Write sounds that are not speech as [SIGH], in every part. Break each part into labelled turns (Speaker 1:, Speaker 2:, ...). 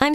Speaker 1: I'm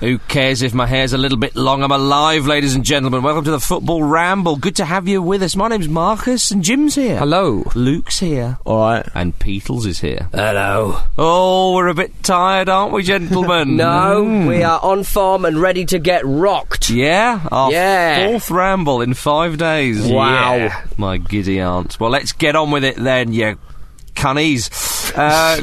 Speaker 2: Who cares if my hair's a little bit long? I'm alive, ladies and gentlemen. Welcome to the Football Ramble. Good to have you with us. My name's Marcus, and Jim's here.
Speaker 3: Hello.
Speaker 2: Luke's here.
Speaker 3: All right.
Speaker 2: And Petals is here.
Speaker 4: Hello.
Speaker 2: Oh, we're a bit tired, aren't we, gentlemen?
Speaker 4: [LAUGHS] No,
Speaker 2: Mm.
Speaker 4: we are on form and ready to get rocked.
Speaker 2: Yeah, our
Speaker 4: Yeah.
Speaker 2: fourth ramble in five days.
Speaker 4: Wow.
Speaker 2: Yeah. my giddy aunt. Well, let's get on with it then, you cunnies.
Speaker 4: [LAUGHS]
Speaker 2: Uh,
Speaker 3: [LAUGHS]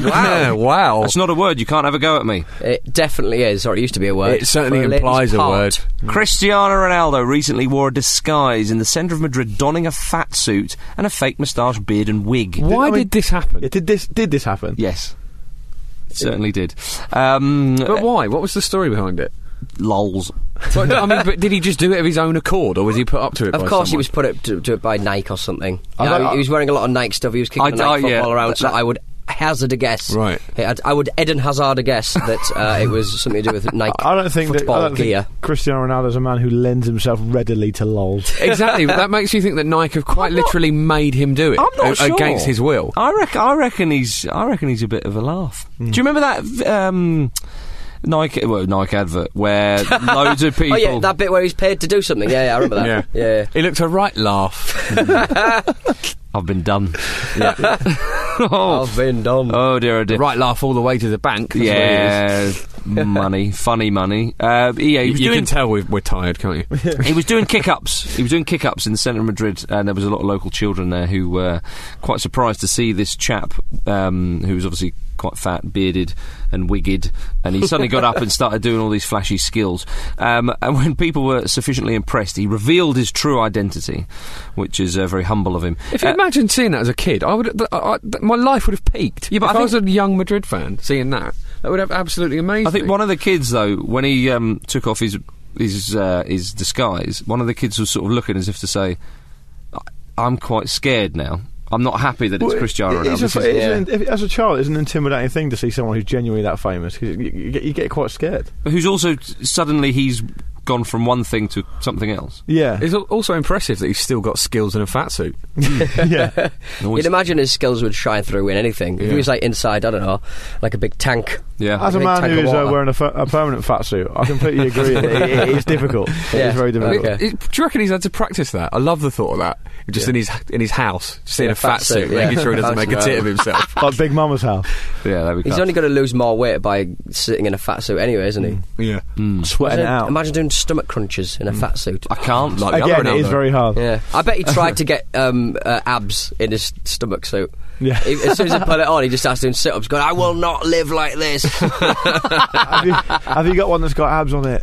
Speaker 2: [LAUGHS]
Speaker 3: Yeah, wow.
Speaker 2: That's not a word. You can't have a go at me.
Speaker 4: It definitely is, or it used to be a word.
Speaker 3: It certainly
Speaker 4: For a lady's
Speaker 3: implies a
Speaker 4: part.
Speaker 3: word.
Speaker 2: Cristiano Ronaldo recently wore a disguise in the centre of Madrid, donning a fat suit and a fake moustache, beard, and wig.
Speaker 3: Why
Speaker 5: I mean-
Speaker 3: did this happen?
Speaker 5: Yeah, did this did this happen?
Speaker 2: Yes. It certainly did. Um,
Speaker 3: But why? What was the story
Speaker 2: [LAUGHS]
Speaker 3: behind it?
Speaker 2: lols.
Speaker 3: Well, no, I mean, but did he just do it of his own accord, or was he put up to it?
Speaker 4: Of
Speaker 3: by
Speaker 4: course, he
Speaker 3: someone?
Speaker 4: was put up to, to it by Nike or something.
Speaker 3: I
Speaker 4: You know,
Speaker 3: don't-
Speaker 4: he was wearing a lot of Nike stuff. He was kicking
Speaker 2: I-
Speaker 4: the Nike
Speaker 2: I- yeah,
Speaker 4: football around,
Speaker 2: that-
Speaker 4: so I would hazard a guess.
Speaker 3: Right.
Speaker 4: I, I would Eden Hazard a guess that uh, it was something to do with Nike
Speaker 5: I don't think that
Speaker 4: football
Speaker 5: I don't
Speaker 4: gear.
Speaker 5: think Cristiano Ronaldo's a man who lends himself readily to lols.
Speaker 3: [LAUGHS] exactly. But that makes you think that Nike have quite literally made him do it
Speaker 2: I'm not
Speaker 3: a-
Speaker 2: sure.
Speaker 3: against his will.
Speaker 2: I reckon. I reckon he's. I reckon he's a bit of a laugh. Do you remember that um, Nike? Well, Nike advert [LAUGHS] where loads of people.
Speaker 4: Oh yeah, that bit where he's paid to do something. Yeah, yeah, I remember that.
Speaker 3: Yeah. He looked a
Speaker 2: [LAUGHS]
Speaker 3: right laugh.
Speaker 2: I've been done.
Speaker 4: Oh.
Speaker 2: oh,
Speaker 4: I've been done.
Speaker 2: oh dear, oh dear.
Speaker 3: right laugh all the way to the bank. that's what it is.
Speaker 2: Yeah, [LAUGHS] money, funny money. Uh, yeah, he
Speaker 3: You,
Speaker 2: was
Speaker 3: you
Speaker 2: doing.
Speaker 3: can tell we're, we're tired,
Speaker 2: [LAUGHS]
Speaker 3: can't you? [LAUGHS]
Speaker 2: he was doing kick ups. He was doing kick ups in the centre of Madrid, and there was a lot of local children there who were quite surprised to see this chap, um, who was obviously quite fat, bearded, and wigged. And he suddenly got up and started doing all these flashy skills. Um, and when people were sufficiently impressed, he revealed his true identity, which is uh, very humble of him.
Speaker 3: If you
Speaker 2: Uh,
Speaker 3: imagine seeing that as a kid, I would. Th- I, I- th- my life would have peaked.
Speaker 2: Yeah, but
Speaker 3: if
Speaker 2: I
Speaker 3: I,
Speaker 2: think-
Speaker 3: was a young Madrid fan seeing that, that would have absolutely amazed.
Speaker 2: I think
Speaker 3: me.
Speaker 2: one of the kids though, when he um, took off his his uh, his disguise, one of the kids was sort of looking as if to say, "I- "I'm quite scared now. I'm not happy that it's
Speaker 5: Well,
Speaker 2: Cristiano
Speaker 5: it-
Speaker 2: Ronaldo."
Speaker 5: it's a-
Speaker 2: This is-
Speaker 5: it's an- if- as a child, it's an intimidating thing to see someone who's genuinely that famous. 'cause you, you get, you get quite scared.
Speaker 2: But who's also suddenly he's gone from one thing to something else.
Speaker 5: Yeah,
Speaker 3: It's al- also impressive that he's still got skills in a fat suit.
Speaker 5: [LAUGHS] yeah.
Speaker 4: You'd imagine his skills would shine through in anything. If
Speaker 3: Yeah.
Speaker 4: he was like inside, I don't know, like a big tank.
Speaker 2: Yeah.
Speaker 5: As a
Speaker 4: Big
Speaker 5: man
Speaker 4: tank
Speaker 5: who
Speaker 4: of
Speaker 5: is uh,
Speaker 4: water.
Speaker 5: wearing a, fa- a permanent fat suit, I completely agree. it, it- it's difficult.
Speaker 4: Yeah.
Speaker 5: It's very difficult.
Speaker 4: Okay.
Speaker 3: It- it- do you reckon he's had to practice that? I love the thought of that. Just in his in his house, just in
Speaker 4: Yeah,
Speaker 3: a fat,
Speaker 4: fat
Speaker 3: suit,
Speaker 4: suit, yeah.
Speaker 3: making sure he doesn't
Speaker 4: Fat
Speaker 3: make a
Speaker 4: suit.
Speaker 3: tit
Speaker 4: [LAUGHS]
Speaker 3: of himself.
Speaker 5: Like Big Mama's house,
Speaker 2: yeah, there we go.
Speaker 4: He's only going to lose more weight by sitting in a fat suit anyway, isn't
Speaker 2: Mm.
Speaker 4: he?
Speaker 3: yeah.
Speaker 4: Hmm.
Speaker 5: sweating it
Speaker 4: Imagine-
Speaker 5: out.
Speaker 4: Imagine doing stomach crunches in a fat suit.
Speaker 2: I can't.
Speaker 3: Like the
Speaker 5: Again,
Speaker 3: other
Speaker 5: it is
Speaker 3: Ronaldo.
Speaker 5: very hard.
Speaker 4: Yeah, I bet he tried to get um, uh, abs in his stomach suit.
Speaker 5: Yeah.
Speaker 4: He- as soon as he put it on, he just starts doing sit-ups, going, "I will not live
Speaker 2: [LAUGHS]
Speaker 4: like this."
Speaker 5: have, you, have you got one that's got abs on it?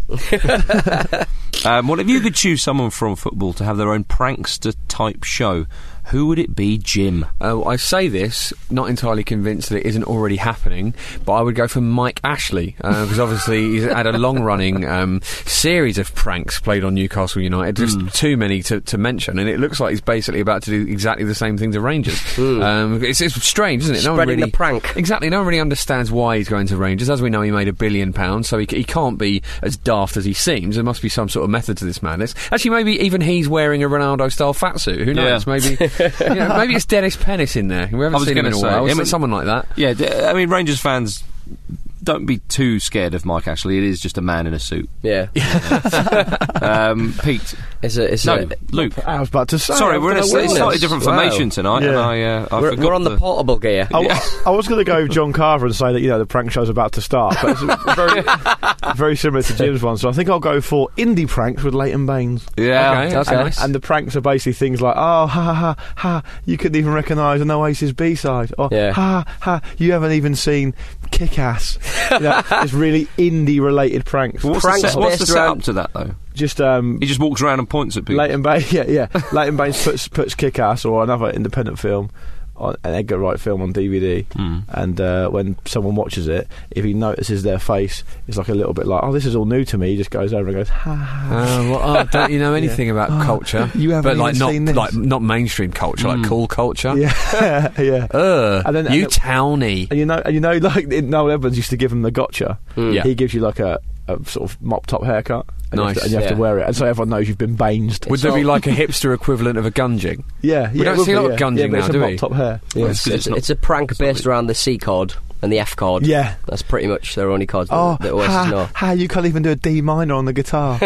Speaker 2: Um, well, if you could choose someone from football to have their own prankster type show, Who would it be, Jim?
Speaker 3: Uh, I say this, not entirely convinced that it isn't already happening, but I would go for Mike Ashley, because obviously he's had a long running um, series of pranks played on Newcastle United, just
Speaker 4: Hmm.
Speaker 3: too many to, to mention, and it looks like he's basically about to do exactly the same thing to Rangers. Um, it's, it's strange, isn't it?
Speaker 4: Hmm. Spreading the prank.
Speaker 3: Exactly, no one really understands why he's going to Rangers. As we know, he made a billion pounds, so he, c- he can't be as daft as he seems. There must be some sort of method to this madness. Actually, maybe even he's wearing a Ronaldo style fat suit. Who knows?
Speaker 2: Yeah.
Speaker 3: Maybe
Speaker 2: [LAUGHS]
Speaker 3: you know, maybe it's Dennis Pennis in there. We
Speaker 2: I
Speaker 3: haven't
Speaker 2: was
Speaker 3: seen him in
Speaker 2: gonna
Speaker 3: a
Speaker 2: say,
Speaker 3: while.
Speaker 2: I mean-
Speaker 3: It's someone like that.
Speaker 2: Yeah, d- I mean, Rangers fans, don't be too scared of Mike Ashley. It is just a man in a [LAUGHS] suit.
Speaker 4: Yeah.
Speaker 2: Um, Pete,
Speaker 4: It's a, it's
Speaker 2: no,
Speaker 4: a,
Speaker 2: Luke.
Speaker 5: I was about to say.
Speaker 2: Sorry, we're in a
Speaker 5: I
Speaker 2: slightly
Speaker 5: was.
Speaker 4: goodness.
Speaker 2: different
Speaker 4: Wow.
Speaker 2: formation tonight, and
Speaker 5: Yeah.
Speaker 2: I, uh, I
Speaker 4: we're,
Speaker 2: forgot
Speaker 4: we're on the, portable gear. [LAUGHS]
Speaker 5: I, I was going to go with John Carver and say that you know the prank show's about to start, but it's
Speaker 2: [LAUGHS]
Speaker 5: very, very similar to Jim's one. So I think I'll go for indie pranks with Leighton Baines.
Speaker 2: [LAUGHS] Yeah,
Speaker 3: Okay, that's
Speaker 2: and-
Speaker 3: nice.
Speaker 2: and-
Speaker 5: And the pranks are basically things like, oh, ha ha ha ha, you couldn't even recognise an Oasis B side, or
Speaker 4: Yeah.
Speaker 5: ha ha, you haven't even seen Kick Ass. You know, it's really indie related pranks.
Speaker 2: What's the,
Speaker 4: Frank's
Speaker 2: set, what's the
Speaker 4: best
Speaker 2: setup
Speaker 4: round-
Speaker 2: to that though?
Speaker 5: Just um,
Speaker 2: He just walks around and points at people.
Speaker 5: Leighton Baines, [LAUGHS] yeah, yeah. Leighton Baines puts puts Kick Ass or another independent film, on, an Edgar Wright film on DVD, and uh, when someone watches it, if he notices their face, it's like a little bit like, oh, this is all new to me. He just goes over and goes, ha ha.
Speaker 3: Uh, well, oh, don't
Speaker 5: [LAUGHS]
Speaker 3: you know anything about culture?
Speaker 5: Oh, you haven't
Speaker 3: but like
Speaker 5: even
Speaker 3: not
Speaker 5: seen this.
Speaker 3: like not mainstream culture,
Speaker 2: Hmm.
Speaker 3: like cool culture.
Speaker 5: [LAUGHS] Yeah, yeah.
Speaker 3: Ugh,
Speaker 5: And then-
Speaker 3: you
Speaker 5: and- [LAUGHS]
Speaker 3: townie.
Speaker 5: And you know, and you know, like in- Noel Evans used to give him the gotcha.
Speaker 3: Hmm. Yeah.
Speaker 5: He gives you like a, a sort of mop top haircut. And You have
Speaker 3: Nice,
Speaker 5: to, and you have to
Speaker 4: yeah.
Speaker 5: wear it, and so everyone knows you've been banged.
Speaker 3: Would there be like a hipster equivalent of a gunjing?
Speaker 5: yeah,
Speaker 3: we
Speaker 5: yeah,
Speaker 3: don't
Speaker 5: it would
Speaker 3: see a
Speaker 5: be,
Speaker 3: lot of
Speaker 5: yeah.
Speaker 3: gunging
Speaker 5: yeah, but it's
Speaker 3: now,
Speaker 5: a
Speaker 3: do we?
Speaker 5: mop top hair. Yeah.
Speaker 2: It's 'cause
Speaker 4: It's,
Speaker 2: it's not-
Speaker 4: it's a prank based around the C chord and the F chord.
Speaker 5: Yeah.
Speaker 4: That's pretty much their only chords
Speaker 5: Oh,
Speaker 4: that, that Oasis know.
Speaker 5: ha, ha, you can't even do a D minor on
Speaker 3: [LAUGHS]
Speaker 5: the
Speaker 3: Hmm.
Speaker 5: guitar.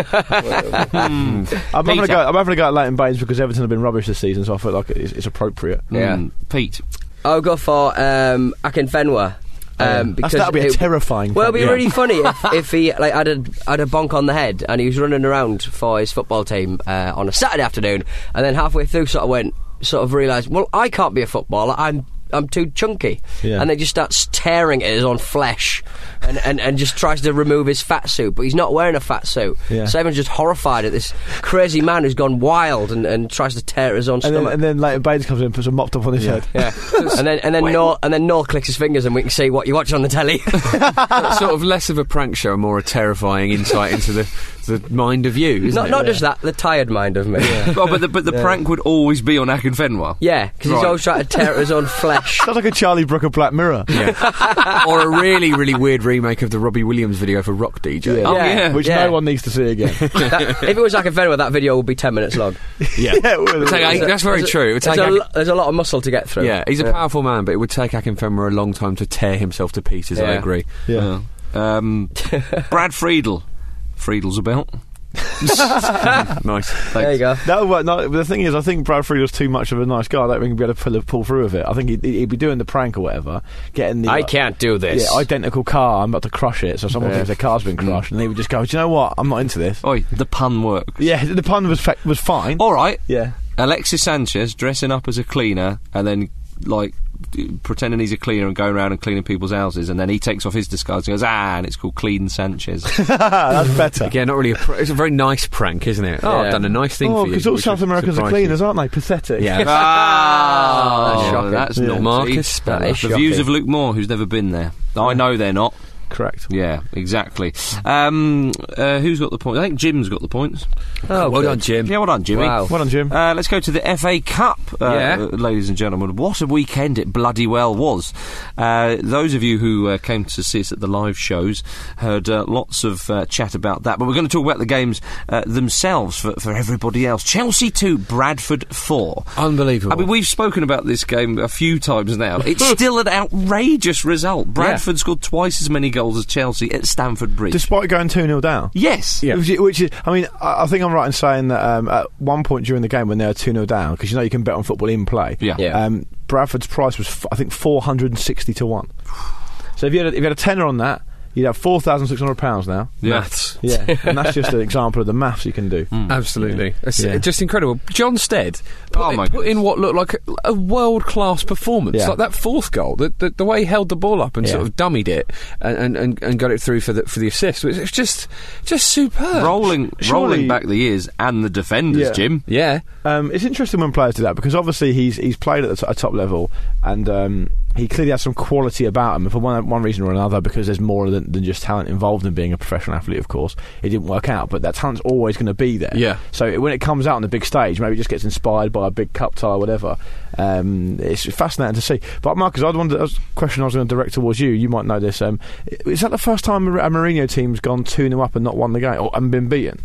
Speaker 5: I'm having,
Speaker 2: Peter.
Speaker 5: a go, I'm having a go at Leighton Baines because Everton have been rubbish this season, so I feel like it's, it's appropriate.
Speaker 4: Yeah.
Speaker 2: Mm, Pete.
Speaker 4: [LAUGHS] I'll go for um, Akinfenwa.
Speaker 5: Oh,
Speaker 4: Um, because
Speaker 5: that'd be a
Speaker 4: it-
Speaker 5: terrifying
Speaker 4: Well, it'd be
Speaker 5: prank,
Speaker 4: really funny if,
Speaker 5: [LAUGHS]
Speaker 4: if he like had a had a bonk on the head and he was running around for his football team uh, on a Saturday afternoon, and then halfway through, sort of went, sort of realised, well, I can't be a footballer. I'm I'm too chunky,
Speaker 5: Yeah.
Speaker 4: and then just starts staring at his own flesh, and, and, and just tries to remove his fat suit, but he's not wearing a fat suit.
Speaker 5: Yeah.
Speaker 4: So everyone's just horrified at this crazy man who's gone wild and, and tries to tear at his own
Speaker 5: And then,
Speaker 4: stomach.
Speaker 5: and then Leighton Baines comes in and puts a mop top on his head.
Speaker 4: Yeah, and then and then Noel and then Noel clicks his fingers and we can see what you watch on the telly.
Speaker 3: It's sort of less of a prank show, and more a terrifying insight into the the mind of you. Isn't
Speaker 4: not
Speaker 3: it?
Speaker 4: not just that, the tired mind of me. [LAUGHS] Yeah,
Speaker 2: Oh, but the, but the prank would always be on Akinfenwa.
Speaker 4: because
Speaker 2: Right.
Speaker 4: he's always trying to tear at his own flesh.
Speaker 5: [LAUGHS] Sounds like a Charlie Brooker
Speaker 3: [LAUGHS]
Speaker 5: Black Mirror.
Speaker 3: Oh, or a really really weird remake of the Robbie Williams video for Rock DJ.
Speaker 5: Yeah.
Speaker 3: Oh,
Speaker 2: yeah.
Speaker 5: Which
Speaker 4: yeah.
Speaker 5: no one needs to see
Speaker 3: [LAUGHS]
Speaker 5: again.
Speaker 4: That- if it was like a Fenway, that video would be ten minutes long.
Speaker 3: yeah.
Speaker 5: Yeah, it would.
Speaker 3: Take eight- that's very
Speaker 4: There's a-
Speaker 3: true. It would
Speaker 4: there's,
Speaker 3: take
Speaker 4: a
Speaker 3: eight-
Speaker 4: lo- there's a lot of muscle to get through.
Speaker 3: Yeah, he's a powerful man, but it would take Akinfenwa a long time to tear himself to pieces. I
Speaker 4: Yeah.
Speaker 3: agree.
Speaker 5: Yeah.
Speaker 2: Um, Brad Friedel. Friedel's about.
Speaker 3: nice.
Speaker 4: there you go.
Speaker 5: No, well, no, but the thing is, I think Brad Friedel's too much of a nice guy. I don't think he'd be able to pull, pull through with it. I think he'd, he'd be doing the prank or whatever, getting the
Speaker 4: I
Speaker 5: like,
Speaker 4: can't do this.
Speaker 5: yeah, identical car. I'm about to crush it, so someone thinks their car's been crushed, and they would just go, "Do you know what? I'm not into
Speaker 3: Oh.
Speaker 5: this."
Speaker 2: Oi, the pun worked.
Speaker 5: Yeah, the pun was fa- was fine.
Speaker 2: All right.
Speaker 5: Yeah, [LAUGHS]
Speaker 2: Alexis Sanchez dressing up as a cleaner and then like d- pretending he's a cleaner and going around and cleaning people's houses and then he takes off his disguise and goes ah and it's called clean Sanchez
Speaker 5: that's better.
Speaker 3: Again, not really. A pr- it's a very nice prank, isn't it?
Speaker 4: Yeah.
Speaker 3: Oh, I've done a nice thing
Speaker 5: Oh,
Speaker 3: for you.
Speaker 5: because all
Speaker 3: which
Speaker 5: South
Speaker 3: would
Speaker 5: Americans are
Speaker 3: surprise you.
Speaker 5: cleaners, aren't they? Pathetic.
Speaker 3: Yeah.
Speaker 2: [LAUGHS]
Speaker 4: [LAUGHS]
Speaker 2: ah
Speaker 4: That's shocking.
Speaker 2: that's
Speaker 5: Yeah.
Speaker 2: naughty.
Speaker 3: Marcus Speller.
Speaker 2: the views of Luke Moore who's never been there I know they're not
Speaker 5: [LAUGHS] correct.
Speaker 2: yeah exactly um, uh, who's got the point I think Jim's got the points
Speaker 3: Oh, well
Speaker 4: good.
Speaker 3: done, Jim.
Speaker 2: yeah well done Jimmy
Speaker 4: Wow.
Speaker 5: Well done, Jim.
Speaker 2: Uh, let's go to the FA Cup, uh,
Speaker 3: Yeah.
Speaker 2: ladies and gentlemen. What a weekend it bloody well was. Uh, those of you who uh, came to see us at the live shows heard uh, lots of uh, chat about that, but we're going to talk about the games uh, themselves for, for everybody else. Chelsea 2, Bradford 4.
Speaker 3: Unbelievable.
Speaker 2: I mean, we've spoken about this game a few times now. [LAUGHS] It's still an outrageous result. Bradford scored twice as many goals as Chelsea at Stamford Bridge.
Speaker 5: Despite going two 0 down.
Speaker 2: yes.
Speaker 5: Which, is, which is, I mean, I, I think I'm right in saying that um, at one point during the game when they were 2 0 down, because you know you can bet on football in play.
Speaker 2: Yeah. Yeah.
Speaker 5: Um, Bradford's price was, f- I think, 460 to 1. So if you had a, if you had a tenner on that, you'd have four thousand six hundred pounds now.
Speaker 2: Yeah.
Speaker 3: Maths.
Speaker 5: Yeah, and that's just an example of the maths you can do.
Speaker 3: Absolutely, It's
Speaker 5: Mm. Yeah.
Speaker 3: just incredible. John Stead put,
Speaker 2: Oh my
Speaker 3: put in what looked like a, a world-class performance.
Speaker 5: Yeah.
Speaker 3: Like that fourth goal, the, the, the way he held the ball up and
Speaker 5: Yeah.
Speaker 3: sort of dummied it and, and, and, and got it through for the for the assist. It's it's just just superb.
Speaker 2: Rolling,
Speaker 5: surely-
Speaker 2: rolling back the years and the defenders,
Speaker 5: Yeah.
Speaker 2: Jim.
Speaker 3: Yeah,
Speaker 5: Um, it's interesting when players do that because obviously he's he's played at the t- a top level and um, he clearly has some quality about him. And for one one reason or another, because there's more than, than just talent involved in being a professional athlete. Of course, it didn't work out, but that talent's always going to be there.
Speaker 3: Yeah.
Speaker 5: So it- when it comes out on the big stage, maybe it just gets inspired by a big cup tie, or whatever. Um, it's fascinating to see. But Marcus, I'd wonder, a question I was going to direct towards you. You might know this. Um, is that the first time a Mourinho team's gone two 0 up and not won the game or and been beaten?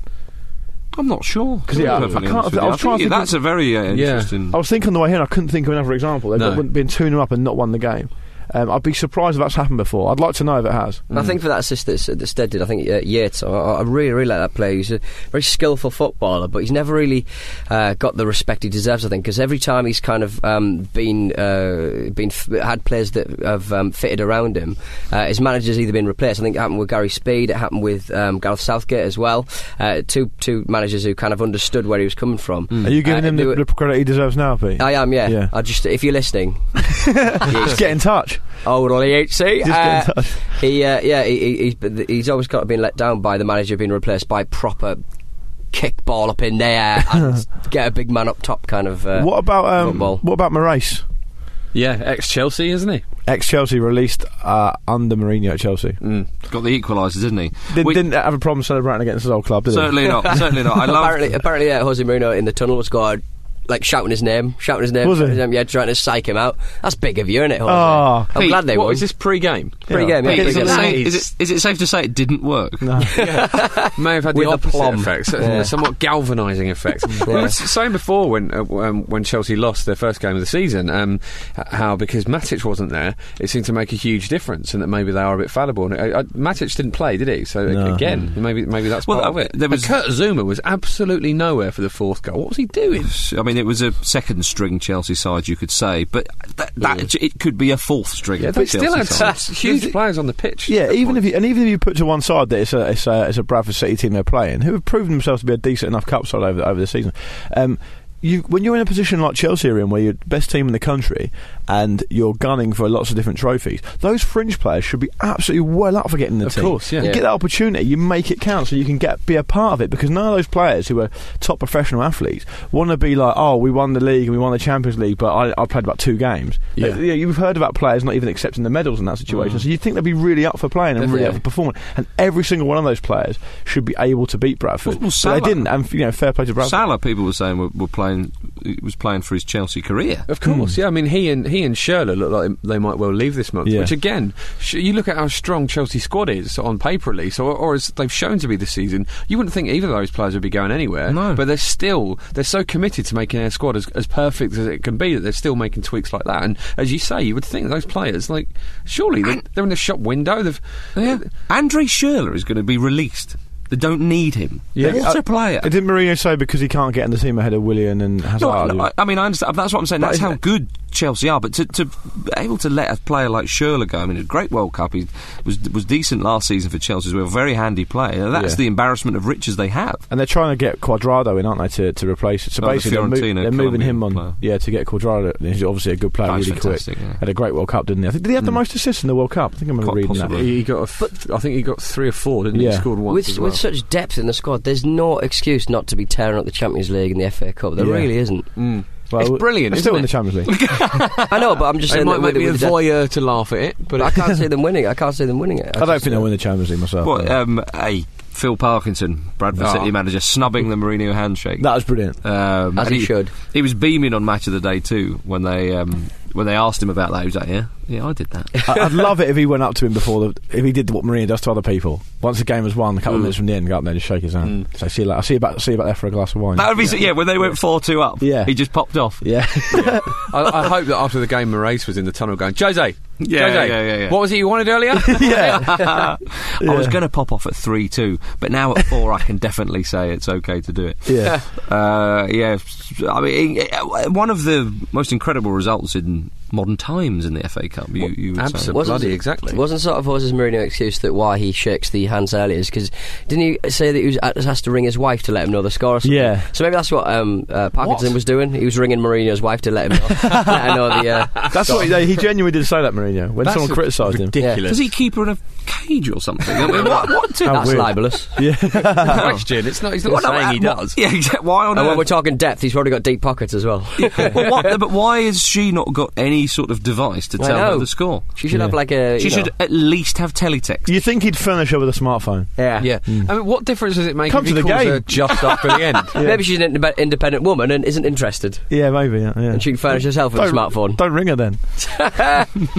Speaker 2: I'm not sure. to be
Speaker 5: yeah, I
Speaker 2: perfectly
Speaker 5: can't-
Speaker 2: honest with
Speaker 5: I
Speaker 2: you.
Speaker 5: was
Speaker 2: I
Speaker 5: trying to
Speaker 2: think
Speaker 5: think
Speaker 2: that's a very uh, interesting.
Speaker 5: I was thinking on the way here, and I couldn't think of another example. They've
Speaker 3: No.
Speaker 5: got- been 2 0 up and not won the game. Um, I'd be surprised if that's happened before. I'd like to know if it has.
Speaker 4: I think for that assist that, that Stead did, I think uh, Yates, I, I really, really like that player. He's a very skillful footballer, but he's never really uh, got the respect he deserves, I think, because every time he's kind of um, been uh, been f- had players that have um, fitted around him, uh, his manager's either been replaced. I think it happened with Gary Speed, it happened with um, Gareth Southgate as well. Uh, two two managers who kind of understood where he was coming from.
Speaker 5: Are you giving
Speaker 4: Uh,
Speaker 5: him
Speaker 4: do
Speaker 5: the,
Speaker 4: it-
Speaker 5: the credit he deserves now, Pete?
Speaker 4: I am, yeah.
Speaker 5: Yeah.
Speaker 4: I just if you're
Speaker 5: [LAUGHS]
Speaker 4: listening,
Speaker 5: Just get in touch.
Speaker 4: Oh, well, HC.
Speaker 5: Just get in
Speaker 4: Uh, he, uh, yeah, he, he, he's, been- he's always got been let down by the manager being replaced by proper kick ball up in
Speaker 5: [LAUGHS]
Speaker 4: there and get a big man up top kind of. Uh,
Speaker 5: what about um,
Speaker 4: football.
Speaker 5: what about Moraes?
Speaker 3: yeah. Ex Chelsea, isn't he?
Speaker 5: Ex Chelsea released uh, under Mourinho at Chelsea.
Speaker 4: Mm.
Speaker 2: Got the equaliser, didn't he?
Speaker 5: Did,
Speaker 2: We-
Speaker 5: didn't have a problem celebrating against his old club, did he?
Speaker 2: certainly not. Certainly not. I [LAUGHS] love.
Speaker 4: apparently, apparently, yeah, Jose Mourinho in the tunnel was going like shouting his name, shouting his name,
Speaker 5: Was he?
Speaker 4: shouting his name, yeah, trying to psych him out. That's big of you, isn't it? Jose?
Speaker 5: Oh.
Speaker 4: I'm
Speaker 3: Pete,
Speaker 4: glad they
Speaker 3: what
Speaker 4: won.
Speaker 3: is this pre-game?
Speaker 4: Pre-game, yeah,
Speaker 2: Pete, is, it
Speaker 4: pre-game.
Speaker 2: safe- is it- is it safe to say it didn't work?
Speaker 3: may have
Speaker 4: With
Speaker 3: had the
Speaker 4: a
Speaker 3: opposite
Speaker 4: plum.
Speaker 3: effect, so-
Speaker 4: Yeah.
Speaker 3: a somewhat galvanising effect. We were s- saying before when uh, w- um, when Chelsea lost their first game of the season, um, h- how because Matic wasn't there, it seemed to make a huge difference, and that maybe they are a bit fallible. And uh, uh, Matic didn't play, did he? So a-
Speaker 5: No.
Speaker 3: again, maybe maybe that's
Speaker 2: Well,
Speaker 3: part
Speaker 2: uh,
Speaker 3: of it.
Speaker 2: there
Speaker 3: There
Speaker 2: was-
Speaker 3: was Kurt Zuma was absolutely nowhere for the fourth goal. What was he doing?
Speaker 2: I mean, it was a second string Chelsea side, you could say, but that, that it could be a fourth string.
Speaker 3: They still
Speaker 2: Chelsea
Speaker 3: had
Speaker 2: side.
Speaker 3: such [LAUGHS] huge players on the pitch.
Speaker 5: Yeah, even if you, and even if you put to one side that it's a it's a, it's a Bradford City team they're playing, who have proven themselves to be a decent enough cup side over the, over the season. Um, you, when you're in a position like Chelsea are in, where you're the best team in the country and you're gunning for lots of different trophies, those fringe players should be absolutely well up for getting the
Speaker 3: Of
Speaker 5: team.
Speaker 3: course, yeah.
Speaker 5: You
Speaker 3: Yeah.
Speaker 5: get that opportunity, you make it count, so you can get be a part of it. Because none of those players who are top professional athletes want to be like, oh, we won the league and we won the Champions League, but I, I played about two games.
Speaker 3: Yeah.
Speaker 5: They- you know, you've heard about players not even accepting the medals in that
Speaker 2: Mm.
Speaker 5: situation, so you'd think they'd be really up for playing and really up for performing. And every single one of those players should be able to beat Bradford.
Speaker 2: Well, well,
Speaker 5: but
Speaker 2: Salah-
Speaker 5: they didn't, and you know, fair play to
Speaker 2: [LAUGHS]
Speaker 5: Bradford.
Speaker 2: Salah, people were saying, were, were playing was playing for his Chelsea career.
Speaker 3: Of course, yeah. I mean, he and he and Schürrle look like they might well leave this month.
Speaker 5: Yeah.
Speaker 3: Which again, sh- you look at how strong Chelsea squad is on paper, at least, or, or as they've shown to be this season. You wouldn't think either of those players would be going anywhere.
Speaker 2: No.
Speaker 3: but they're still they're so committed to making their squad as, as perfect as it can be that they're still making tweaks like that. And as you say, you would think those players, like, surely they're, they're in the shop window. They've
Speaker 2: Yeah. Andre Schürrle is going to be released. They don't need him. Yeah. What a player!
Speaker 5: Uh, Didn't Mourinho say because he can't get in the team ahead of Willian and Hazard?
Speaker 2: No, no, I, I mean, I understand. That's what I'm saying. That's how good Chelsea are. But to, to be able to let a player like Schürrle go, I mean, a great World Cup. He was was decent last season for Chelsea. as well. a very handy player. That's
Speaker 5: Yeah.
Speaker 2: the embarrassment of riches they have.
Speaker 5: and they're trying to get Quadrado in, aren't they, to, to replace it? So
Speaker 2: Oh, the
Speaker 5: basically, they're, mo-
Speaker 2: Fiorentina
Speaker 5: they're moving him on,
Speaker 2: Colombian player.
Speaker 5: yeah, to get Quadrado. and He's obviously a good player,
Speaker 2: That's
Speaker 5: really
Speaker 2: fantastic,
Speaker 5: quick.
Speaker 2: yeah. Hmm.
Speaker 5: Had a great World Cup, didn't he? I think, did he have the most assists in the World Cup? I think I remember
Speaker 2: Quite
Speaker 5: reading
Speaker 2: possibly.
Speaker 5: that.
Speaker 3: he got, a f- I think he got three or four, didn't he?
Speaker 5: Yeah.
Speaker 3: he? Scored once
Speaker 4: with,
Speaker 3: as well.
Speaker 4: with such depth in the squad, there's no excuse not to be tearing up the Champions League and the FA Cup. There
Speaker 5: Yeah.
Speaker 4: really isn't.
Speaker 5: Well,
Speaker 3: It's brilliant,
Speaker 5: they're Still
Speaker 3: isn't
Speaker 5: in the
Speaker 3: it?
Speaker 5: Champions
Speaker 2: [LAUGHS]
Speaker 5: League.
Speaker 4: I know, but I'm just
Speaker 3: it
Speaker 4: saying
Speaker 3: might
Speaker 4: that
Speaker 3: make
Speaker 4: with,
Speaker 3: me a
Speaker 4: with the depth-
Speaker 3: voyeur to laugh at it, but
Speaker 4: I can't see them winning. I can't see them winning it.
Speaker 5: I don't think they'll win the Champions League myself.
Speaker 4: Oh,
Speaker 2: What?
Speaker 5: no.
Speaker 2: Um, hey, Phil Parkinson, Bradford
Speaker 3: Ah.
Speaker 2: City manager, snubbing the Mourinho handshake.
Speaker 5: that was brilliant.
Speaker 2: Um,
Speaker 4: As
Speaker 2: and
Speaker 4: he should.
Speaker 2: He was beaming on match of the day too when they um, when they asked him about that. He was like, "Yeah, yeah, I did that."
Speaker 4: [LAUGHS]
Speaker 5: I-
Speaker 2: [LAUGHS]
Speaker 5: I'd love it if he went up to him before the, if he did what Mourinho does to other people. Once the game was won, a
Speaker 2: Hmm.
Speaker 5: couple of minutes from the end, go up there and just shake his hand. So see you later. I'll see you back. See you back there for a glass of wine.
Speaker 2: that would be yeah. When they went four two up,
Speaker 5: Yeah.
Speaker 2: he just popped off.
Speaker 5: [LAUGHS]
Speaker 2: [LAUGHS]
Speaker 5: yeah.
Speaker 3: I, I hope that after the game, Moraes was in the tunnel going, Jose,
Speaker 2: Yeah,
Speaker 3: Jose,
Speaker 2: yeah, yeah, yeah.
Speaker 3: what was it you wanted earlier?
Speaker 2: I was going to pop off at three two, but now at four, I can definitely say it's okay to do it. [LAUGHS]
Speaker 5: Yeah.
Speaker 2: uh, yeah. I mean, eh, eh, one of the most incredible results in modern times in the FA Cup. You, you would say.
Speaker 3: Absolutely,
Speaker 4: Wasn't-
Speaker 3: bloody exactly.
Speaker 4: Wasn't sort of Jose Mourinho excuse that why he shakes the hands earlier is because didn't he say that he was, has to ring his wife to let him know the score? Or something?
Speaker 5: Yeah.
Speaker 4: So maybe that's what um, uh, Parkinson
Speaker 5: What?
Speaker 4: was doing. He was ringing Mourinho's wife to let him
Speaker 5: [LAUGHS]
Speaker 4: know, let her know the. Uh,
Speaker 5: That's what he, he genuinely did say that Mourinho when someone criticised him.
Speaker 3: ridiculous
Speaker 2: Does he keep her in a cage or something? I mean, what, what
Speaker 4: [LAUGHS]
Speaker 2: did-
Speaker 4: that's
Speaker 5: weird.
Speaker 4: libelous.
Speaker 3: question. It's not. He's not
Speaker 2: what-
Speaker 3: saying he
Speaker 2: what-
Speaker 3: does.
Speaker 2: Yeah, exactly. Why on
Speaker 4: And when
Speaker 2: earth?
Speaker 4: we're talking depth, he's probably got deep pockets as Oh, well.
Speaker 2: well, why, but why has she not got any sort of device to
Speaker 4: I
Speaker 2: tell her
Speaker 4: know.
Speaker 2: the score?
Speaker 4: [LAUGHS] She should have like a.
Speaker 2: She
Speaker 4: you know-
Speaker 2: should at least have teletext.
Speaker 5: You think he'd furnish her with a smartphone?
Speaker 4: Yeah.
Speaker 3: Yeah. I mean, what difference does it make
Speaker 5: Hmm. Come
Speaker 3: if
Speaker 5: to
Speaker 3: he
Speaker 5: the
Speaker 3: calls
Speaker 5: game.
Speaker 3: her just after the end?
Speaker 4: [LAUGHS] Maybe she's an inde- independent woman and isn't interested,
Speaker 5: Yeah, maybe. Yeah, yeah.
Speaker 4: and she can furnish herself with a
Speaker 5: Don't-
Speaker 4: smartphone.
Speaker 5: Don't ring her then.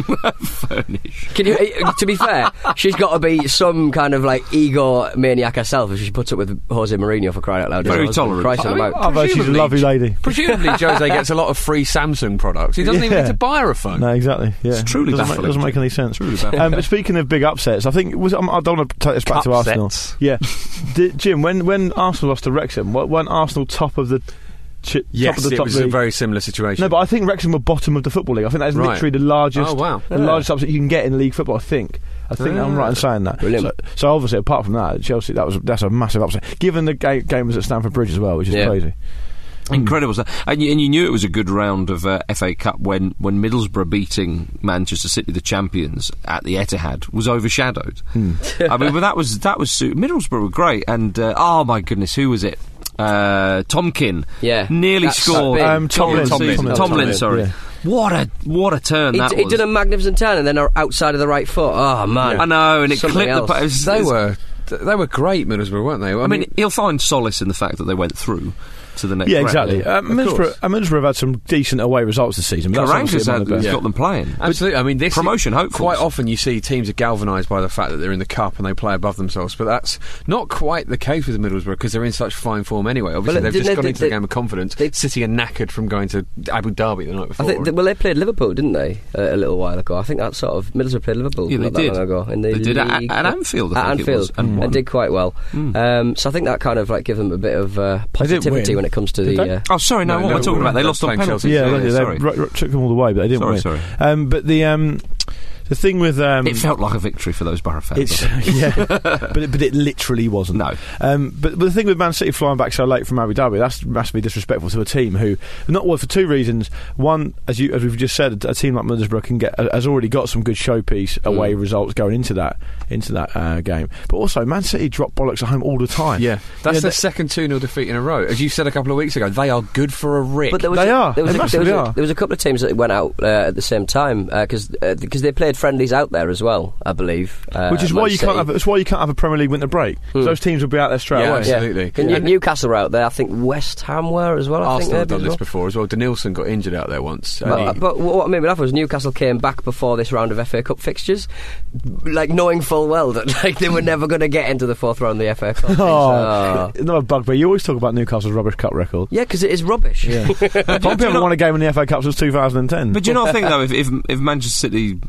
Speaker 4: Can you? eh, To be fair, she's got to be some kind of like ego maniac herself if she puts up with Jose Mourinho for crying out loud.
Speaker 2: Very
Speaker 4: Christ
Speaker 2: tolerant.
Speaker 4: on
Speaker 2: I
Speaker 3: mean,
Speaker 4: about.
Speaker 5: Although she's a
Speaker 3: Presumably-
Speaker 5: lovely lady.
Speaker 3: Presumably, Jose gets a lot of free Samsung products. He doesn't even
Speaker 5: Yeah.
Speaker 3: need to buy her a phone.
Speaker 5: No, exactly. Yeah,
Speaker 2: It's truly
Speaker 5: doesn't make,
Speaker 2: baffling.
Speaker 5: doesn't make any sense. [LAUGHS]
Speaker 2: Truly baffling.
Speaker 5: Um, but speaking of big upsets, I think was, I'm, I don't want to take this back to Arsenal.
Speaker 3: Upsets.
Speaker 4: [LAUGHS]
Speaker 5: Yeah, Di- Jim, when when Arsenal lost to Wrexham, wa- weren't Arsenal top of the chi- top
Speaker 3: Yes,
Speaker 5: of the
Speaker 3: it
Speaker 5: top
Speaker 3: was a
Speaker 5: league?
Speaker 3: very similar situation.
Speaker 5: no, but I think Wrexham were bottom of the football league. I think that is
Speaker 3: Right.
Speaker 5: literally the largest,
Speaker 3: Oh, wow. Ah.
Speaker 5: the largest upset you can get in league football. I think. I think I'm right in saying that.
Speaker 4: Brilliant.
Speaker 5: So, so obviously, apart from that, Chelsea that was that's a massive upset. Given the ga- game was at Stamford Bridge as well, which is
Speaker 4: Yeah.
Speaker 5: crazy. Hmm.
Speaker 2: Incredible stuff. And you, and you knew it was a good round of uh, FA Cup when, when Middlesbrough beating Manchester City, the champions, at the Etihad was overshadowed.
Speaker 5: Hmm.
Speaker 2: I mean, but that was that was su- Middlesbrough were great, and uh, oh my goodness, who was it? Uh, Tomkin,
Speaker 4: Yeah.
Speaker 2: nearly
Speaker 4: That's
Speaker 2: scored.
Speaker 4: big.
Speaker 5: Um, Tomlin.
Speaker 2: Tomlin,
Speaker 5: Tomlin. Tomlin,
Speaker 2: sorry.
Speaker 5: yeah.
Speaker 2: What a what a turn
Speaker 4: He,
Speaker 2: that
Speaker 4: he
Speaker 2: was.
Speaker 4: did a magnificent turn and then are outside of the right foot. Oh man!
Speaker 2: I know, and it
Speaker 4: Something
Speaker 2: clipped
Speaker 4: else.
Speaker 2: the. pa- It was,
Speaker 3: they
Speaker 2: it's-
Speaker 3: were th- they were great, Middlesbrough, weren't they?
Speaker 2: I mean, he'll find solace in the fact that they went through to the next.
Speaker 5: Yeah,
Speaker 2: round.
Speaker 5: exactly. Uh,
Speaker 2: Of course.
Speaker 5: Middlesbrough, uh, Middlesbrough have had some decent away results this season. but that's obviously
Speaker 2: Karanka's
Speaker 5: among
Speaker 2: had,
Speaker 5: the best.
Speaker 2: got them playing.
Speaker 3: Absolutely. I mean, this
Speaker 2: Promotion hopefuls.
Speaker 3: Quite often, you see teams are galvanised by the fact that they're in the cup and they play above themselves, but that's not quite the case with Middlesbrough because they're in such fine form anyway. Obviously,
Speaker 4: Well, didn't
Speaker 3: they've just
Speaker 4: they-
Speaker 3: gone
Speaker 4: they-
Speaker 3: into the
Speaker 4: they-
Speaker 3: game of confidence.
Speaker 4: they-
Speaker 3: City are knackered from going to Abu Dhabi the night
Speaker 4: I
Speaker 3: before.
Speaker 4: think that, well, they played Liverpool, didn't they? A, a little while ago. I think that sort of Middlesbrough played Liverpool
Speaker 2: Yeah, they
Speaker 4: not that
Speaker 2: did.
Speaker 4: long ago. In the
Speaker 2: They did at-
Speaker 4: league
Speaker 2: at
Speaker 4: cup-
Speaker 2: Anfield, I
Speaker 4: At
Speaker 2: think it was,
Speaker 4: Anfield,
Speaker 2: and won. Hmm.
Speaker 4: did quite well. Um, so I think that kind of like gave them a bit of uh, positivity
Speaker 5: win.
Speaker 4: when it comes to
Speaker 5: Did
Speaker 4: the.
Speaker 5: they?
Speaker 4: Uh,
Speaker 2: Oh, sorry, no,
Speaker 3: No,
Speaker 2: what am
Speaker 3: no,
Speaker 2: I talking
Speaker 3: we're
Speaker 2: about? They
Speaker 3: not
Speaker 2: lost on
Speaker 3: playing
Speaker 2: penalties.
Speaker 3: Chelsea.
Speaker 5: Yeah,
Speaker 2: Yeah,
Speaker 5: they, they
Speaker 2: sorry.
Speaker 5: ru- ru- took them all the way, but they didn't
Speaker 2: Sorry, sorry.
Speaker 5: win. Um, but the um, the thing with um,
Speaker 2: It felt like a victory for those Borough fans.
Speaker 5: it's [LAUGHS] yeah, but it, but it literally wasn't.
Speaker 2: No.
Speaker 5: Um, but, but the thing with Man City flying back so late from Abu Dhabi, that's massively disrespectful to a team who, not well, for two reasons. One, as you as we've just said, a team like Middlesbrough can get has already got some good showpiece
Speaker 2: Mm.
Speaker 5: away results going into that into that uh, game. But also, Man City drop bollocks at home all the time.
Speaker 3: yeah, that's
Speaker 5: Yeah,
Speaker 3: their
Speaker 5: they-
Speaker 3: second 2 0 defeat in a row. As you said a couple of weeks ago, they are good for a rip.
Speaker 4: but there was
Speaker 5: They
Speaker 4: a,
Speaker 5: are.
Speaker 4: There was, a,
Speaker 5: They
Speaker 4: there, was
Speaker 5: massively
Speaker 4: a,
Speaker 5: are.
Speaker 4: there was a couple of teams that went out uh, at the same time uh, because because they played friendlies out there as well, I believe. Uh,
Speaker 5: Which is
Speaker 4: Man
Speaker 5: why you
Speaker 4: City. Hmm.
Speaker 5: can't have it's why you can't have a Premier League winter break. Those teams will be out there straight
Speaker 3: Yeah,
Speaker 4: [LAUGHS]
Speaker 5: away.
Speaker 3: absolutely.
Speaker 4: And
Speaker 3: Yeah.
Speaker 4: Newcastle were out there. I think West Ham were as well. I think
Speaker 3: Arsenal
Speaker 4: maybe
Speaker 3: have done
Speaker 4: as
Speaker 3: this
Speaker 4: well.
Speaker 3: before as well. Danielson got injured out there once. uh, and
Speaker 4: But,
Speaker 3: he-
Speaker 4: but what made me laugh was Newcastle came back before this round of FA Cup fixtures, like knowing full well that [LAUGHS] like they were never going to get into the fourth round of the FA Cup.
Speaker 5: [LAUGHS] Oh, [LAUGHS]
Speaker 4: So-
Speaker 5: another bugbear. You always talk about Newcastle's rubbish
Speaker 4: [LAUGHS]
Speaker 5: cup record.
Speaker 4: yeah, because it is rubbish.
Speaker 5: Pompey haven't won a game in the FA Cup since 2010.
Speaker 2: [LAUGHS] But do you not think
Speaker 5: [LAUGHS]
Speaker 2: though, if, if if Manchester City,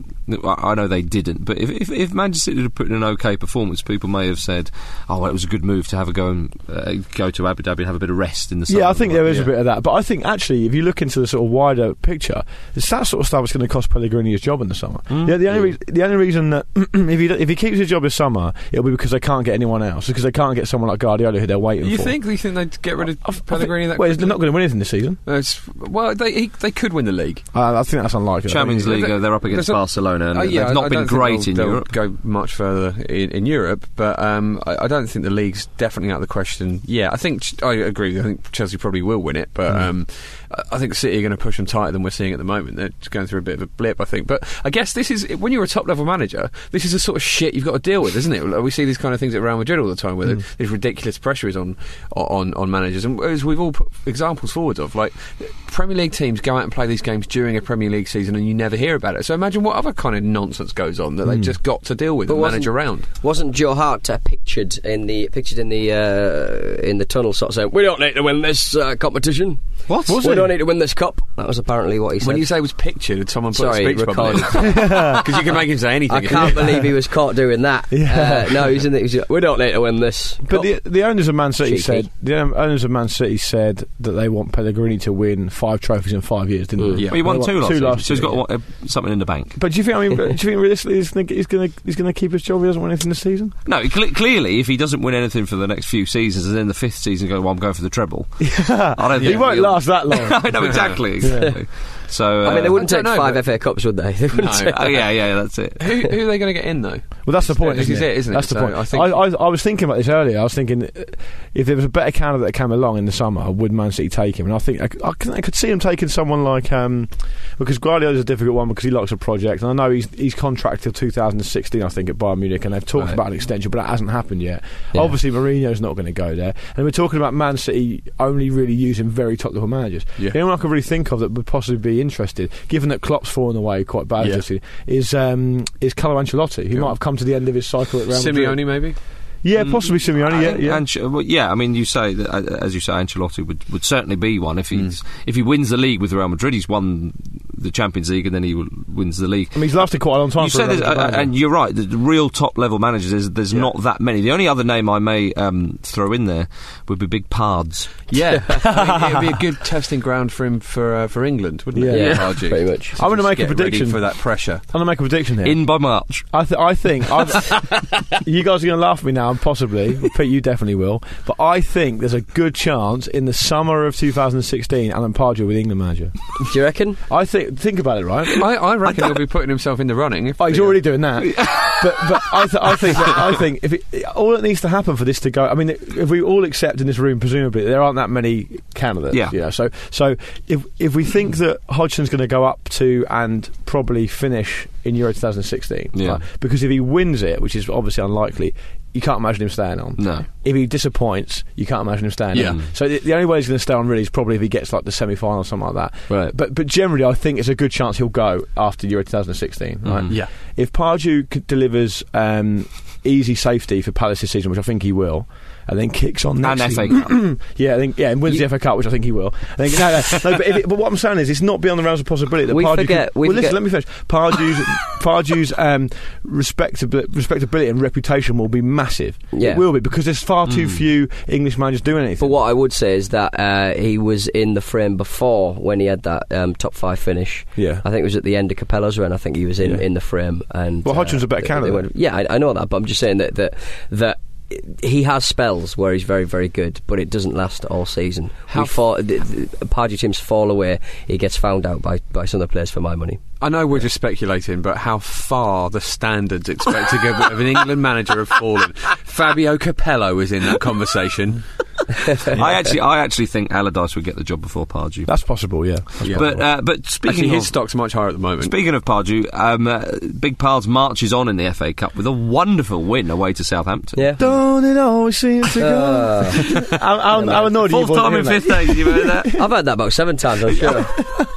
Speaker 2: I I know they didn't, but if, if if Manchester City had put in an okay performance, people may have said, "Oh, well, it was a good move to have a go and uh, go to Abu Dhabi and have a bit of rest in the sun."
Speaker 5: yeah, I think there is
Speaker 2: Yeah.
Speaker 5: a bit of that. But I think actually, if you look into the sort of wider picture, it's that sort of stuff that's going to cost Pellegrini his job in the summer.
Speaker 4: Hmm.
Speaker 5: Yeah, the only reas- the only reason that [CLEARS THROAT] if he if he keeps his job this summer, it'll be because they can't get anyone else because they can't get someone like Guardiola who they're waiting
Speaker 3: you
Speaker 5: for.
Speaker 3: think you think they'd get rid of Pellegrini? That
Speaker 5: Well,
Speaker 3: quickly?
Speaker 5: they're not going to win anything this season.
Speaker 3: Uh, it's- well, they he, they could win the league.
Speaker 5: Uh, I think that's unlikely.
Speaker 2: Champions
Speaker 3: Yeah,
Speaker 2: League,
Speaker 3: but-
Speaker 2: uh, they're up against
Speaker 3: there's a-
Speaker 2: Barcelona, and
Speaker 3: Oh, yeah,
Speaker 2: they've
Speaker 3: I-
Speaker 2: not
Speaker 3: I
Speaker 2: been
Speaker 3: don't think
Speaker 2: great
Speaker 3: they'll-
Speaker 2: in
Speaker 3: they'll
Speaker 2: Europe.
Speaker 3: Go much further in, in Europe, but um, I, I don't think the league's definitely out of the question. Yeah, I think Ch- I agree. I think Chelsea probably will win it,
Speaker 2: Hmm.
Speaker 3: but um, I- I think City are going to push them tighter than we're seeing at the moment. They're just going through a bit of a blip, I think. But I guess this is when you're a top level manager, this is the sort of shit you've got to deal with, isn't it? Like, We see these kind of things at Real Madrid all the time, where
Speaker 4: Hmm.
Speaker 3: the- this ridiculous pressure is on on on managers, and as we've all put examples forward of, like Premier League teams go out and play these games during a Premier League season, and you never hear about it. So imagine what other kind of nonsense goes on that they've just got to deal with and
Speaker 4: Hmm. wasn't-
Speaker 3: manage around.
Speaker 4: Wasn't Joe Hart uh, pictured in the pictured in the uh, in the tunnel, sort of saying, "We don't need to win this uh, competition."
Speaker 2: What?
Speaker 4: we don't need to win this cup. That was apparently what he said.
Speaker 3: When you say it was pictured, did someone put
Speaker 4: Sorry,
Speaker 3: a speech bubble in?
Speaker 4: recorded.
Speaker 3: [LAUGHS] Because you can make him say anything.
Speaker 4: I
Speaker 3: [LAUGHS]
Speaker 4: can't believe he was caught doing that.
Speaker 5: Yeah.
Speaker 4: Uh, no, he's in the, he's, we don't need to win this.
Speaker 5: But
Speaker 4: cup.
Speaker 5: the, the owners of Man City
Speaker 4: Cheeky.
Speaker 5: said the owners of Man City said that they want Pellegrini to win five trophies in five years, didn't they?
Speaker 3: Yeah.
Speaker 2: Mm. Well, he won
Speaker 5: They
Speaker 2: two
Speaker 5: want
Speaker 2: last
Speaker 5: two
Speaker 2: season,
Speaker 5: last
Speaker 2: so he's
Speaker 5: year,
Speaker 2: got
Speaker 5: yeah.
Speaker 2: what, uh, something in the bank.
Speaker 5: But do you
Speaker 2: [LAUGHS]
Speaker 5: think? I mean, do you think realistically he's gonna- he's going to he's going to keep his job? If he doesn't win anything this season.
Speaker 2: No, cle clearly, if he doesn't win anything for the next few seasons, and then the fifth season goes, well, I'm going for the treble. [LAUGHS] [LAUGHS] I don't think
Speaker 5: he won't
Speaker 2: he'll-
Speaker 5: last that
Speaker 2: [LAUGHS]
Speaker 5: long. [LAUGHS]
Speaker 2: I know exactly. exactly. So, uh,
Speaker 4: I mean, they wouldn't
Speaker 3: I
Speaker 4: take
Speaker 3: don't know,
Speaker 4: five
Speaker 3: but-
Speaker 4: FA Cups, would they? [LAUGHS] They wouldn't
Speaker 3: No.
Speaker 4: take-
Speaker 2: [LAUGHS] oh, yeah, yeah, that's it.
Speaker 3: who, who are they going to get in though?
Speaker 5: Well, that's the point.
Speaker 3: This
Speaker 5: isn't
Speaker 3: is
Speaker 5: it?
Speaker 3: it, isn't it?
Speaker 5: That's the
Speaker 3: So
Speaker 5: point.
Speaker 3: I
Speaker 5: I,
Speaker 3: think-
Speaker 5: I, I, was thinking about this earlier. I was thinking uh, if there was a better candidate that came along in the summer, would Man City take him? And I think I, c- I can- I could see him taking someone like um, because Guardiola's a difficult one because he likes a project, and I know he's he's contracted till 2016, I think, at Bayern Munich, and they've talked
Speaker 3: Right.
Speaker 5: about an extension, but that hasn't happened yet. Obviously, Mourinho's not going to go there, and we're talking about Man City only really using very top level managers.
Speaker 3: Yeah.
Speaker 5: The only one I can really think of that would possibly be interested, given that Klopp's fallen away quite badly,
Speaker 3: Yeah.
Speaker 5: this season, is um, is Carlo Ancelotti, who
Speaker 3: Yeah.
Speaker 5: might have come to the end of his cycle at Real Madrid.
Speaker 3: Simeone, maybe.
Speaker 5: Yeah, possibly Simeone. Yeah, yeah.
Speaker 2: Anch- well, yeah, I mean, you say that, uh, as you say, Ancelotti would, would certainly be one if he's if he wins the league with Real Madrid. He's won the Champions League, and then he w- wins the league.
Speaker 5: I mean, he's lasted quite a long time.
Speaker 2: You
Speaker 5: for
Speaker 2: said
Speaker 5: a
Speaker 2: there's,
Speaker 5: Real
Speaker 2: uh,
Speaker 5: Madrid
Speaker 2: and
Speaker 5: manager.
Speaker 2: you're right. The the real top level managers, there's, there's not that many. The only other name I may um, throw in there would be Big Pards.
Speaker 3: Yeah, [LAUGHS] I mean, it'd be a good testing ground for him for uh, for England, wouldn't it?
Speaker 5: Yeah. Yeah,
Speaker 3: RG.
Speaker 4: pretty much.
Speaker 5: I'm gonna
Speaker 3: Just
Speaker 5: make a
Speaker 3: get ready
Speaker 5: prediction.
Speaker 3: for that pressure.
Speaker 5: I'm gonna make a prediction here.
Speaker 2: In by March,
Speaker 5: I, th- I think I've,
Speaker 2: [LAUGHS]
Speaker 5: you guys are gonna laugh at me now, and possibly Pete, you definitely will. But I think there's a good chance in the summer of 2016, Alan Pardew with England manager.
Speaker 4: Do you reckon?
Speaker 5: I think. Think about it, right?
Speaker 3: I, I reckon he'll be putting himself in the running. If
Speaker 5: Oh, he's
Speaker 3: yeah.
Speaker 5: already doing that. [LAUGHS] but but I, th- I think that- I think if it, all that needs to happen for this to go, I mean, if we all accept in this room, presumably there aren't that many candidates.
Speaker 2: Yeah.
Speaker 5: You know, so so if if we think that Hodgson's going to go up to and probably finish in Euro 2016,
Speaker 2: Yeah.
Speaker 5: because if he wins it, which is obviously unlikely. You can't imagine him staying on. [LAUGHS]
Speaker 2: No.
Speaker 5: If he disappoints, you can't imagine him staying
Speaker 3: Yeah.
Speaker 5: on. So the, the only way he's going to stay on really is probably if he gets like the semi-final or something like that.
Speaker 3: Right.
Speaker 5: But but generally, I think it's a good chance he'll go after Euro 2016. Right.
Speaker 3: Yeah.
Speaker 5: If Pardew c- delivers um, easy safety for Palace this season, which I think he will, and then kicks on next
Speaker 2: And FA
Speaker 5: season-
Speaker 2: Cup.
Speaker 5: [COUGHS] yeah, I think yeah, and wins the FA Cup, which I think he will. I think, no, no, no but, if it, but what I'm saying is, it's not beyond the realms of possibility that
Speaker 4: We
Speaker 5: Pardew.
Speaker 4: forget-
Speaker 5: Can,
Speaker 4: we
Speaker 5: well, listen,
Speaker 4: forget-
Speaker 5: let me finish. Pardew's Pardew's um, respectabil respectability and reputation will be massive.
Speaker 4: Yeah.
Speaker 5: It will be because there's far
Speaker 3: Hmm.
Speaker 5: too few English managers doing
Speaker 4: But
Speaker 5: anything.
Speaker 4: what I would say is that uh, he was in the frame before when he had that um, top five finish.
Speaker 5: Yeah.
Speaker 4: I think it was at the end of Capella's run. I think he was in,
Speaker 5: Yeah.
Speaker 4: in the frame. And uh,
Speaker 5: Well, Hodgson's a better
Speaker 4: they-
Speaker 5: candidate.
Speaker 4: they went- yeah, I, I know that, but I'm just saying that that that he has spells where he's very very good, but it doesn't last all season.
Speaker 3: How
Speaker 4: we
Speaker 3: f-
Speaker 4: fall, the, the, Pardew teams fall away. He gets found out by by some of the players for my money.
Speaker 3: I know we're just speculating, but how far the standards expected of of an England manager have fallen. Fabio Capello is in that conversation.
Speaker 2: I actually, I actually think Allardyce would get the job before Pardew.
Speaker 5: That's possible. Yeah. That's
Speaker 3: Yeah.
Speaker 2: but uh, but speaking
Speaker 3: Actually,
Speaker 2: of
Speaker 3: his stock's much higher at the moment.
Speaker 2: Speaking of Pardew, um, uh, Big Pards marches on in the FA Cup with a wonderful win away to Southampton.
Speaker 4: Yeah.
Speaker 5: Don't it always seem
Speaker 3: [LAUGHS]
Speaker 5: to go?
Speaker 4: Ah.
Speaker 5: I'm, I'm, I'm annoyed.
Speaker 2: Fourth
Speaker 5: you boys
Speaker 2: time
Speaker 5: hearing
Speaker 2: in
Speaker 5: that.
Speaker 2: fifth days, you heard that?
Speaker 4: I've heard that about seven times, I'm
Speaker 5: [LAUGHS]
Speaker 4: sure.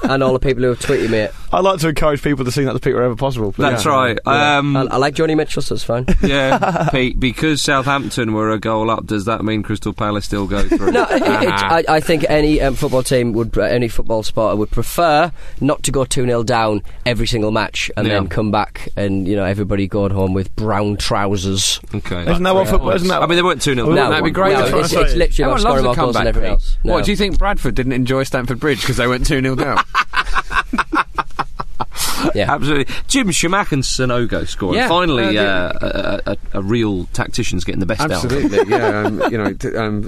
Speaker 4: and all the people who have tweeted me it.
Speaker 5: I like to encourage people to sing that to Pete wherever possible. please.
Speaker 2: That's right. Um,
Speaker 4: I, I like Johnny Mitchell, so it's fine.
Speaker 2: yeah, Pete, because Southampton were a goal up, does that mean Crystal Palace still go through?
Speaker 4: [LAUGHS]
Speaker 2: Ah,
Speaker 4: No, it, it,
Speaker 2: [LAUGHS]
Speaker 4: I, I think any um, football team would, uh, any football supporter would prefer not to go 2 0 down every single match and
Speaker 2: Yeah.
Speaker 4: then come back and, you know, everybody going home with brown trousers.
Speaker 2: Okay.
Speaker 5: Isn't that what
Speaker 2: Three
Speaker 5: football?
Speaker 2: points.
Speaker 5: Isn't that
Speaker 2: I mean, they weren't 2 0.
Speaker 5: No,
Speaker 3: that'd be great.
Speaker 4: No,
Speaker 3: That's what
Speaker 4: it's,
Speaker 5: I'm
Speaker 4: it's
Speaker 5: saying.
Speaker 4: literally about
Speaker 3: Everyone loves
Speaker 4: scoring
Speaker 3: a
Speaker 4: more goals than
Speaker 3: comeback.
Speaker 4: everyone
Speaker 3: Pete.
Speaker 4: else. No.
Speaker 3: What do you think? Bradford didn't enjoy Stamford Bridge because they went two 0 down.
Speaker 4: Yeah.
Speaker 2: Absolutely. Jim Shamak and Sonogo scoring.
Speaker 3: Yeah,
Speaker 2: Finally,
Speaker 3: uh,
Speaker 2: uh, a,
Speaker 3: yeah.
Speaker 2: a, a real tactician's getting the best out
Speaker 3: Absolutely, yeah. [LAUGHS] Um, you know, t- um,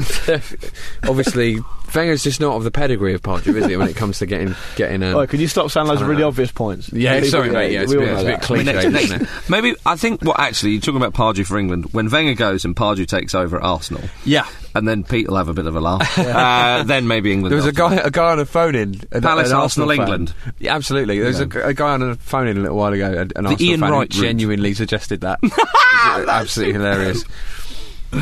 Speaker 3: obviously, Wenger's just not of the pedigree of Pardew, is he? When it comes to getting getting. Um,
Speaker 5: Oh, can you stop saying
Speaker 3: I
Speaker 5: loads of
Speaker 3: don't
Speaker 5: really
Speaker 3: know.
Speaker 5: obvious points?
Speaker 3: yeah,
Speaker 5: People-
Speaker 3: sorry, mate. Yeah, it's a
Speaker 5: we all
Speaker 3: bit,
Speaker 5: know
Speaker 3: it's a bit
Speaker 2: of
Speaker 5: that.
Speaker 2: him.
Speaker 3: cliche,
Speaker 2: I mean, next-
Speaker 3: isn't it?
Speaker 2: next- maybe I think what actually you're talking about Pardew for England. When Wenger goes and Pardew takes over at Arsenal,
Speaker 3: Yeah.
Speaker 2: and then Pete will have a bit of a laugh. uh, then maybe England.
Speaker 3: There was a
Speaker 2: after that.
Speaker 3: guy, a guy on a phone in an-
Speaker 2: Palace,
Speaker 3: an
Speaker 2: Arsenal,
Speaker 3: fan.
Speaker 2: England.
Speaker 3: Yeah, absolutely. There was a, gu- a guy on a phone in a little while ago, an, an Arsenal
Speaker 2: Ian
Speaker 3: fan who
Speaker 2: Wright route.
Speaker 3: genuinely suggested [LAUGHS] that. It's, uh, absolutely hilarious.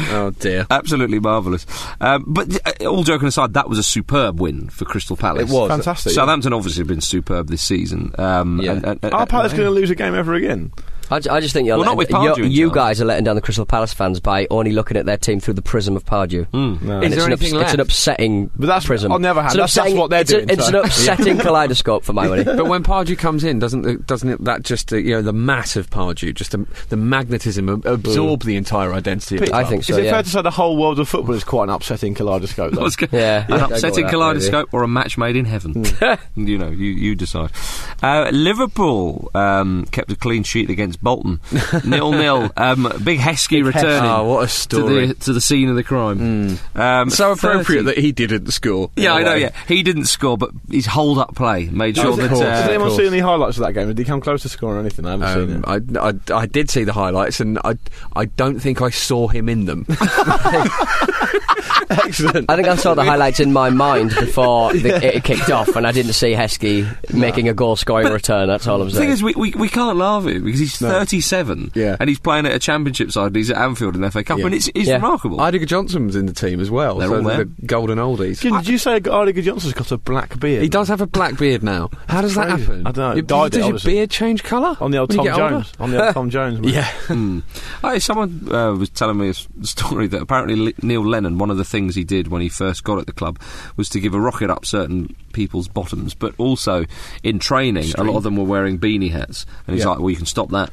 Speaker 3: Oh dear.
Speaker 2: Absolutely marvellous. Um, but uh, all joking aside, that was a superb win for Crystal Palace.
Speaker 3: It was.
Speaker 5: Fantastic, yeah.
Speaker 2: Southampton obviously have been superb this season. Um,
Speaker 3: Yeah.
Speaker 2: and- and-
Speaker 5: Are Palace going to lose a game ever again?
Speaker 4: I, ju- I just think you're
Speaker 2: Well, not with
Speaker 4: letting-
Speaker 2: Pardew
Speaker 4: you're-
Speaker 2: in
Speaker 4: you
Speaker 2: charge.
Speaker 4: guys are letting down the Crystal Palace fans by only looking at their team through the prism of Pardew. And it's,
Speaker 3: Is there
Speaker 4: an ups-
Speaker 3: anything
Speaker 4: it's an
Speaker 3: left?
Speaker 4: upsetting
Speaker 5: But that's-
Speaker 4: prism.
Speaker 5: on the other hand,
Speaker 4: It's an
Speaker 5: that's- that's
Speaker 4: upsetting-
Speaker 5: what they're
Speaker 4: it's a-
Speaker 5: doing,
Speaker 4: it's
Speaker 5: so-
Speaker 4: an upsetting kaleidoscope for my money.
Speaker 3: But when Pardew comes in, doesn't it, doesn't it, that just uh, you know the mass of Pardew, just the, the magnetism ab- absorb the entire identity? Of the
Speaker 4: I
Speaker 3: club?
Speaker 4: think
Speaker 5: Is
Speaker 4: so.
Speaker 5: it
Speaker 4: yeah.
Speaker 5: fair to say the whole world of football is quite an upsetting kaleidoscope?
Speaker 2: I
Speaker 5: Though?
Speaker 2: was go-
Speaker 4: Yeah.
Speaker 2: an
Speaker 4: Yeah,
Speaker 2: upsetting
Speaker 4: go with that,
Speaker 2: kaleidoscope or a match made in heaven.
Speaker 3: Hmm.
Speaker 2: [LAUGHS] you know, you, you decide. Uh, Liverpool um, kept a clean sheet against
Speaker 3: [LAUGHS]
Speaker 2: Bolton, nil nil. Um, big Heskey returning.
Speaker 3: Oh, what a
Speaker 2: To
Speaker 3: story.
Speaker 2: the, to the scene of the crime.
Speaker 3: Hmm.
Speaker 2: Um,
Speaker 3: so appropriate
Speaker 2: 30
Speaker 3: that he didn't score.
Speaker 2: yeah, I know. Yeah, he didn't score, but his hold-up play made sure
Speaker 3: of
Speaker 2: that.
Speaker 3: course.
Speaker 5: Has
Speaker 2: Uh,
Speaker 5: anyone
Speaker 3: course.
Speaker 5: seen any highlights of that game? Did he come close to scoring or anything? I haven't seen
Speaker 3: Um,
Speaker 5: it.
Speaker 3: I, I, I did see the highlights, and I, I don't think I saw him in them.
Speaker 5: [LAUGHS] Excellent.
Speaker 4: I think I saw the highlights in my mind before the, it kicked off, and I didn't see Heskey making a goal scoring return. That's all I'm
Speaker 2: The thing
Speaker 4: saying.
Speaker 2: is, we, we, we can't laugh at him because he's 37
Speaker 3: Yeah.
Speaker 2: and he's playing at a championship side and he's at Anfield in the FA Cup and it's, it's
Speaker 4: Yeah.
Speaker 2: remarkable.
Speaker 3: Idiger Johnson was in the team as well.
Speaker 2: They're
Speaker 3: so
Speaker 2: all there.
Speaker 3: the golden oldies.
Speaker 5: Did you say Ardiga Johnson's got a black beard?
Speaker 3: He does have a black beard now. How does that
Speaker 5: crazy.
Speaker 3: happen?
Speaker 5: I dunno, it
Speaker 3: Your-
Speaker 5: dyed it,
Speaker 3: does your
Speaker 5: obviously.
Speaker 3: beard change colour
Speaker 5: on the old
Speaker 3: when you
Speaker 5: Tom
Speaker 3: get older?
Speaker 5: Jones. On the old Tom Jones. mate.
Speaker 3: Yeah.
Speaker 2: Oh, someone uh, was telling me a s- story that apparently Le- Neil Lennon, one of the things he did when he first got at the club, was to give a rocket up certain people's bottoms, but also in training, a lot of them were wearing beanie hats, and he's
Speaker 5: Yeah.
Speaker 2: like, "Well, you can stop that."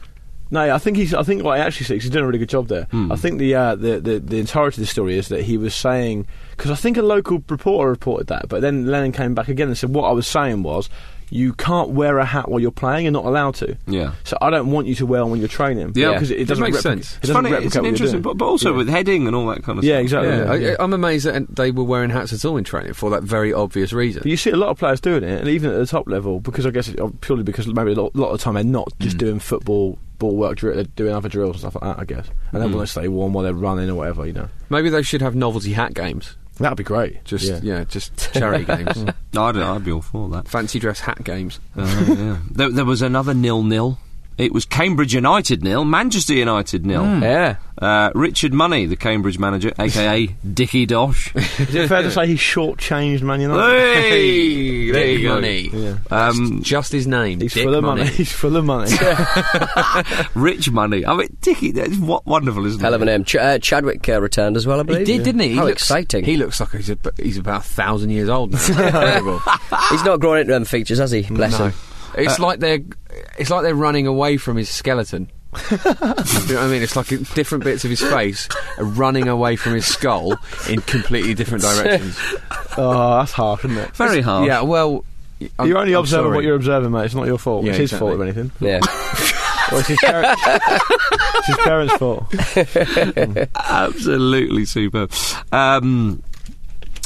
Speaker 5: No, I think he's. I think what he actually says he's doing a really good job there. I think the, uh, the the the entirety of the story is that he was saying because I think a local reporter reported that, but then Lennon came back again and said what I was saying was you can't wear a hat while you're playing. You're not allowed to.
Speaker 2: Yeah.
Speaker 5: So I don't want you to wear one when you're training.
Speaker 2: Yeah.
Speaker 5: because it, it
Speaker 3: It
Speaker 5: doesn't
Speaker 3: makes
Speaker 5: repli-
Speaker 3: sense.
Speaker 5: It
Speaker 2: It's
Speaker 5: doesn't
Speaker 2: funny,
Speaker 5: replicate
Speaker 2: it's an
Speaker 5: what you're
Speaker 2: interesting,
Speaker 5: doing.
Speaker 2: but, but also
Speaker 5: Yeah.
Speaker 2: with heading and all that kind of
Speaker 5: Yeah,
Speaker 2: stuff.
Speaker 5: exactly.
Speaker 3: Yeah,
Speaker 5: Yeah.
Speaker 3: I, I'm amazed that they were wearing hats at all in training for that very obvious reason.
Speaker 5: But you see a lot of players doing it, and even at the top level, because I guess it, oh, purely because maybe a lot, lot of the time they're not just
Speaker 3: Mm.
Speaker 5: doing football ball work drill, they're doing other drills and stuff like that. I guess, and they
Speaker 3: Mm.
Speaker 5: want to stay warm while they're running or whatever. You know,
Speaker 3: Maybe they should have novelty hat games.
Speaker 5: that'd be great.
Speaker 3: Just
Speaker 5: yeah.
Speaker 3: yeah, just
Speaker 5: [LAUGHS]
Speaker 3: charity games,
Speaker 2: I'd, I'd be all for that.
Speaker 3: fancy dress hat games.
Speaker 2: Uh, yeah. [LAUGHS] there, there was another nil-nil. It was Cambridge United nil, Manchester United nil.
Speaker 4: Yeah.
Speaker 2: Uh, Richard Money, the Cambridge manager, aka [LAUGHS] Dickie Dosh.
Speaker 5: Is it fair to say he shortchanged Man United?
Speaker 2: hey, there you
Speaker 3: Dick
Speaker 2: go.
Speaker 3: money.
Speaker 2: Um,
Speaker 3: Just his name.
Speaker 5: [LAUGHS] He's
Speaker 3: Dick
Speaker 5: full of money. He's full
Speaker 3: [LAUGHS]
Speaker 5: of money.
Speaker 2: rich money. I mean, Dickie, that's what wonderful, isn't
Speaker 4: Hell
Speaker 2: it?
Speaker 4: of a name. Ch- uh, Chadwick uh, returned as well, I
Speaker 3: He
Speaker 4: believe.
Speaker 3: did, didn't he? He
Speaker 4: How
Speaker 3: looks-
Speaker 4: exciting!
Speaker 3: He looks like he's, a, he's about a thousand years old now. Incredible.
Speaker 4: He's not grown into them features, has he? Bless him.
Speaker 3: It's like they're it's like they're running away from his skeleton. you know what I mean? It's like different bits of his face are running away from his skull in completely different directions.
Speaker 5: [LAUGHS] oh, that's harsh, isn't it?
Speaker 2: Very hard.
Speaker 3: Yeah, well, I'm-
Speaker 5: you're only
Speaker 3: I'm
Speaker 5: observing
Speaker 3: sorry.
Speaker 5: what you're observing, mate. It's not your fault.
Speaker 3: Yeah,
Speaker 5: it's his
Speaker 3: exactly.
Speaker 5: fault, if anything.
Speaker 4: Yeah.
Speaker 5: Or it's his, par- [LAUGHS] it's his parents' fault.
Speaker 2: Absolutely superb. Um,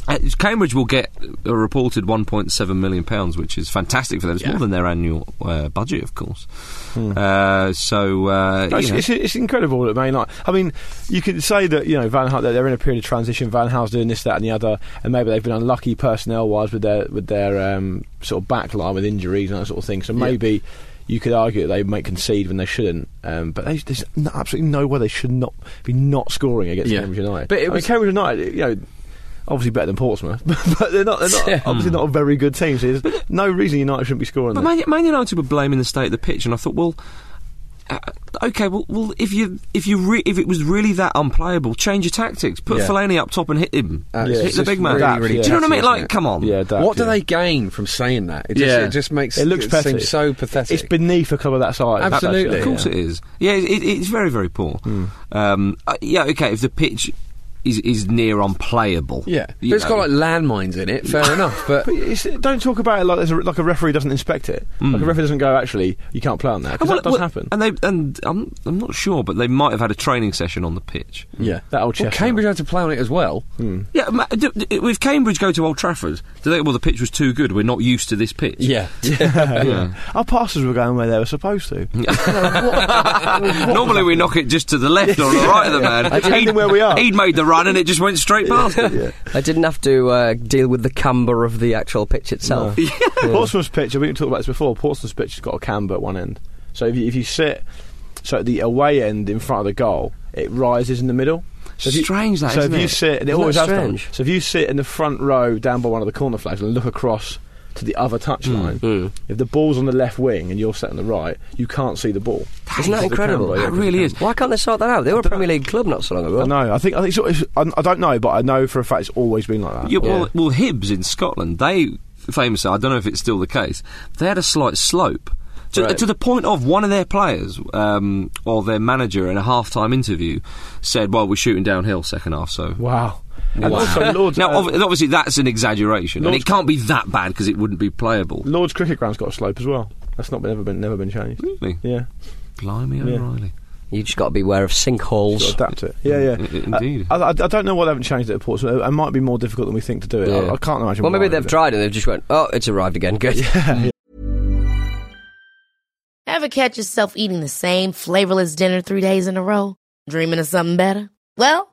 Speaker 2: uh, Cambridge will get a reported 1.7 million pounds, which is fantastic for them. It's more than their annual uh, budget, of course. Uh, so, uh, you
Speaker 5: No, It's,
Speaker 2: know.
Speaker 5: it's, it's incredible that Man United. I mean, you could say that you know Van Hal, that they're in a period of transition. Van Hal's doing this, that, and the other, and maybe they've been unlucky personnel wise with their with their um, sort of back line with injuries and that sort of thing. So maybe you could argue that they might concede when they shouldn't. Um, but they, there's no, absolutely no way they should not be not scoring against
Speaker 3: Yeah.
Speaker 5: Cambridge United.
Speaker 3: But it
Speaker 5: I mean,
Speaker 3: was-
Speaker 5: Cambridge United, you know. Obviously better than Portsmouth, [LAUGHS] but they're not. They're
Speaker 3: [LAUGHS]
Speaker 5: not obviously not a very good team. So there's no reason United shouldn't be scoring.
Speaker 2: But
Speaker 5: there.
Speaker 2: Man, Man United were blaming the state of the pitch, and I thought, well, uh, okay, well, well, if you if you re- if it was really that unplayable, change your tactics. Put
Speaker 3: Yeah.
Speaker 2: Fellaini up top and hit him.
Speaker 3: Uh,
Speaker 5: Yeah.
Speaker 3: it's
Speaker 2: hit the
Speaker 3: just
Speaker 2: big man.
Speaker 3: really, really
Speaker 2: Do you know what I
Speaker 3: petty,
Speaker 2: mean?
Speaker 3: isn't
Speaker 2: Like,
Speaker 3: it?
Speaker 2: come on.
Speaker 5: yeah, that,
Speaker 3: what do
Speaker 5: yeah.
Speaker 3: they gain from saying that? It just,
Speaker 2: Yeah.
Speaker 3: it just makes
Speaker 5: It looks petty.
Speaker 3: seems so pathetic.
Speaker 5: It's beneath a club of that size.
Speaker 3: Absolutely. Hmm.
Speaker 2: Of course it is. Yeah, it, it, it's very very poor. Um, uh, yeah, okay. If the pitch is is near unplayable,
Speaker 3: yeah, but
Speaker 2: you
Speaker 3: it's
Speaker 2: know.
Speaker 3: got like landmines in it.
Speaker 5: [LAUGHS]
Speaker 3: Fair enough, but
Speaker 5: But it's, don't talk about it like there's a, like a referee doesn't inspect it.
Speaker 2: Hmm.
Speaker 5: Like a referee doesn't go, actually, you can't play on that.
Speaker 2: And
Speaker 5: Because
Speaker 2: well-
Speaker 5: that does
Speaker 2: well,
Speaker 5: happen.
Speaker 2: And they and I'm I'm not sure, but they might have had a training session on the pitch.
Speaker 5: yeah, that old
Speaker 3: well,
Speaker 5: chestnut.
Speaker 3: Cambridge had to play on it as well.
Speaker 2: Yeah, ma- d- d- if Cambridge go to Old Trafford, do they? Well, the pitch was too good. We're not used to this pitch. [LAUGHS] yeah.
Speaker 5: Our passes were going where they were supposed to.
Speaker 2: [LAUGHS] Normally we knock it just to the left or the right of the
Speaker 5: [LAUGHS]
Speaker 2: man.
Speaker 5: Depending
Speaker 2: He'd-
Speaker 5: where we are.
Speaker 2: He'd made the run and it just went straight past
Speaker 5: [LAUGHS]
Speaker 2: him.
Speaker 4: I didn't have to uh, deal with the camber of the actual pitch itself.
Speaker 5: Portsmouth's pitch, we didn't talk about this before, Portsmouth's pitch has got a camber at one end. So if you, if you sit, so at the away end in front of the goal, it rises in the middle. So if you-
Speaker 2: Strange that,
Speaker 5: so
Speaker 2: isn't
Speaker 5: if you
Speaker 2: it?
Speaker 5: sit, and it
Speaker 4: Isn't
Speaker 5: always
Speaker 4: that
Speaker 5: has done.
Speaker 4: strange?
Speaker 5: So if you sit in the front row down by one of the corner flags and look across to the other touchline,
Speaker 2: Hmm.
Speaker 5: if the ball's on the left wing and you're set on the right, you can't see the ball.
Speaker 6: Isn't that
Speaker 5: Because they can
Speaker 6: incredible?
Speaker 5: by- yeah,
Speaker 2: That really is.
Speaker 6: Why can't they sort that out? They were a Premier League club not so long ago.
Speaker 5: I know. I think. I think. It's, it's, I, I don't know, but I know for a fact it's always been like that.
Speaker 2: Yeah, well, well, Hibs in Scotland, they famously, I don't know if it's still the case, they had a slight slope. To,
Speaker 5: Right.
Speaker 2: to the point of one of their players um, or their manager in a half-time interview said, "Well, we're shooting downhill second half, so."
Speaker 5: Wow. And also, Lords,
Speaker 2: Now,
Speaker 5: uh,
Speaker 2: obvi- obviously, that's an exaggeration, and
Speaker 5: Lord's-
Speaker 2: it can't be that bad because it wouldn't be playable.
Speaker 5: Lords Cricket Ground's got a slope as well. That's not been, ever been never been changed.
Speaker 3: Hmm?
Speaker 2: Really?
Speaker 5: Yeah,
Speaker 2: Blimey,
Speaker 5: Yeah.
Speaker 2: O'Reilly.
Speaker 6: You just got to beware of
Speaker 5: got to
Speaker 6: sinkholes.
Speaker 5: adapt it. Yeah, yeah.
Speaker 2: I- I- indeed.
Speaker 5: Uh, I, I- I don't know why they haven't changed it at Portsmouth. It might be more difficult than we think to do it. I- I, can't imagine.
Speaker 6: Well, maybe
Speaker 5: why,
Speaker 6: they've
Speaker 5: but-
Speaker 6: tried and they've just went, oh, it's arrived again. Good.
Speaker 7: Ever catch yourself eating the same flavorless dinner three days in a row? Dreaming of something better? Well,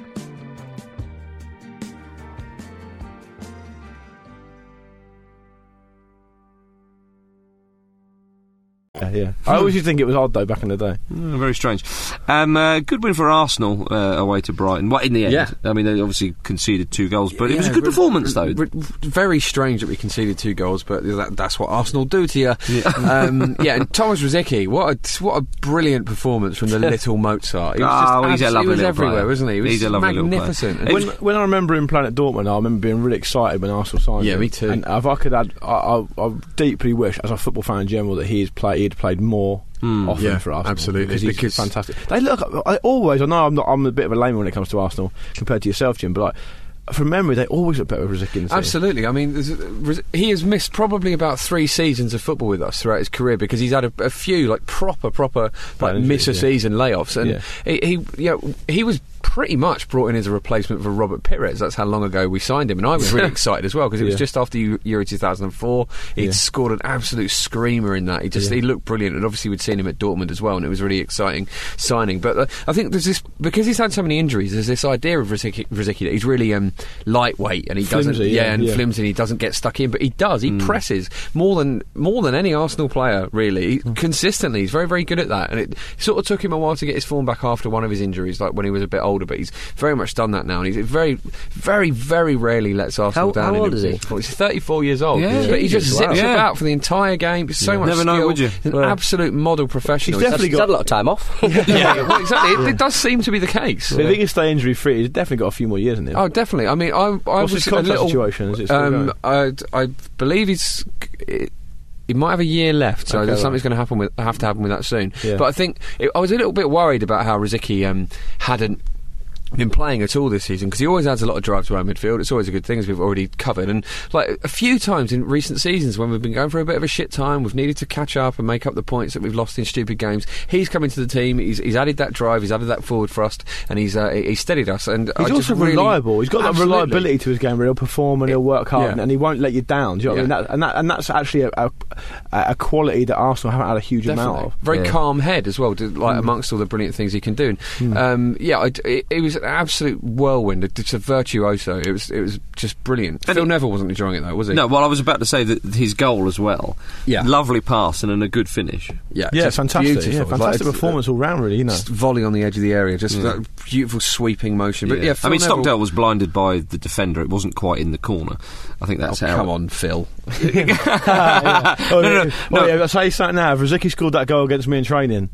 Speaker 5: Yeah, yeah. I always used to think it was odd though back in the day.
Speaker 2: Mm, very strange. Um, uh, good win for Arsenal uh, away to Brighton. Well, in the end,
Speaker 3: Yeah.
Speaker 2: I mean, they obviously conceded two goals, but it was a
Speaker 3: Yeah,
Speaker 2: good
Speaker 3: re-
Speaker 2: performance, though.
Speaker 3: re- re- very strange that we conceded two goals, but that, that's what Arsenal do to you. Yeah, [LAUGHS]
Speaker 2: [LAUGHS]
Speaker 3: um, yeah and Thomas Rosicky, what a, what a brilliant
Speaker 2: [LAUGHS]
Speaker 3: performance from the little Mozart. He was just
Speaker 2: Oh, he's a
Speaker 3: abs-
Speaker 2: lovely
Speaker 3: he was
Speaker 2: little
Speaker 3: everywhere,
Speaker 2: player.
Speaker 3: wasn't he? He was
Speaker 2: He's a lovely little player.
Speaker 3: magnificent.
Speaker 2: It was-
Speaker 5: When, when I remember him playing at Dortmund, I remember being really excited when Arsenal signed
Speaker 3: Yeah,
Speaker 5: him.
Speaker 3: me too.
Speaker 5: And if I could add, I, I, I deeply wish, as a football fan in general, that he had played, he'd played more often
Speaker 3: Hmm, Yeah,
Speaker 5: for Arsenal.
Speaker 3: absolutely,
Speaker 5: because he's
Speaker 3: because-
Speaker 5: fantastic. They look. I always. I know I'm not. I'm a bit of a lame when it comes to Arsenal compared to yourself, Jim. But like, from memory, they always look better with Rizik in the team.
Speaker 3: Absolutely. I mean, there's a- res- he has missed probably about three seasons of football with us throughout his career because he's had a, a few like proper, proper like
Speaker 5: injuries,
Speaker 3: miss a
Speaker 5: yeah.
Speaker 3: season layoffs, and
Speaker 5: Yeah.
Speaker 3: he, he, yeah, he was pretty much brought in as a replacement for Robert Pires. That's how long ago we signed him, and I was
Speaker 5: [LAUGHS]
Speaker 3: really excited as well because it was
Speaker 5: Yeah.
Speaker 3: just after Eu- Euro 2004. He'd
Speaker 5: Yeah.
Speaker 3: scored an absolute screamer in that. He just he looked brilliant, and obviously we'd seen him at Dortmund as well, and it was a really exciting signing. But uh, I think there's this because he's had so many injuries. There's this idea of Rizicki Rizicki that he's really um, lightweight and he doesn't,
Speaker 5: Flimsy,
Speaker 3: yeah,
Speaker 5: yeah,
Speaker 3: and
Speaker 5: yeah.
Speaker 3: flimsy. And he doesn't get stuck in, but he does. He presses more than more than any Arsenal player really consistently. He's very very good at that, and it sort of took him a while to get his form back after one of his injuries, like when he was a bit older. But he's very much done that now, and he's very very very rarely lets Arsenal
Speaker 6: How-
Speaker 3: down.
Speaker 6: how
Speaker 3: in
Speaker 6: old is he?
Speaker 3: it. Well, he's 34 years old,
Speaker 2: Yeah.
Speaker 3: but he just
Speaker 2: Jesus,
Speaker 3: zips
Speaker 2: wow. Yeah.
Speaker 3: about for the entire game. There's so much
Speaker 2: Never know,
Speaker 3: skill.
Speaker 2: would you?
Speaker 3: He's an
Speaker 2: Well.
Speaker 3: absolute model professional.
Speaker 5: He's
Speaker 6: That's,
Speaker 5: definitely
Speaker 6: he's
Speaker 5: got-
Speaker 6: had a lot of time
Speaker 5: [LAUGHS]
Speaker 6: off.
Speaker 3: yeah, well, exactly. It, it does seem to be the case.
Speaker 5: But if he can stay injury free, he's definitely got a few more years in him.
Speaker 3: Oh, definitely. I mean, I, I
Speaker 5: What's
Speaker 3: was um,
Speaker 5: his contract
Speaker 3: a little
Speaker 5: situation? Is it still
Speaker 3: um, I, I believe he's. He might have a year left, so
Speaker 5: Okay,
Speaker 3: there's
Speaker 5: right.
Speaker 3: something's going to happen with have to happen with that soon.
Speaker 5: Yeah.
Speaker 3: But I think I was a little bit worried about how Rizicki um, hadn't been playing at all this season because he always adds a lot of drive to our midfield. It's always a good thing, as we've already covered. And like a few times in recent seasons when we've been going through a bit of a shit time, we've needed to catch up and make up the points that we've lost in stupid games. He's come into the team. He's, he's added that drive. He's added that forward thrust, and he's uh, he- he's steadied us. And I
Speaker 5: He's
Speaker 3: just
Speaker 5: also
Speaker 3: really-
Speaker 5: reliable. He's got
Speaker 3: Absolutely.
Speaker 5: that reliability to his game where he'll perform and he'll work hard
Speaker 3: yeah.
Speaker 5: and, and he won't let you down. Do you know what
Speaker 3: Yeah.
Speaker 5: I mean? That, and, that, and that's actually a, a, a quality that Arsenal haven't had a huge amount
Speaker 3: Definitely.
Speaker 5: of.
Speaker 3: Very
Speaker 2: Yeah.
Speaker 3: calm head as well, d-
Speaker 5: Hmm.
Speaker 3: like amongst all the brilliant things he can do. And, um, yeah, I d- it, it was an absolute whirlwind. It- It's a virtuoso. It was it was just brilliant. Phil Neville wasn't enjoying it though, was he?
Speaker 2: No, well, I was about to say that his goal as well.
Speaker 3: Yeah.
Speaker 2: Lovely pass and then a good finish.
Speaker 3: Yeah,
Speaker 5: Yeah,
Speaker 3: just
Speaker 5: fantastic.
Speaker 3: beautiful.
Speaker 5: Yeah,
Speaker 3: Like,
Speaker 5: fantastic
Speaker 3: it's- uh,
Speaker 5: performance Hmm. all round, really.
Speaker 3: [LAUGHS]
Speaker 5: You know,
Speaker 3: Just volley on the edge of the area, just that beautiful sweeping motion. But yeah,
Speaker 2: I
Speaker 3: Phil
Speaker 2: mean,
Speaker 3: Neville-
Speaker 2: Stockdale was blinded by the defender. It wasn't quite in the corner. I think that's
Speaker 3: Oh,
Speaker 2: how.
Speaker 3: come on,
Speaker 5: [LAUGHS]
Speaker 3: Phil.
Speaker 5: oh,
Speaker 2: no,
Speaker 5: yeah.
Speaker 2: no, no.
Speaker 5: Oh, yeah, I'll tell you something now. If Rizicki scored that goal against me in training,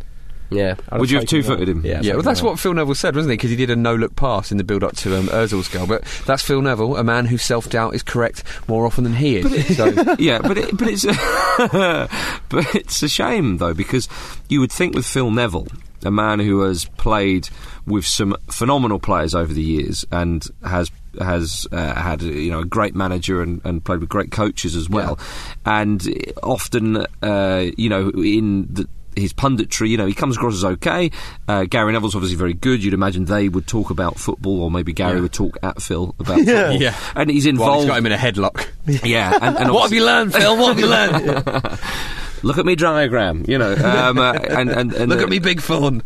Speaker 4: Yeah.
Speaker 5: I'd
Speaker 2: Would you have
Speaker 5: taken that.
Speaker 2: two-footed him?
Speaker 5: Yeah, I'd
Speaker 3: yeah, well,
Speaker 5: taken
Speaker 3: that's
Speaker 5: that.
Speaker 3: what Phil Neville said, wasn't he? Because he did a no-look pass in the build-up to um, Ozil's goal. But that's Phil Neville, a man whose self-doubt is correct more often than he is.
Speaker 5: [LAUGHS]
Speaker 3: So,
Speaker 2: yeah, but it, but it's [LAUGHS] but it's a shame though because you would think with Phil Neville, a man who has played with some phenomenal players over the years and has has uh, had you know a great manager and, and played with great coaches as well, and often uh, you know in the his punditry, you know, he comes across as okay. Uh, Gary Neville's obviously very good. You'd imagine they would talk about football, or maybe Gary would talk at Phil about football.
Speaker 3: Yeah.
Speaker 2: And he's
Speaker 3: well, he's
Speaker 2: involved.
Speaker 3: got him in a [LAUGHS] headlock.
Speaker 2: yeah. And, and
Speaker 3: what have you learned, Phil? What have
Speaker 2: [LAUGHS]
Speaker 3: you learned?
Speaker 2: look at me diagram, you know, um, uh, and, and, and
Speaker 3: Look
Speaker 2: the-
Speaker 3: at me,
Speaker 2: [LAUGHS]
Speaker 3: big fawn.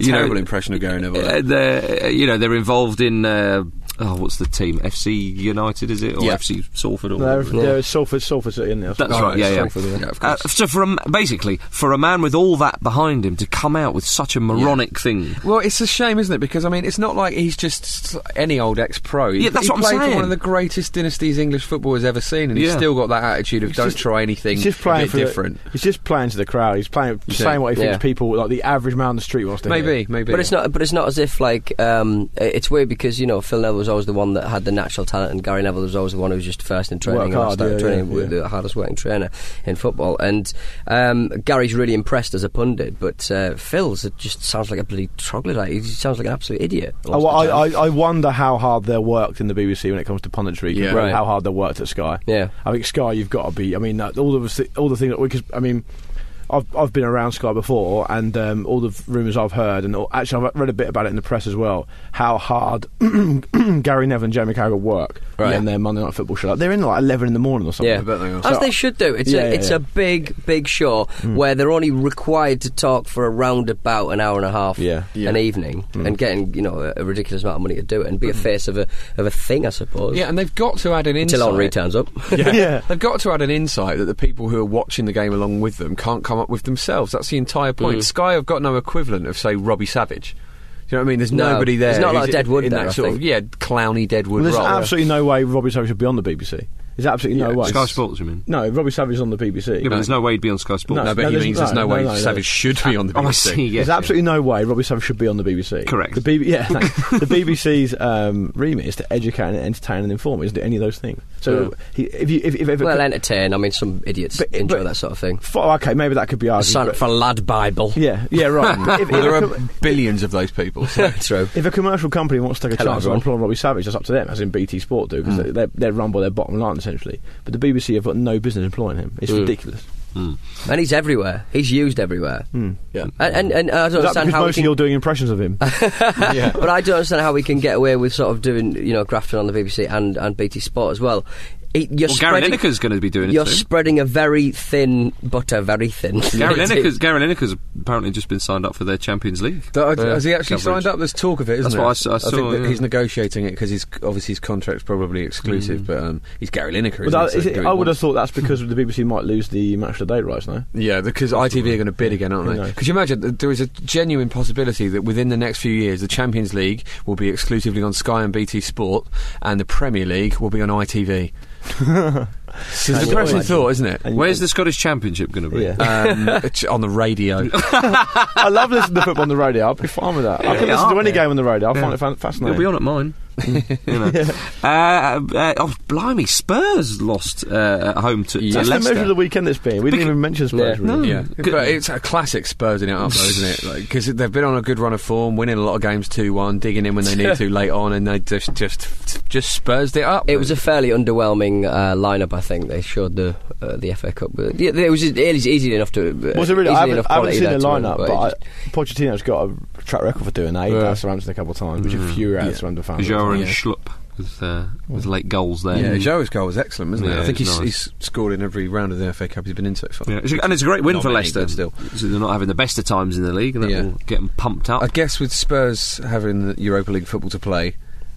Speaker 2: you
Speaker 3: Terrible
Speaker 2: know,
Speaker 3: impression of Gary Neville.
Speaker 2: uh, they're, uh, you know, they're involved in uh, oh, what's the team? FC United, is it, or
Speaker 3: Yeah. Oh,
Speaker 2: FC Salford, or
Speaker 5: No,
Speaker 2: whatever.
Speaker 5: yeah. it's Salford, Salford City, isn't it?
Speaker 2: That's right, yeah, yeah.
Speaker 5: Salford,
Speaker 3: Yeah, of
Speaker 2: Uh,
Speaker 3: course.
Speaker 2: so, for a, m- basically, for a man with all that behind him to come out with such a moronic thing,
Speaker 3: well, it's a shame, isn't it? Because I mean, it's not like he's just any old ex-pro. He-
Speaker 2: Yeah, that's
Speaker 3: he
Speaker 2: what I'm
Speaker 3: played for
Speaker 2: saying.
Speaker 3: one of the greatest dynasties English football has ever seen, and he's
Speaker 2: Yeah.
Speaker 3: still got that attitude of
Speaker 5: He's
Speaker 3: don't
Speaker 5: just-
Speaker 3: try anything.
Speaker 5: He's just playing
Speaker 3: a
Speaker 5: for
Speaker 3: bit
Speaker 5: the-
Speaker 3: different.
Speaker 5: he's just playing to the crowd. He's playing, saying what he
Speaker 4: Yeah.
Speaker 5: thinks people like the average man on the street wants to hear.
Speaker 3: Maybe, maybe.
Speaker 4: But it's not. But it's not as if like um, i- it's weird because you know Phil Neville was always the one that had the natural talent, and Gary Neville was always the one who was just first in training,
Speaker 5: Work
Speaker 4: and I
Speaker 5: hard,
Speaker 4: started
Speaker 5: yeah,
Speaker 4: training
Speaker 5: yeah,
Speaker 4: with
Speaker 5: yeah.
Speaker 4: the hardest working trainer in football. And um, Gary's really impressed as a pundit, but uh, Phil's it just sounds like a bloody troglodyte. He sounds like an absolute idiot. a lot
Speaker 5: Oh, well,
Speaker 4: of the
Speaker 5: I,
Speaker 4: time.
Speaker 5: I, I wonder how hard they're worked in the BBC when it comes to punditry.
Speaker 3: Yeah.
Speaker 5: Yeah,
Speaker 4: Right.
Speaker 5: how hard they're worked at Sky.
Speaker 4: Yeah.
Speaker 5: I think Sky, you've got to be. I mean, uh, all of the all the things that we. Cause, I mean, I've I've been around Sky before, and um, all the rumours I've heard, and all, actually I've read a bit about it in the press as well. How hard [CLEARS THROAT] Gary Neville and Jamie Carragher work
Speaker 4: Right.
Speaker 5: in their Monday Night Football show. Like, they're in like eleven in the morning or something.
Speaker 4: Yeah,
Speaker 3: they are.
Speaker 4: as they should do. It's
Speaker 5: Yeah,
Speaker 4: a
Speaker 5: yeah,
Speaker 4: it's
Speaker 5: yeah.
Speaker 4: a
Speaker 5: Mm.
Speaker 4: big big show where they're only required to talk for around about an hour and a half
Speaker 5: Yeah. Mm.
Speaker 4: an
Speaker 3: Yeah.
Speaker 4: evening, and getting you know a, a ridiculous amount of money to do it, and be a face of a of a thing, I suppose.
Speaker 3: yeah, and they've got to add an insight.
Speaker 4: Until Henri turns up. [LAUGHS]
Speaker 3: Yeah.
Speaker 5: [LAUGHS] Yeah.
Speaker 3: They've got to add an insight that the people who are watching the game along with them can't come up with themselves. That's the entire point. Sky have got no equivalent of, say, Robbie Savage. Do you know what I mean? There's
Speaker 4: No,
Speaker 3: nobody there.
Speaker 4: there's not a lot
Speaker 3: who's
Speaker 4: of Deadwood
Speaker 3: in
Speaker 4: there,
Speaker 3: that
Speaker 4: I
Speaker 3: sort of
Speaker 4: think.
Speaker 3: yeah, clowny Deadwood
Speaker 5: Well, there's
Speaker 3: role.
Speaker 5: absolutely no way Robbie Savage should be on the BBC. There's absolutely no
Speaker 3: Yeah,
Speaker 5: way.
Speaker 2: Sky Sports, you mean?
Speaker 5: No, Robbie Savage is on the BBC.
Speaker 2: Yeah, but there's no way he'd be on Sky Sports.
Speaker 5: No,
Speaker 3: No, but
Speaker 5: no,
Speaker 3: he
Speaker 5: there's-
Speaker 3: means there's
Speaker 5: no,
Speaker 3: no, way
Speaker 5: no, no,
Speaker 3: Savage should be [LAUGHS] on the BBC.
Speaker 2: Oh, I see. Yes,
Speaker 5: There's
Speaker 2: yeah.
Speaker 5: absolutely no way Robbie Savage should be on the BBC.
Speaker 2: Correct.
Speaker 5: The, B-
Speaker 2: [LAUGHS]
Speaker 5: yeah, thanks. the BBC's um, remit is to educate and entertain and inform, isn't it? Any of those things. So he, if you if, if, if
Speaker 4: Well, entertain. I mean, some idiots
Speaker 5: But-
Speaker 4: enjoy
Speaker 5: but-
Speaker 4: that sort of thing.
Speaker 5: f- oh, okay, maybe that could be
Speaker 4: A
Speaker 5: argued.
Speaker 4: son
Speaker 5: but-
Speaker 4: for lad Bible.
Speaker 5: yeah,
Speaker 4: [LAUGHS]
Speaker 5: yeah, right. But if,
Speaker 3: Well,
Speaker 5: if,
Speaker 3: there [LAUGHS]
Speaker 5: a
Speaker 3: are
Speaker 5: com-
Speaker 3: billions of those people. [LAUGHS] So.
Speaker 4: True.
Speaker 5: if a commercial company wants to take a
Speaker 4: Hello,
Speaker 5: chance on
Speaker 4: everyone. Hmm.
Speaker 5: employing Robbie Savage, that's up to them, as in BT Sport do, because they're, they're run by their bottom line essentially. But the BBC have got no business employing him.
Speaker 4: Hmm.
Speaker 5: It's ridiculous.
Speaker 4: And he's everywhere. He's used everywhere.
Speaker 3: yeah.
Speaker 4: And, and, and I don't
Speaker 5: Hmm. Is that
Speaker 4: understand
Speaker 5: because
Speaker 4: how. we
Speaker 5: mostly
Speaker 4: Can,
Speaker 5: you're doing impressions
Speaker 4: [LAUGHS]
Speaker 5: of him?
Speaker 4: but I don't understand how we can get away with sort of doing, you know, grafting on the BBC and, and BT Sport as well. It, you're
Speaker 2: Well, Gary
Speaker 4: spreading-
Speaker 2: Lineker's going to be doing it
Speaker 4: You're
Speaker 2: soon.
Speaker 4: spreading a very thin butter, very thin.
Speaker 2: [LAUGHS]
Speaker 4: [LAUGHS]
Speaker 2: Gary Lineker's, Gary Lineker's apparently just been signed up for their Champions League.
Speaker 3: Th- has he actually
Speaker 2: coverage.
Speaker 3: signed up? There's talk of it, isn't
Speaker 2: That's
Speaker 3: there?
Speaker 2: what I s- I saw,
Speaker 3: think that
Speaker 2: yeah.
Speaker 3: he's negotiating it because he's obviously his contract's probably exclusive, but um, he's Gary Lineker. Isn't
Speaker 5: But that-
Speaker 3: he?
Speaker 5: is
Speaker 3: So
Speaker 5: it-
Speaker 3: do
Speaker 5: I
Speaker 3: he
Speaker 5: would have
Speaker 3: want-
Speaker 5: thought that's because the BBC might lose the match of the day rights now.
Speaker 3: Yeah, because ITV are going to bid again, aren't
Speaker 5: Who
Speaker 3: they?
Speaker 5: knows?
Speaker 3: Could you imagine? that There is a genuine possibility that within the next few years, the Champions League will be exclusively on Sky and BT Sport, and the Premier League will be on ITV. it's a
Speaker 5: Can you
Speaker 3: depressing
Speaker 5: imagine?
Speaker 3: thought,
Speaker 5: [LAUGHS]
Speaker 3: isn't it?
Speaker 5: And-
Speaker 2: Where's the Scottish Championship going to be?
Speaker 5: Yeah.
Speaker 3: Um, it's on the radio.
Speaker 5: I love listening to football on the radio. I'll be fine with that. I can
Speaker 2: Yeah,
Speaker 5: listen to
Speaker 2: aren't
Speaker 5: any
Speaker 2: they?
Speaker 5: game on the radio. I
Speaker 2: Yeah.
Speaker 5: find it fan-
Speaker 2: You'll
Speaker 5: fascinating. [LAUGHS]
Speaker 2: be on at mine. you know. uh, uh, oh, blimey, Spurs lost uh, at home to, to
Speaker 3: Yes.
Speaker 5: That's the measure
Speaker 2: Leicester.
Speaker 5: of the weekend it's been. We didn't even mention Spurs,
Speaker 4: Yeah.
Speaker 5: really.
Speaker 3: Yeah,
Speaker 2: Good-
Speaker 3: but it's a classic Spurs in it up, though, isn't it? Because they've been on a good run of form, winning a lot of games two-one, digging in when they need to late on, and they just just just Spursed it up.
Speaker 4: It was a fairly underwhelming uh, lineup, I think. They showed the uh, the FA Cup. But yeah, it was it is easy enough to. Uh,
Speaker 5: Was it really?
Speaker 4: easily
Speaker 5: I haven't,
Speaker 4: enough
Speaker 5: I haven't
Speaker 4: quality
Speaker 5: seen
Speaker 4: there
Speaker 5: the
Speaker 4: to win,
Speaker 5: lineup, but,
Speaker 4: it
Speaker 5: I,
Speaker 4: just-
Speaker 5: Pochettino's got a track record for doing that. He
Speaker 3: Yeah.
Speaker 5: passed Southampton a couple of times, which a few out of Southampton fans.
Speaker 2: Jor Hmm. and
Speaker 3: Yeah.
Speaker 2: Schlupp with, uh, with late goals there.
Speaker 3: yeah, Joe's goal was excellent, wasn't it?
Speaker 2: Mm. Yeah,
Speaker 3: I think
Speaker 2: it's
Speaker 3: he's,
Speaker 2: nice.
Speaker 3: he's scored in every round of the FA Cup he's been in so far.
Speaker 2: Yeah, it's a- and it's a great win
Speaker 3: Not
Speaker 2: for
Speaker 3: many,
Speaker 2: Leicester.
Speaker 3: but still.
Speaker 2: So they're not having the best of times in the league, and that
Speaker 3: Yeah.
Speaker 2: will get them pumped up.
Speaker 3: I guess with Spurs having the Europa League football to play,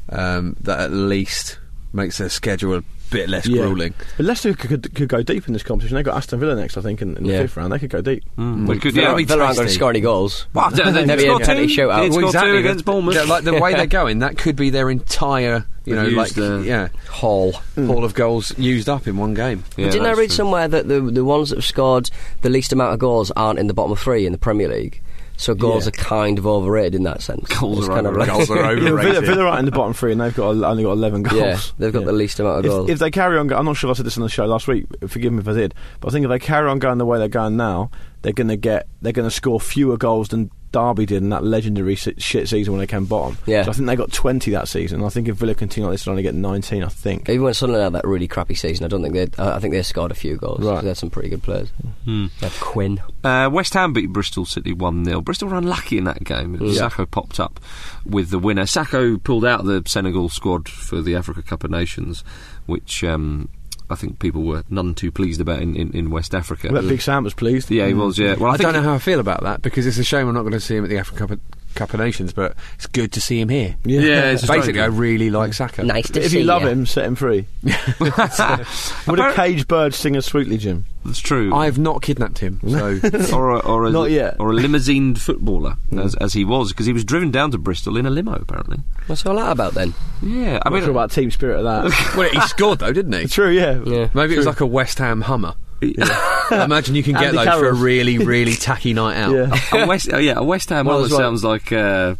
Speaker 3: um, that at least makes their schedule a bit less
Speaker 5: Yeah.
Speaker 3: grueling.
Speaker 5: But Leicester could, could, could go deep in this competition. They got Aston Villa next, I think, in, in the
Speaker 4: Yeah.
Speaker 5: fifth round. They could go deep.
Speaker 2: Mm, well, good,
Speaker 4: Villa
Speaker 2: yeah.
Speaker 4: aren't going to
Speaker 3: tasty.
Speaker 4: score any goals. [LAUGHS]
Speaker 2: Well, they- they-
Speaker 4: Maybe
Speaker 2: they
Speaker 4: a
Speaker 2: scored
Speaker 4: penalty
Speaker 2: two.
Speaker 4: shootout.
Speaker 2: They scored
Speaker 3: exactly.
Speaker 2: two against
Speaker 3: That-
Speaker 2: Bournemouth.
Speaker 3: that- like the way
Speaker 2: [LAUGHS]
Speaker 3: they're going, that could be their entire, you know,
Speaker 2: Used Hmm.
Speaker 3: like
Speaker 2: the-
Speaker 3: yeah,
Speaker 4: Hall.
Speaker 3: hall of goals used up in one game.
Speaker 2: Yeah,
Speaker 4: Didn't I
Speaker 2: that's
Speaker 4: read
Speaker 2: true.
Speaker 4: somewhere that the the ones that have scored the least amount of goals aren't in the bottom three in the Premier League? So goals
Speaker 5: Yeah.
Speaker 4: are kind of overrated in that sense.
Speaker 2: Goals
Speaker 4: It's
Speaker 2: are
Speaker 4: kind of
Speaker 2: overrated.
Speaker 4: like-
Speaker 3: Goals
Speaker 2: [LAUGHS]
Speaker 3: are
Speaker 5: Yeah,
Speaker 3: overrated.
Speaker 5: Villa, Villa are in the bottom three, and they've got a, only got eleven goals.
Speaker 4: Yeah, they've got
Speaker 5: Yeah.
Speaker 4: the least amount of
Speaker 5: If,
Speaker 4: goals.
Speaker 5: if they carry on, go- I'm not sure if I said this on the show last week. Forgive me if I did, but I think if they carry on going the way they're going now, they're going to get they're going to score fewer goals than Derby did in that legendary si- shit season when they came bottom.
Speaker 4: Yeah.
Speaker 5: so I think they got 20 that season. I think if Villa continue like this, they're only get 19. I think.
Speaker 4: Even when Sunderland had that really crappy season, I don't think they. I I think they scored a few goals.
Speaker 5: Right.
Speaker 4: They had some pretty good players. They had Quinn.
Speaker 2: Uh, West Ham beat Bristol City 1 0. Bristol were unlucky in that game. Sacco popped up with the winner. Sacco pulled out the Senegal squad for the Africa Cup of Nations, which um, I think people were none too pleased about in, in, in West Africa. [LAUGHS]
Speaker 5: But Big Sam was pleased.
Speaker 2: yeah, he was, yeah. Well, I,
Speaker 3: I,
Speaker 2: think
Speaker 3: don't know how I feel about that because it's a shame I'm not going to see him at the Africa Cup, Cup of Nations, but it's good to see him here.
Speaker 2: Yeah, it's a strange
Speaker 3: Basically, I
Speaker 2: one.
Speaker 3: really like Saka.
Speaker 4: Nice to
Speaker 5: If
Speaker 4: see
Speaker 5: you love
Speaker 4: ya.
Speaker 5: him, set
Speaker 2: [LAUGHS]
Speaker 5: him free. Would a
Speaker 2: Apparently-
Speaker 5: caged bird sing as sweetly, Jim?
Speaker 2: That's true.
Speaker 3: I've not kidnapped him,
Speaker 2: [LAUGHS]
Speaker 3: so
Speaker 2: or a, or a,
Speaker 5: [LAUGHS] Not yet. Mm.
Speaker 2: Or a limousined footballer, as, as he was, because he was driven down to Bristol in a limo, apparently.
Speaker 4: What's all that about then?
Speaker 2: Yeah, I
Speaker 5: I'm Mm. not
Speaker 2: mean, [LAUGHS]
Speaker 5: sure about team spirit of that.
Speaker 3: well, he scored though, didn't he?
Speaker 5: True, yeah.
Speaker 3: Maybe it was like a West Ham Hummer. I imagine you can get
Speaker 5: Andy
Speaker 3: those for a
Speaker 5: Carroll's.
Speaker 3: really,
Speaker 5: [LAUGHS]
Speaker 3: really tacky night out. Oh,
Speaker 5: Yeah.
Speaker 2: a West, uh, yeah, a West Ham
Speaker 4: Well,
Speaker 2: well,
Speaker 4: as well-
Speaker 2: sounds like uh,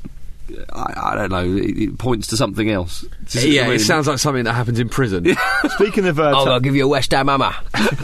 Speaker 2: I, I don't know. It, it points to something else. Does it- I
Speaker 3: Yeah,
Speaker 2: mean-
Speaker 3: it sounds like something that happens in prison.
Speaker 5: Speaking of, uh,
Speaker 4: Oh,
Speaker 5: ta-
Speaker 4: they'll give you a West Ham hammer.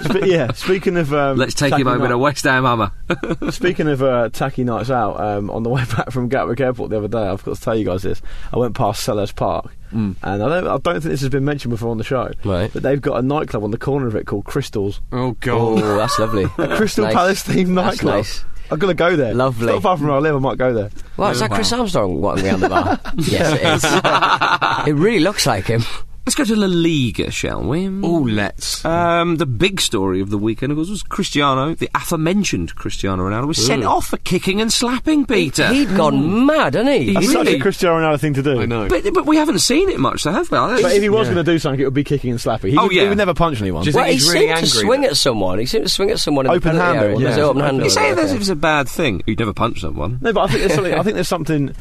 Speaker 5: spe- yeah. Speaking of, um,
Speaker 2: Let's take
Speaker 5: tacky
Speaker 2: him home in
Speaker 5: night-
Speaker 2: a West Ham hammer. [LAUGHS]
Speaker 5: Speaking of uh, tacky nights out, um, on the way [LAUGHS] back from Gatwick Airport the other day, I've got to tell you guys this. I went past Sellers Park,
Speaker 2: Mm.
Speaker 5: and I don't, I don't think this has been mentioned before on the show.
Speaker 4: Right.
Speaker 5: But they've got a nightclub on the corner of it called
Speaker 2: [LAUGHS]
Speaker 5: Crystals,
Speaker 3: [LAUGHS]
Speaker 4: [LAUGHS]
Speaker 3: Oh
Speaker 4: Oh,
Speaker 3: god.
Speaker 4: that's lovely.
Speaker 5: a Crystal
Speaker 4: Nice.
Speaker 5: Palace themed
Speaker 4: That's
Speaker 5: nightclub.
Speaker 4: nice.
Speaker 5: I've got to go there.
Speaker 4: Lovely.
Speaker 5: It's not far from where I live. I
Speaker 2: [LAUGHS]
Speaker 5: might go there.
Speaker 4: Wow, is that Chris Armstrong walking around the
Speaker 5: [LAUGHS]
Speaker 4: bar? yes, it is. it really looks like him.
Speaker 2: Let's go to La Liga, shall we?
Speaker 3: Oh, let's.
Speaker 2: Um, the big story of the weekend, of course, was Cristiano, the aforementioned Cristiano Ronaldo, was sent off for kicking and slapping Peter.
Speaker 4: He'd
Speaker 5: Hmm.
Speaker 4: gone mad, hadn't he?
Speaker 5: That's such
Speaker 2: really?
Speaker 5: a Cristiano Ronaldo thing to do.
Speaker 3: I know.
Speaker 2: but, but we haven't seen it much, though, have we? I don't-
Speaker 5: But if he was going to do something, it would be kicking and slapping. He,
Speaker 2: Oh,
Speaker 5: would, he
Speaker 2: yeah.
Speaker 5: would never punch anyone.
Speaker 3: Do you
Speaker 4: well,
Speaker 3: think
Speaker 4: he
Speaker 3: he's
Speaker 4: seemed
Speaker 3: really
Speaker 4: to
Speaker 3: angry
Speaker 4: swing
Speaker 3: that-
Speaker 4: at someone. He seemed to swing at someone in the penalty
Speaker 5: Open-handed,
Speaker 4: area.
Speaker 5: yeah.
Speaker 4: Was it open-handed?
Speaker 2: you say this
Speaker 4: Okay.
Speaker 2: was a bad thing. You'd never punch someone.
Speaker 5: no, but I think there's something. I think there's something.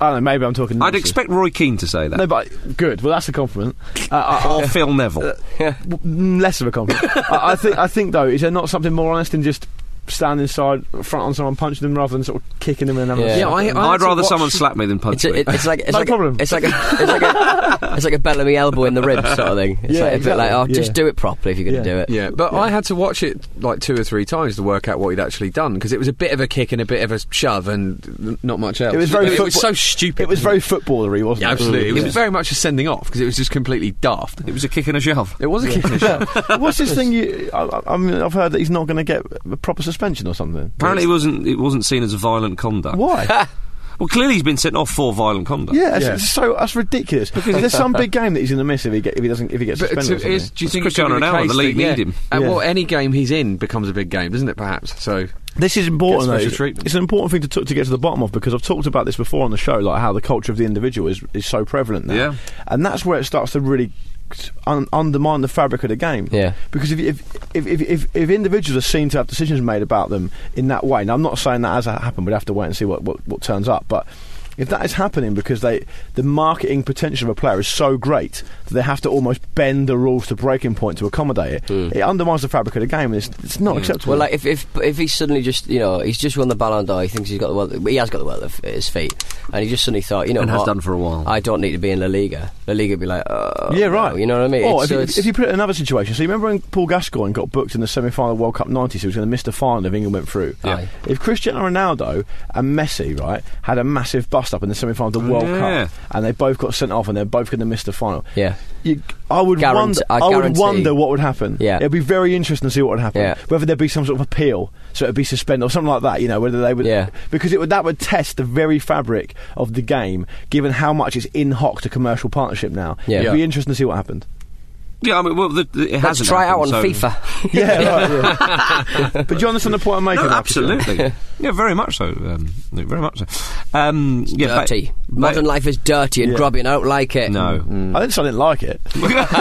Speaker 5: I don't know. Maybe I'm talking.
Speaker 2: I'd
Speaker 5: nonsense.
Speaker 2: expect Roy Keane to say that.
Speaker 5: No, but good. Well, that's a compliment. Uh, I- I-
Speaker 2: or
Speaker 5: [LAUGHS]
Speaker 2: Phil Neville.
Speaker 5: Mm, less of a compliment. I, I think. I think though, is there not something more honest than just standing side front on someone, punching them rather than sort of kicking them and having
Speaker 4: Yeah.
Speaker 5: a
Speaker 3: Yeah, I- I had
Speaker 2: I'd
Speaker 3: to
Speaker 2: rather
Speaker 3: watch-
Speaker 2: someone slap me than punch
Speaker 4: It's, a,
Speaker 2: me.
Speaker 4: it, it's like it's
Speaker 5: No
Speaker 4: like
Speaker 5: problem.
Speaker 4: A, it's like a it's like a it's like a Bellamy elbow in the rib sort of thing. It's
Speaker 5: Yeah,
Speaker 4: like a bit
Speaker 5: exactly.
Speaker 4: like oh,
Speaker 5: Yeah.
Speaker 4: just do it properly if you're going to
Speaker 5: Yeah.
Speaker 4: do it.
Speaker 3: Yeah, but I had to watch it like two or three times to work out what he'd actually done because it was a bit of a kick and a bit of a shove and n- not much else.
Speaker 5: It was very
Speaker 3: It was
Speaker 5: football-
Speaker 3: so stupid.
Speaker 5: It was very footballery, wasn't
Speaker 3: Yeah, [LAUGHS]
Speaker 5: it? Mm.
Speaker 3: absolutely. It was
Speaker 5: [LAUGHS] Yeah.
Speaker 3: very much a sending off because it was just completely daft.
Speaker 2: [LAUGHS] It was a kick and a shove.
Speaker 3: It was a [LAUGHS] kick and a shove.
Speaker 5: What's this thing? You, I, I- I mean, I've heard that he's not going to get a proper suspension or something.
Speaker 2: Apparently, it wasn't. It wasn't seen as violent conduct.
Speaker 5: Why?
Speaker 2: [LAUGHS] Well, clearly he's been sent off for violent conduct.
Speaker 5: yeah, it's, it's so
Speaker 3: [LAUGHS]
Speaker 5: that's ridiculous. Because there's some big game that he's going to miss if he, get, if he doesn't if he gets
Speaker 3: But
Speaker 5: suspended.
Speaker 3: to-
Speaker 5: or something.
Speaker 3: is- do you
Speaker 2: It's
Speaker 3: think it could
Speaker 2: Cristiano
Speaker 3: be
Speaker 2: Ronaldo,
Speaker 3: case
Speaker 2: the league
Speaker 3: that, yeah,
Speaker 2: need him.
Speaker 3: uh,
Speaker 5: Yeah.
Speaker 3: Well, any game he's in becomes a big game, doesn't it? Perhaps. So
Speaker 5: This is
Speaker 3: Get
Speaker 5: important.
Speaker 3: special
Speaker 5: though.
Speaker 3: treatment.
Speaker 5: It's an important thing to, t- to get to the bottom of because I've talked about this before on the show, like how the culture of the individual is, is so prevalent now,
Speaker 2: Yeah.
Speaker 5: and that's where it starts to really un- undermine the fabric of the game.
Speaker 4: Yeah.
Speaker 5: because if, if, if, if, if, if individuals are seen to have decisions made about them in that way, and I'm not saying that has happened, we'd have to wait and see what, what, what turns up, but If that is happening because they the marketing potential of a player is so great that they have to almost bend the rules to breaking point to accommodate it, it undermines the fabric of the game. And it's, it's not acceptable.
Speaker 4: Hmm. Well, like if if if he's suddenly just you know he's just won the Ballon d'Or, he thinks he's got the world, he has got the world at his feet, and he just suddenly thought, you know,
Speaker 2: And has
Speaker 4: what?
Speaker 2: done for a while.
Speaker 4: I don't need to be in La Liga. La Liga would be like, oh,
Speaker 5: yeah, right.
Speaker 4: no," You know what I mean? It's-
Speaker 5: Or if,
Speaker 4: so
Speaker 5: you,
Speaker 4: it's-
Speaker 5: if you put it in another situation, so you remember when Paul Gascoigne got booked in the semi-final World Cup '90, so he was going to miss the final if England went through.
Speaker 4: Yeah. Aye.
Speaker 5: If Cristiano Ronaldo and Messi, right, had a massive bust-up in the semi-final of the World
Speaker 2: yeah.
Speaker 5: Cup, and they both got sent off, and they're both going to miss the final.
Speaker 4: Yeah.
Speaker 5: You, I would
Speaker 4: Guarant-
Speaker 5: wonder.
Speaker 4: I
Speaker 5: I, would
Speaker 4: guarantee-
Speaker 5: wonder what would happen.
Speaker 4: Yeah.
Speaker 5: it'd be very interesting to see what would happen.
Speaker 4: Yeah.
Speaker 5: Whether there'd be some sort of appeal, so it'd be suspended or something like that. You know, whether they would.
Speaker 4: Yeah.
Speaker 5: Because it would that would test the very fabric of the game, given how much it's in hock to commercial partnership now.
Speaker 4: Yeah.
Speaker 5: It'd be
Speaker 4: Yeah.
Speaker 5: interesting to see what happened.
Speaker 2: Yeah, I mean, well, the, the, it
Speaker 4: let's
Speaker 2: hasn't
Speaker 4: try it out on
Speaker 2: happened, so-
Speaker 4: FIFA.
Speaker 5: [LAUGHS] Yeah, right, yeah. [LAUGHS] but do you understand the point I'm making?
Speaker 2: No,
Speaker 5: Marcus?
Speaker 4: [LAUGHS]
Speaker 2: absolutely. yeah, very much so. Um, Luke, very much so. Um,
Speaker 4: [LAUGHS]
Speaker 2: yeah, ba-
Speaker 4: dirty.
Speaker 2: ba-
Speaker 4: Modern life Mm. is dirty and
Speaker 5: Yeah.
Speaker 4: grubby, and I don't like it.
Speaker 2: No.
Speaker 5: I didn't say I didn't like it.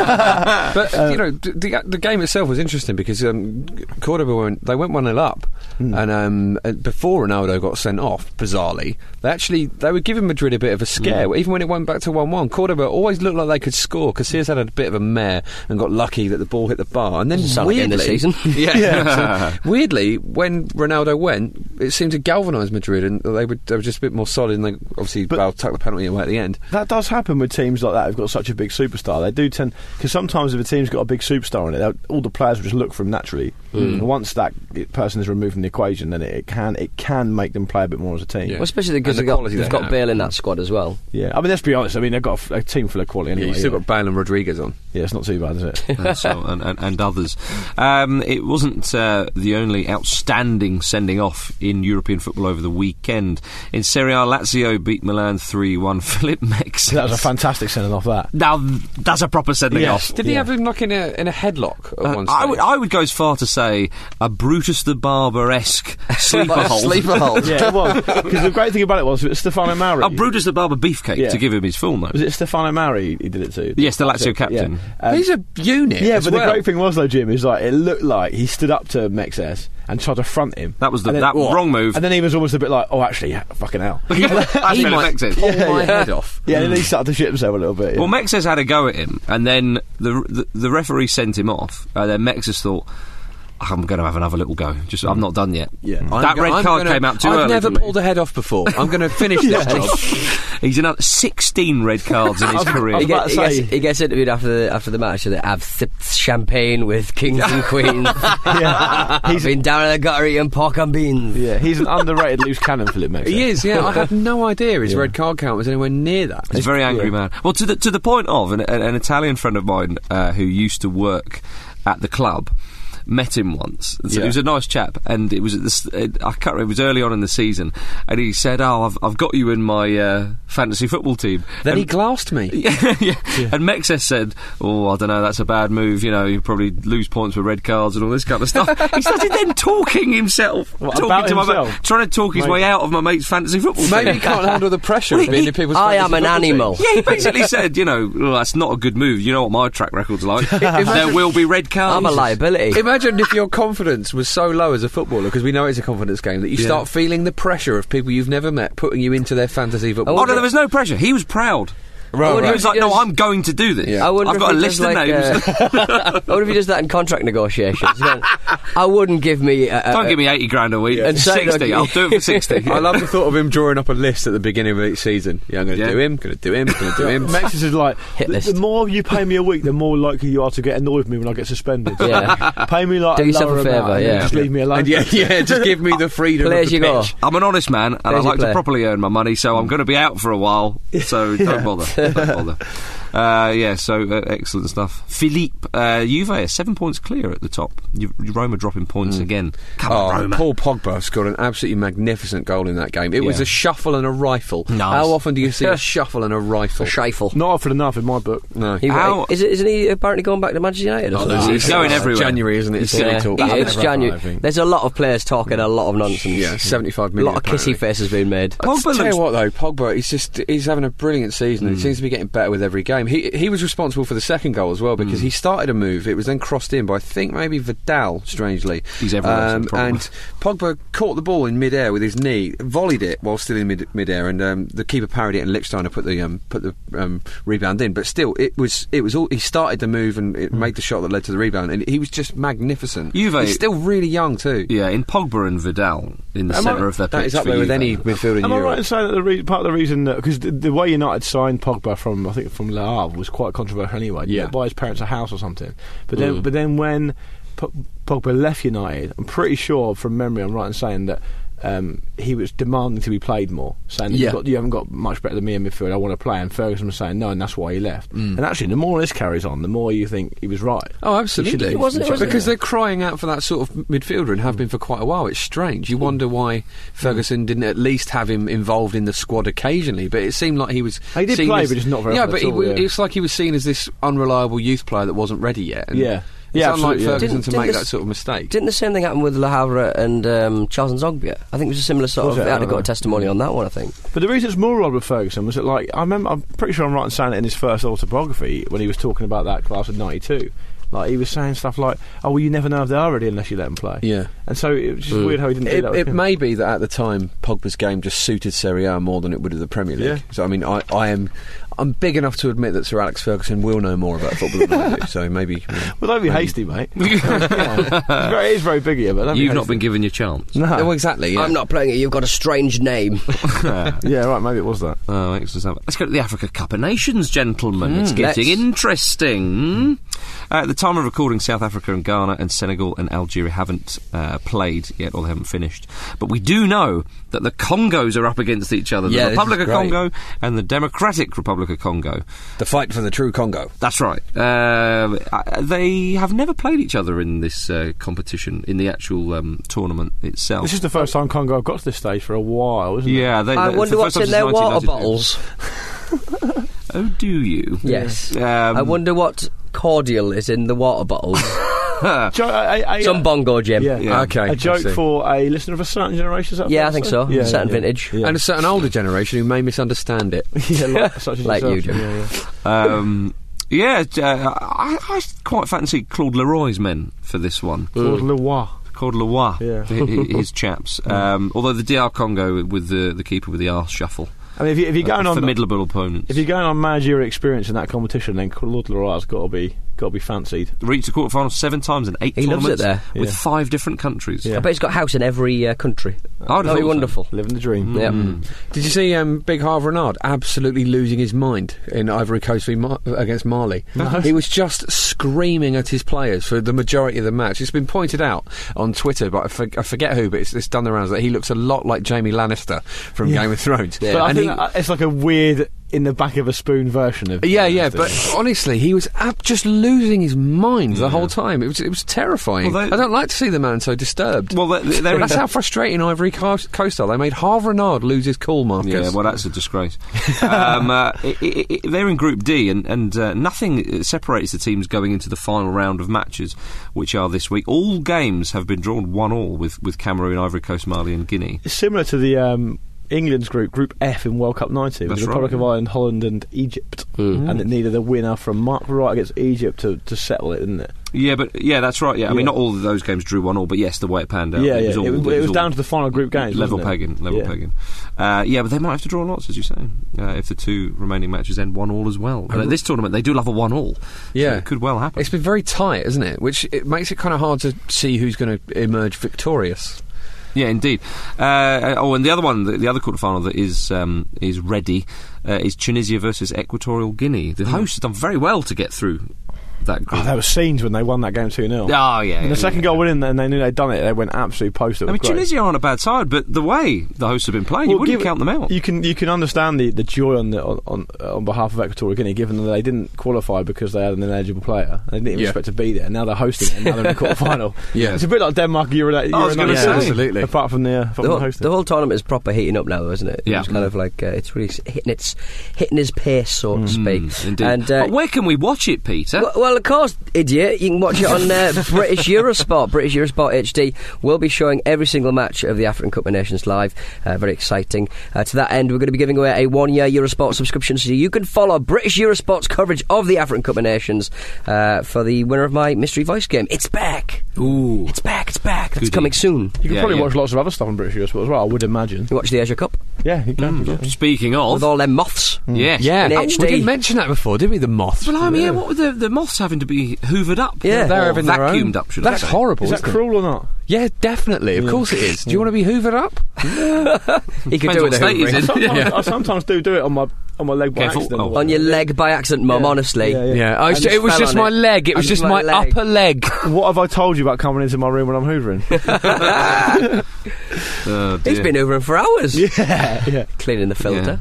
Speaker 3: But you know, d- the, the game itself was interesting because um, Cordoba went they went one 0 up, and um, uh, before Ronaldo got sent off, bizarrely, they actually they were giving Madrid a bit of a scare. Even when it went back to one one, Cordoba always looked like they could score. Casillas had a bit of a mare and got lucky that the ball hit the bar, and then
Speaker 4: Sound like
Speaker 3: weirdly,
Speaker 4: end of season.
Speaker 3: [LAUGHS] yeah. [LAUGHS] So, weirdly, when Ronaldo went, it seemed to galvanise Madrid, and they were, they were just a bit more solid. And they obviously,
Speaker 5: But-
Speaker 3: well, tucked the penalty away at the end.
Speaker 5: That does happen with teams like that. Who've got such a big superstar. They do tend because sometimes if a team's got a big superstar in it, they'll- all the players will just look for him naturally.
Speaker 3: Mm.
Speaker 5: And once that i- person is removed from the equation, then it, it can it can make them play a bit more as a team.
Speaker 3: Yeah.
Speaker 4: Well, especially because
Speaker 3: And
Speaker 4: they've
Speaker 3: the
Speaker 4: got,
Speaker 3: quality
Speaker 4: they've
Speaker 3: they
Speaker 4: got
Speaker 3: have.
Speaker 4: Bale in that squad as well.
Speaker 5: Yeah. I mean, let's be honest. I mean, they've got a, f- a team full of quality
Speaker 3: Yeah,
Speaker 5: anyway.
Speaker 3: you've still got Bale and Rodriguez on.
Speaker 5: yeah, it's not too bad,
Speaker 3: [LAUGHS]
Speaker 5: is it?
Speaker 2: [LAUGHS] and, so, and, and, and others. Um, it wasn't uh, the only outstanding sending off in European football over the weekend. In Serie A, Lazio beat Milan 3 1. [LAUGHS] Philip Mex.
Speaker 5: that was a fantastic sending off. That
Speaker 2: Now, that's a proper sending
Speaker 5: Yes.
Speaker 2: off.
Speaker 3: Did he
Speaker 5: Yeah.
Speaker 3: have him like in a in a headlock at
Speaker 2: Uh,
Speaker 3: one stage?
Speaker 2: I, would, I would go as far to say a Brutus the Barber esque sleeper
Speaker 4: Like a
Speaker 2: hold.
Speaker 4: sleeper
Speaker 5: [LAUGHS]
Speaker 4: hold.
Speaker 5: yeah, it was because the great thing about it was it was Stefano Mauri.
Speaker 2: [LAUGHS]
Speaker 3: Oh,
Speaker 2: A Brutus the Barber beefcake,
Speaker 5: Yeah.
Speaker 2: to give him his full name.
Speaker 5: was it Stefano Mauri he did it to?
Speaker 2: Yes, the Lazio
Speaker 5: Yeah.
Speaker 2: captain.
Speaker 5: Um,
Speaker 3: He's a unit.
Speaker 5: Yeah,
Speaker 3: as
Speaker 5: but
Speaker 3: well.
Speaker 5: the great thing was though, Jim, is like it looked like he stood up to Mexes and tried to front him.
Speaker 2: That was the
Speaker 5: And then-
Speaker 2: that wrong move.
Speaker 5: And then he was almost a bit like, oh, actually, yeah, fucking hell.
Speaker 2: [LAUGHS] That's
Speaker 3: he
Speaker 2: Philip
Speaker 3: might
Speaker 2: Mexes.
Speaker 3: pull my head off.
Speaker 5: [LAUGHS] yeah, and then he started to shit himself a little bit. Yeah.
Speaker 2: Well, Mexes had a go at him, and then the the, the referee sent him off. And then Mexes thought, "I'm going to have another little go. Just I'm not done yet."
Speaker 5: Yeah.
Speaker 2: Mm. that
Speaker 5: I'm
Speaker 3: go-
Speaker 2: red
Speaker 3: I'm
Speaker 2: card
Speaker 3: gonna-
Speaker 2: came out too
Speaker 3: I've
Speaker 2: early.
Speaker 3: never
Speaker 2: for me.
Speaker 3: pulled a head off before. I'm going to [LAUGHS] finish this job.
Speaker 2: [LAUGHS] He's another 16 red cards in his career.
Speaker 5: I
Speaker 4: He,
Speaker 5: was
Speaker 4: get,
Speaker 5: about to
Speaker 4: he, gets,
Speaker 5: say-
Speaker 4: he gets interviewed after the, after the match and they have sipped champagne with kings and
Speaker 3: [LAUGHS]
Speaker 4: queens.
Speaker 5: yeah.
Speaker 4: [LAUGHS] I've
Speaker 5: he's,
Speaker 4: been down in the gutter eating pork and beans.
Speaker 5: yeah, he's an underrated loose cannon, Philip Mexes.
Speaker 3: He is, yeah. I had no idea his red card count was anywhere near that.
Speaker 2: He's a very angry
Speaker 5: yeah.
Speaker 2: man. Well, to the to the point of an, an, an Italian friend of mine uh, who used to work at the club met him once. And so
Speaker 5: Yeah.
Speaker 2: He was a nice chap, and it was at this, it, I can't remember. It was early on in the season, and he said, "Oh, I've, I've got you in my uh, fantasy football team." [LAUGHS]
Speaker 3: Then
Speaker 2: and,
Speaker 3: he glassed me.
Speaker 2: Um, [LAUGHS] yeah. And Mexes said, "Oh, I don't know. That's a bad move. You know, you probably lose points with red cards and all this kind of stuff." he started then talking himself,
Speaker 5: What,
Speaker 2: talking
Speaker 5: about
Speaker 2: to my mate,
Speaker 5: himself?
Speaker 2: trying to talk his
Speaker 5: Mate.
Speaker 2: way out of my mate's fantasy football.
Speaker 3: Maybe he
Speaker 2: team.
Speaker 3: can't handle the pressure of
Speaker 2: Well,
Speaker 3: being
Speaker 2: he-
Speaker 3: in people's
Speaker 4: I
Speaker 3: faces
Speaker 4: am an
Speaker 3: about things.
Speaker 4: animal.
Speaker 2: Yeah, he basically said, you know, "Oh, that's not a good move. You know what my track record's like. there will be red cards.
Speaker 4: I'm a liability.
Speaker 3: Imagine if your confidence was so low as a footballer, because we know it's a confidence game, that you start feeling the pressure of people you've never met putting you into their fantasy football.
Speaker 2: Oh no, there was no pressure. He was proud.
Speaker 3: Right,
Speaker 2: he
Speaker 3: right.
Speaker 2: was like, no, I'm going to do this.
Speaker 3: Yeah.
Speaker 4: I wonder
Speaker 2: I've
Speaker 4: if
Speaker 2: got a
Speaker 4: he
Speaker 2: list
Speaker 4: does,
Speaker 2: of
Speaker 4: like,
Speaker 2: names.
Speaker 4: uh, [LAUGHS] I wonder if he does that in contract negotiations. Then I wouldn't give me. A,
Speaker 2: [LAUGHS]
Speaker 4: a,
Speaker 2: Don't give me 80 grand a week.
Speaker 4: And so-
Speaker 2: 60. I'll do it for 60.
Speaker 5: [LAUGHS]
Speaker 3: I love the thought of him drawing up a list at the beginning of each season. Yeah, I'm going to
Speaker 2: Yeah.
Speaker 3: do him, going to do him,
Speaker 5: [LAUGHS]
Speaker 3: going to do him.
Speaker 5: Mexes is like,
Speaker 4: Hit
Speaker 5: the,
Speaker 4: list.
Speaker 5: the more you pay me a week, the more likely you are to get annoyed with me when I get suspended.
Speaker 4: Yeah.
Speaker 5: [LAUGHS] pay me like
Speaker 4: Do
Speaker 5: a
Speaker 4: yourself
Speaker 5: lower
Speaker 4: a favour,
Speaker 5: amount and then
Speaker 4: yeah.
Speaker 5: just leave me alone.
Speaker 3: And yeah, [LAUGHS] yeah, just give me the freedom.
Speaker 4: Play
Speaker 3: of
Speaker 4: as
Speaker 3: the
Speaker 4: you go.
Speaker 3: pitch.
Speaker 2: I'm an honest man, and I
Speaker 4: There's your
Speaker 2: like to
Speaker 4: player.
Speaker 2: properly earn my money, so I'm going to be out for a while. So
Speaker 3: [LAUGHS]
Speaker 2: don't bother. Don't bother. Uh, yeah, so uh, excellent stuff. Philippe, uh, Juve are seven points clear at the top. You, Roma dropping points again. Come on,
Speaker 3: Mm. Oh,
Speaker 2: Roma.
Speaker 3: Paul Pogba scored an absolutely magnificent goal in that game. It was
Speaker 5: Yeah.
Speaker 3: a shuffle and a rifle.
Speaker 2: Nice.
Speaker 3: How often do you see a shuffle and a rifle?
Speaker 4: Shifle.
Speaker 5: Not often enough in my book.
Speaker 3: no.
Speaker 4: He,
Speaker 2: How-
Speaker 4: is it, isn't he apparently going back to Manchester United? Or something?
Speaker 2: no, he's going everywhere.
Speaker 3: January, isn't it? It's silly
Speaker 4: Yeah,
Speaker 3: talk.
Speaker 4: it's-
Speaker 3: That's
Speaker 4: it's
Speaker 3: right, I
Speaker 4: January.
Speaker 3: think.
Speaker 4: There's a lot of players talking a lot of nonsense.
Speaker 3: Yeah, 75
Speaker 4: a
Speaker 3: million.
Speaker 4: lot of kissy
Speaker 3: apparently.
Speaker 4: faces being made.
Speaker 2: Pogba
Speaker 3: Tell
Speaker 2: looks Hmm.
Speaker 3: you what though, Pogba, he's just he's having a brilliant season. He seems to be getting better with every game. game. He he was responsible for the second goal as well because
Speaker 2: Hmm.
Speaker 3: he started a move. It was then crossed in by I think maybe Vidal. Strangely, Um,
Speaker 2: He's everywhere, that's the problem.
Speaker 3: and Pogba caught the ball in mid-air with his knee, volleyed it while still in mid- mid-air, and um, the keeper parried it, and Lichtsteiner put the um, put the um, rebound in. But still, it was it was all he started the move and it made the shot that led to the rebound, and he was just magnificent.
Speaker 2: Hmm. Juve-
Speaker 3: He's still really young too.
Speaker 2: Yeah, in Pogba and Vidal in the
Speaker 3: Am I-
Speaker 2: centre of their pitch.
Speaker 3: that is up
Speaker 2: for
Speaker 3: there with
Speaker 2: Juve.
Speaker 3: any midfield in
Speaker 5: Am I
Speaker 3: Europe.
Speaker 5: right in saying that the re- part of the reason that because the, the way United signed Pogba from I think from Le Havre was quite controversial anyway. didn't
Speaker 3: Yeah. Mm.
Speaker 5: it? buy his parents a house or something. But then, but then when P- Pogba left United, I'm pretty sure from memory I'm right in saying that. Um, he was demanding to be played more, saying
Speaker 3: Yeah.
Speaker 5: you've got, you haven't got much better than me in midfield. I want to play, and Ferguson was saying no, and that's why he left. And actually, the more this carries on, the more you think he was right.
Speaker 3: Mm. Oh,
Speaker 5: He should
Speaker 3: absolutely.
Speaker 5: have- he should have-
Speaker 3: because they're crying out for that sort of midfielder and have been for quite a while. It's strange. You wonder why Ferguson
Speaker 5: Hmm.
Speaker 3: didn't at least have him involved in the squad occasionally, but it seemed like he was.
Speaker 5: He did
Speaker 3: seen
Speaker 5: play,
Speaker 3: as-
Speaker 5: but just not very
Speaker 3: Yeah,
Speaker 5: often
Speaker 3: but
Speaker 5: at
Speaker 3: he
Speaker 5: all,
Speaker 3: w-
Speaker 5: yeah.
Speaker 3: it's like he was seen as this unreliable youth player that wasn't ready yet. and
Speaker 5: Yeah.
Speaker 3: It's unlike
Speaker 5: Yeah, absolutely, yeah.
Speaker 3: Ferguson
Speaker 4: Didn't-
Speaker 3: to
Speaker 4: didn't
Speaker 3: make
Speaker 4: this-
Speaker 3: that sort of mistake.
Speaker 4: Didn't the same thing happen with Le Havre and um, Charles and Zogbia? I think it was a similar sort
Speaker 5: Was
Speaker 4: of.
Speaker 5: it?
Speaker 4: I had
Speaker 5: I
Speaker 4: to got
Speaker 5: dunno.
Speaker 4: a testimony on that one. I think.
Speaker 5: But the reason it's more odd with Ferguson was that, like, I remember, I'm pretty sure I'm right in saying it in his first autobiography when he was talking about that class of '92. Like, he was saying stuff like, "Oh, well, you never know if they are ready unless you let them play."
Speaker 3: Yeah.
Speaker 5: And so it was just weird how he didn't do
Speaker 3: It,
Speaker 5: that. with
Speaker 3: it
Speaker 5: him.
Speaker 3: may be that at the time Pogba's game just suited Serie A more than it would have the Premier League.
Speaker 5: Yeah.
Speaker 3: So I mean, I, I am I'm big enough to admit that Sir Alex Ferguson will know more about football than
Speaker 5: [LAUGHS]
Speaker 3: I do. So maybe
Speaker 5: well, don't be hasty, mate. [LAUGHS] yeah. It's very, it is very big here, but don't
Speaker 2: You've not
Speaker 5: hasty.
Speaker 2: been given your chance.
Speaker 5: No.
Speaker 3: well, exactly. yeah.
Speaker 4: I'm not playing it. You've got a
Speaker 2: [LAUGHS]
Speaker 4: strange name.
Speaker 5: yeah, right. Maybe it was that.
Speaker 2: Oh, excellent. Let's go to the Africa Cup of Nations, gentlemen. it's getting
Speaker 4: Hmm, let's.
Speaker 2: interesting. Uh, at the time of recording, South Africa and Ghana and Senegal and Algeria haven't uh, played yet, or they haven't finished. But we do know that the Congos are up against each other
Speaker 3: Yeah,
Speaker 2: the
Speaker 3: this is
Speaker 2: Republic of
Speaker 3: great.
Speaker 2: Congo and the Democratic Republic of Congo.
Speaker 3: The fight for the true Congo.
Speaker 2: That's right. Um, I- they have never played each other in this uh, competition, in the actual um, tournament itself.
Speaker 5: This is the first time Congo have got to this stage for a while, isn't
Speaker 2: yeah, they,
Speaker 4: I
Speaker 2: they- it's
Speaker 4: wonder
Speaker 2: the first
Speaker 4: what's
Speaker 2: time
Speaker 4: in
Speaker 2: since
Speaker 4: their water
Speaker 2: 1992.
Speaker 4: bottles.
Speaker 2: Oh, do you?
Speaker 4: Yes.
Speaker 2: Um,
Speaker 4: I wonder what cordial is in the water
Speaker 2: [LAUGHS]
Speaker 4: bottles.
Speaker 5: it? Jo- a- a- a-
Speaker 4: Some bongo gem.
Speaker 5: Yeah.
Speaker 2: Yeah.
Speaker 3: Okay,
Speaker 5: A joke
Speaker 3: I see.
Speaker 5: for a listener of a certain generation. Is that
Speaker 4: Yeah,
Speaker 5: fair
Speaker 4: I
Speaker 5: to
Speaker 4: think
Speaker 5: say?
Speaker 4: so.
Speaker 5: Yeah,
Speaker 4: Certain
Speaker 5: yeah.
Speaker 4: vintage.
Speaker 5: Yeah.
Speaker 3: And a certain older generation who may misunderstand it.
Speaker 5: [LAUGHS] yeah, like, such as
Speaker 4: Like you
Speaker 5: yourself.
Speaker 4: do.
Speaker 5: Yeah, yeah.
Speaker 2: Um, yeah, uh, I, I quite fancy Claude Leroy's men for this one.
Speaker 5: Claude Leroy.
Speaker 2: Claude Leroy,
Speaker 5: Yeah.
Speaker 2: [LAUGHS] hi- hi- his chaps. Um, although the DR Congo with the, the keeper with the arse shuffle,
Speaker 5: I mean, if, you, if you're going
Speaker 2: a
Speaker 5: on
Speaker 2: formidable opponents.
Speaker 5: If you're going on managerial experience in that competition, then Claude Leroy's got to be got to be fancied.
Speaker 2: Reached the quarterfinals seven times in eight
Speaker 4: He loves it
Speaker 2: tournaments
Speaker 4: there.
Speaker 2: with
Speaker 5: Yeah.
Speaker 2: five different countries.
Speaker 5: Yeah.
Speaker 4: I bet it's got house in every uh, country.
Speaker 2: I would have
Speaker 4: That'd
Speaker 2: thought
Speaker 4: be
Speaker 2: so. Mm.
Speaker 4: wonderful.
Speaker 5: Living the dream.
Speaker 4: Yeah.
Speaker 3: Did you see um, Big Harv Renard absolutely losing his mind in Ivory Coast v Mar- against Mali? He was just screaming at his players for the majority of the match. It's been pointed out on Twitter, but I, for- I forget who, but it's, it's done the rounds that he looks a lot like Jamie Lannister from Game of Thrones.
Speaker 5: But I
Speaker 3: And
Speaker 5: think
Speaker 3: he-
Speaker 5: that- it's like a weird in the back of a spoon version of.
Speaker 3: yeah, yeah, but honestly, he was ab- just losing his mind the whole time. It was it was terrifying.
Speaker 2: Well, they-
Speaker 3: I don't like to see the man so disturbed.
Speaker 2: Well, they're, they're
Speaker 3: That's
Speaker 2: in-
Speaker 3: how frustrating Ivory Coast Coast are. They made Harve Renard lose his cool, Marcus.
Speaker 2: Yeah, well, that's a
Speaker 4: [LAUGHS]
Speaker 2: disgrace. um, uh, i i i they're in Group D, and, and uh, nothing separates the teams going into the final round of matches, which are this week. All games have been drawn one all with, with Cameroon, Ivory Coast, Mali, and Guinea.
Speaker 5: It's similar to the um, England's group, Group F in World Cup '90, with
Speaker 2: That's
Speaker 5: the Republic
Speaker 2: right,
Speaker 5: of
Speaker 2: yeah. Hmm.
Speaker 5: Ireland, Holland, and Egypt, and it needed a winner from Mark Wright against Egypt to, to settle it, didn't it?
Speaker 2: Yeah, but yeah, that's right. Yeah, I mean,
Speaker 5: Yeah.
Speaker 2: not all of those games drew one all, but yes, the way it panned out.
Speaker 5: yeah, yeah.
Speaker 2: it was, all,
Speaker 5: it, was, it was
Speaker 2: all
Speaker 5: down to the final group games.
Speaker 2: Level
Speaker 5: wasn't it?
Speaker 2: pegging, level
Speaker 5: Yeah.
Speaker 2: pegging. Uh, yeah, but they might have to draw lots, as you say, uh, if the two remaining matches end one all as well. But at this tournament, they do love a one all.
Speaker 3: Yeah.
Speaker 2: so it could well happen.
Speaker 3: It's been very tight, isn't it? Which it makes it kind of hard to see who's going to emerge victorious.
Speaker 2: Yeah, indeed. Uh, oh, and the other one, the, the other quarterfinal that is um, is ready uh, is Tunisia versus Equatorial Guinea. The hosts have done very well to get through that group.
Speaker 5: Oh, there were scenes when they won that game two 0
Speaker 2: Oh, yeah,
Speaker 5: And
Speaker 2: yeah,
Speaker 5: the second
Speaker 2: yeah.
Speaker 5: goal went in, and they knew they'd done it. They went absolute post.
Speaker 2: I mean, Tunisia aren't a bad side, but the way the hosts have been playing, you
Speaker 5: Well,
Speaker 2: wouldn't
Speaker 5: given-
Speaker 2: count them out.
Speaker 5: You can you can understand the, the joy on the on on, on behalf of Equatorial Guinea, given that they didn't qualify because they had an ineligible player. They didn't even
Speaker 3: Yeah.
Speaker 5: expect to be there. and Now they're hosting it. And now they're
Speaker 2: [LAUGHS]
Speaker 5: in the quarterfinal.
Speaker 3: Yeah.
Speaker 5: it's a bit like Denmark. You're like,
Speaker 2: I was gonna say.
Speaker 3: Absolutely.
Speaker 5: Apart from the, uh,
Speaker 4: The
Speaker 5: from the
Speaker 4: whole,
Speaker 5: hosting.
Speaker 4: the whole tournament is proper heating up now, though, isn't it?
Speaker 2: Yeah.
Speaker 4: It's kind of like uh, it's really s- hitting its hitting his pace, so to speak.
Speaker 2: Mm. Indeed.
Speaker 4: And uh,
Speaker 2: but where can we watch it, Peter?
Speaker 4: well, well, Well, of course, idiot. You can watch it on [LAUGHS] uh, British Eurosport. British Eurosport HD will be showing every single match of the African Cup of Nations live. Uh, very exciting. Uh, to that end, we're going to be giving away a one year Eurosport subscription so you can follow British Eurosport's coverage of the African Cup of Nations uh, for the winner of my mystery voice game. It's back.
Speaker 2: Ooh.
Speaker 4: It's back. It's back. That's
Speaker 2: Goody.
Speaker 4: coming soon.
Speaker 5: You could
Speaker 2: Yeah,
Speaker 5: probably
Speaker 2: yeah.
Speaker 5: watch lots of other stuff on British Eurosport as well, I would imagine.
Speaker 4: You watch the Asia Cup
Speaker 5: Yeah,
Speaker 2: Mm,
Speaker 5: you can.
Speaker 2: Speaking
Speaker 4: with
Speaker 2: of,
Speaker 4: all them [LAUGHS] moths.
Speaker 2: yes.
Speaker 3: Yeah,
Speaker 4: In
Speaker 3: oh, we
Speaker 4: HD.
Speaker 3: didn't mention that before, did we? The moths.
Speaker 2: Blimey, Mm. yeah. what were the, the moths having to be hoovered up?
Speaker 4: Yeah.
Speaker 2: Or
Speaker 3: They're having their own-
Speaker 2: oh, vacuumed up, should I
Speaker 3: That's
Speaker 2: say.
Speaker 3: horrible.
Speaker 5: Is that
Speaker 3: isn't it?
Speaker 5: cruel or not?
Speaker 3: Yeah, definitely. Of course it is. Do you want to be hoovered up?
Speaker 4: He could
Speaker 2: Depends
Speaker 4: do
Speaker 2: what
Speaker 4: it with a
Speaker 2: state he's
Speaker 4: hoovering.
Speaker 2: in.
Speaker 5: Sometimes, I sometimes do do it on my on my leg by
Speaker 2: Careful.
Speaker 5: accident.
Speaker 2: Oh.
Speaker 4: On your leg by accident, Mum, honestly.
Speaker 5: Yeah,
Speaker 3: Yeah, I
Speaker 4: I
Speaker 3: was-
Speaker 4: just
Speaker 3: it was
Speaker 4: fell
Speaker 3: just
Speaker 4: on
Speaker 3: my
Speaker 4: it.
Speaker 3: leg. It was
Speaker 4: I
Speaker 3: just
Speaker 4: just my
Speaker 3: my
Speaker 4: leg.
Speaker 3: upper leg.
Speaker 5: What have I told you about coming into my room when I'm hoovering?
Speaker 2: Oh,
Speaker 4: He's
Speaker 2: dear.
Speaker 4: been hoovering for hours.
Speaker 5: [LAUGHS] yeah, yeah.
Speaker 4: Cleaning the filter.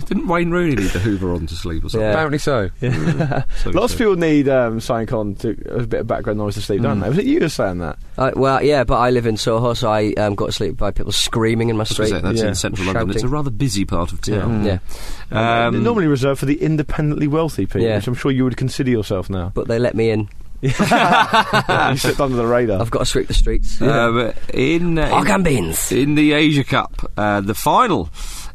Speaker 2: [LAUGHS] Didn't Wayne Rooney need the hoover on to sleep or something?
Speaker 4: Yeah.
Speaker 3: Apparently so.
Speaker 2: So he
Speaker 5: Lots of
Speaker 2: said.
Speaker 5: people need um, something on to a bit of background noise to sleep, don't they? Was it you who was saying that?
Speaker 4: I, well, yeah, but I live in Soho, so I um, got to sleep by people screaming in my
Speaker 2: That's,
Speaker 4: street.
Speaker 2: it, that's
Speaker 5: Yeah.
Speaker 2: in central London. It's a rather busy part of town.
Speaker 4: Yeah,
Speaker 5: They're
Speaker 2: Um,
Speaker 5: normally reserved for the independently wealthy people,
Speaker 4: Yeah.
Speaker 5: which I'm sure you would consider yourself
Speaker 4: [LAUGHS]
Speaker 5: now. [LAUGHS]
Speaker 4: but they let me in.
Speaker 5: you slipped under the radar.
Speaker 4: I've got to sweep the streets.
Speaker 2: um, in, uh,
Speaker 4: Park
Speaker 2: in
Speaker 4: and beans.
Speaker 2: In the Asia Cup, uh, the final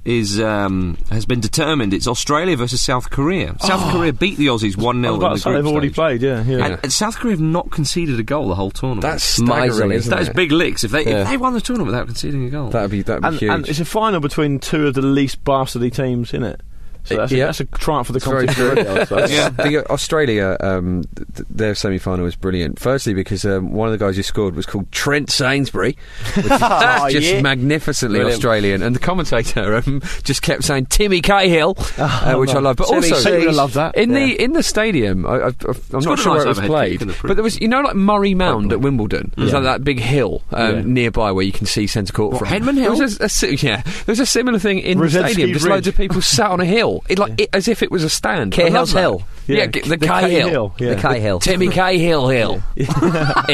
Speaker 2: is um, has been determined. It's Australia versus South Korea. South Korea beat the Aussies one 0
Speaker 5: Oh. I
Speaker 2: in
Speaker 5: was
Speaker 2: the group
Speaker 5: about to say, they've already
Speaker 2: stage.
Speaker 5: played, yeah. yeah.
Speaker 2: And, and South Korea have not conceded a goal the whole tournament.
Speaker 3: That's
Speaker 4: Miserly,
Speaker 3: staggering, isn't
Speaker 2: That is
Speaker 3: it?
Speaker 2: big licks. If they
Speaker 3: Yeah.
Speaker 2: if they won the tournament without conceding a [LAUGHS] goal,
Speaker 3: That'd be that'd be
Speaker 5: And,
Speaker 3: huge.
Speaker 5: and it's a final between two of the least bastardy teams in it. So that's,
Speaker 3: Yeah.
Speaker 5: a, that's a triumph for the
Speaker 3: It's very
Speaker 5: competition. already, [LAUGHS] I would say.
Speaker 2: Yeah.
Speaker 3: the Australia, um, th- th- their semi-final was brilliant. Firstly, because um, one of the guys who scored was called Trent Sainsbury, which is
Speaker 5: Oh,
Speaker 3: just
Speaker 5: yeah.
Speaker 3: magnificently
Speaker 4: Brilliant.
Speaker 3: Australian, and the commentator um, just kept saying Timmy Cahill, uh, which I love. But
Speaker 4: Timmy
Speaker 3: also,
Speaker 4: Cahill. People
Speaker 5: love that.
Speaker 3: in the in the stadium. I, I, I'm not
Speaker 2: got a
Speaker 3: sure
Speaker 2: nice
Speaker 3: where it
Speaker 2: overhead
Speaker 3: was
Speaker 2: kick
Speaker 3: played,
Speaker 2: in the pre-
Speaker 3: but there was you know like Murray Mound at Wimbledon. There's like that big hill um,
Speaker 5: Yeah.
Speaker 3: nearby where you can see centre court
Speaker 2: What,
Speaker 3: from.
Speaker 2: Hedman
Speaker 3: There was
Speaker 2: Hill?
Speaker 3: a a si- yeah, there's a similar thing in the
Speaker 5: Rosinski
Speaker 3: stadium. Just
Speaker 5: Ridge.
Speaker 3: loads of people sat on a hill, it, like it, as if it was a stand. I
Speaker 4: Cahill's
Speaker 3: love that.
Speaker 4: Hill.
Speaker 3: Yeah,
Speaker 5: Yeah.
Speaker 3: g- the,
Speaker 5: The
Speaker 3: Cahill.
Speaker 5: Cahill, yeah.
Speaker 4: The Cahill.
Speaker 3: Timmy Cahill Hill. e.
Speaker 2: I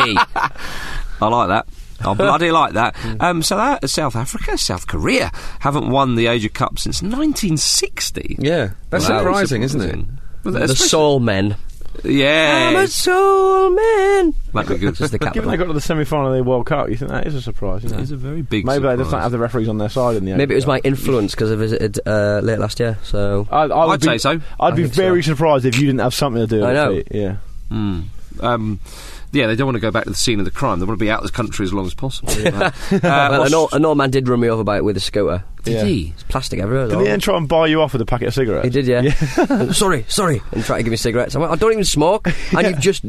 Speaker 2: like that. I
Speaker 5: [LAUGHS]
Speaker 2: bloody like that.
Speaker 5: Mm.
Speaker 2: Um, so that South Africa, South Korea haven't won the Asia Cup since 1960.
Speaker 3: Yeah, that's
Speaker 2: Wow.
Speaker 3: surprising, isn't it?
Speaker 2: Well,
Speaker 4: the
Speaker 2: especially-
Speaker 4: soul men. I'm a
Speaker 2: Yes.
Speaker 4: soul man.
Speaker 2: That'd be good.
Speaker 4: Just the
Speaker 5: Given they
Speaker 4: capital.
Speaker 5: got to the semi final of the World Cup, you think that is a surprise, isn't
Speaker 2: That
Speaker 5: it?
Speaker 2: is a very big.
Speaker 5: Maybe they just don't
Speaker 2: surprise.
Speaker 5: have the referees on their side in the
Speaker 4: Maybe it was
Speaker 5: Asia
Speaker 4: my
Speaker 5: Cup.
Speaker 4: influence because I visited uh, late last year. So
Speaker 5: I, I would
Speaker 2: I'd
Speaker 5: be,
Speaker 2: say so.
Speaker 5: I'd
Speaker 4: I
Speaker 5: be
Speaker 4: think so.
Speaker 5: very surprised if you didn't have something to do with
Speaker 4: I know.
Speaker 5: it. Pete. Yeah.
Speaker 2: Mm. Um, yeah, they don't want to go back to the scene of the crime. They want to be out of the country as long as possible. [LAUGHS]
Speaker 5: [LAUGHS]
Speaker 2: Uh,
Speaker 4: well,
Speaker 2: Aus-
Speaker 4: an, old, an old man did run me over by it with a scooter.
Speaker 2: Did
Speaker 5: Yeah.
Speaker 2: he?
Speaker 4: It's plastic everywhere.
Speaker 5: Did
Speaker 4: though.
Speaker 5: the end try and buy you off with a packet of cigarettes?
Speaker 4: He did, yeah. sorry, sorry. [LAUGHS] And tried to give me cigarettes. I went, I don't even smoke. And you've just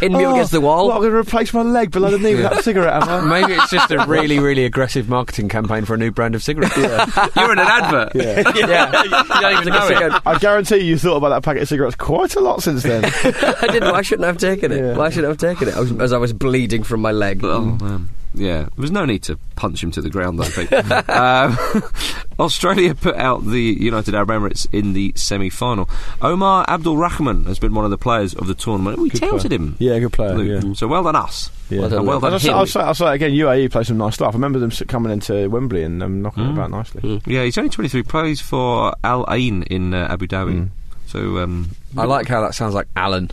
Speaker 4: pinned me up
Speaker 5: Oh,
Speaker 4: against the wall.
Speaker 5: What, I'm going to replace my leg below the knee with that cigarette, am I?
Speaker 3: Maybe it's just a really, really aggressive marketing campaign for a new brand of cigarette. [LAUGHS] Oh,
Speaker 2: You're in an advert.
Speaker 5: [LAUGHS] Yeah.
Speaker 4: [LAUGHS] yeah. you don't even know it.
Speaker 5: I guarantee you thought about that packet of cigarettes quite a lot since then.
Speaker 4: I didn't. Why shouldn't I have taken it?
Speaker 5: Yeah.
Speaker 4: Why shouldn't I have taken it? I was, as I was bleeding from my leg.
Speaker 2: Oh man. Yeah, there was no need to punch him to the ground. I think [LAUGHS] um, Australia put out the United Arab Emirates in the semi-final. Omar Abdul Rahman has been one of the players of the tournament. We touted him.
Speaker 5: Yeah, good player.
Speaker 2: Luke.
Speaker 5: yeah.
Speaker 2: So well done us.
Speaker 5: Yeah.
Speaker 2: And well done
Speaker 5: I'll, say,
Speaker 2: him.
Speaker 5: I'll, say, I'll say it again, UAE played some nice stuff. I remember them s- coming into Wembley and um, knocking it about nicely.
Speaker 2: Yeah, he's only 23. Plays for Al Ain in uh, Abu Dhabi.
Speaker 5: Mm.
Speaker 2: So um,
Speaker 3: I like how that sounds like Alan.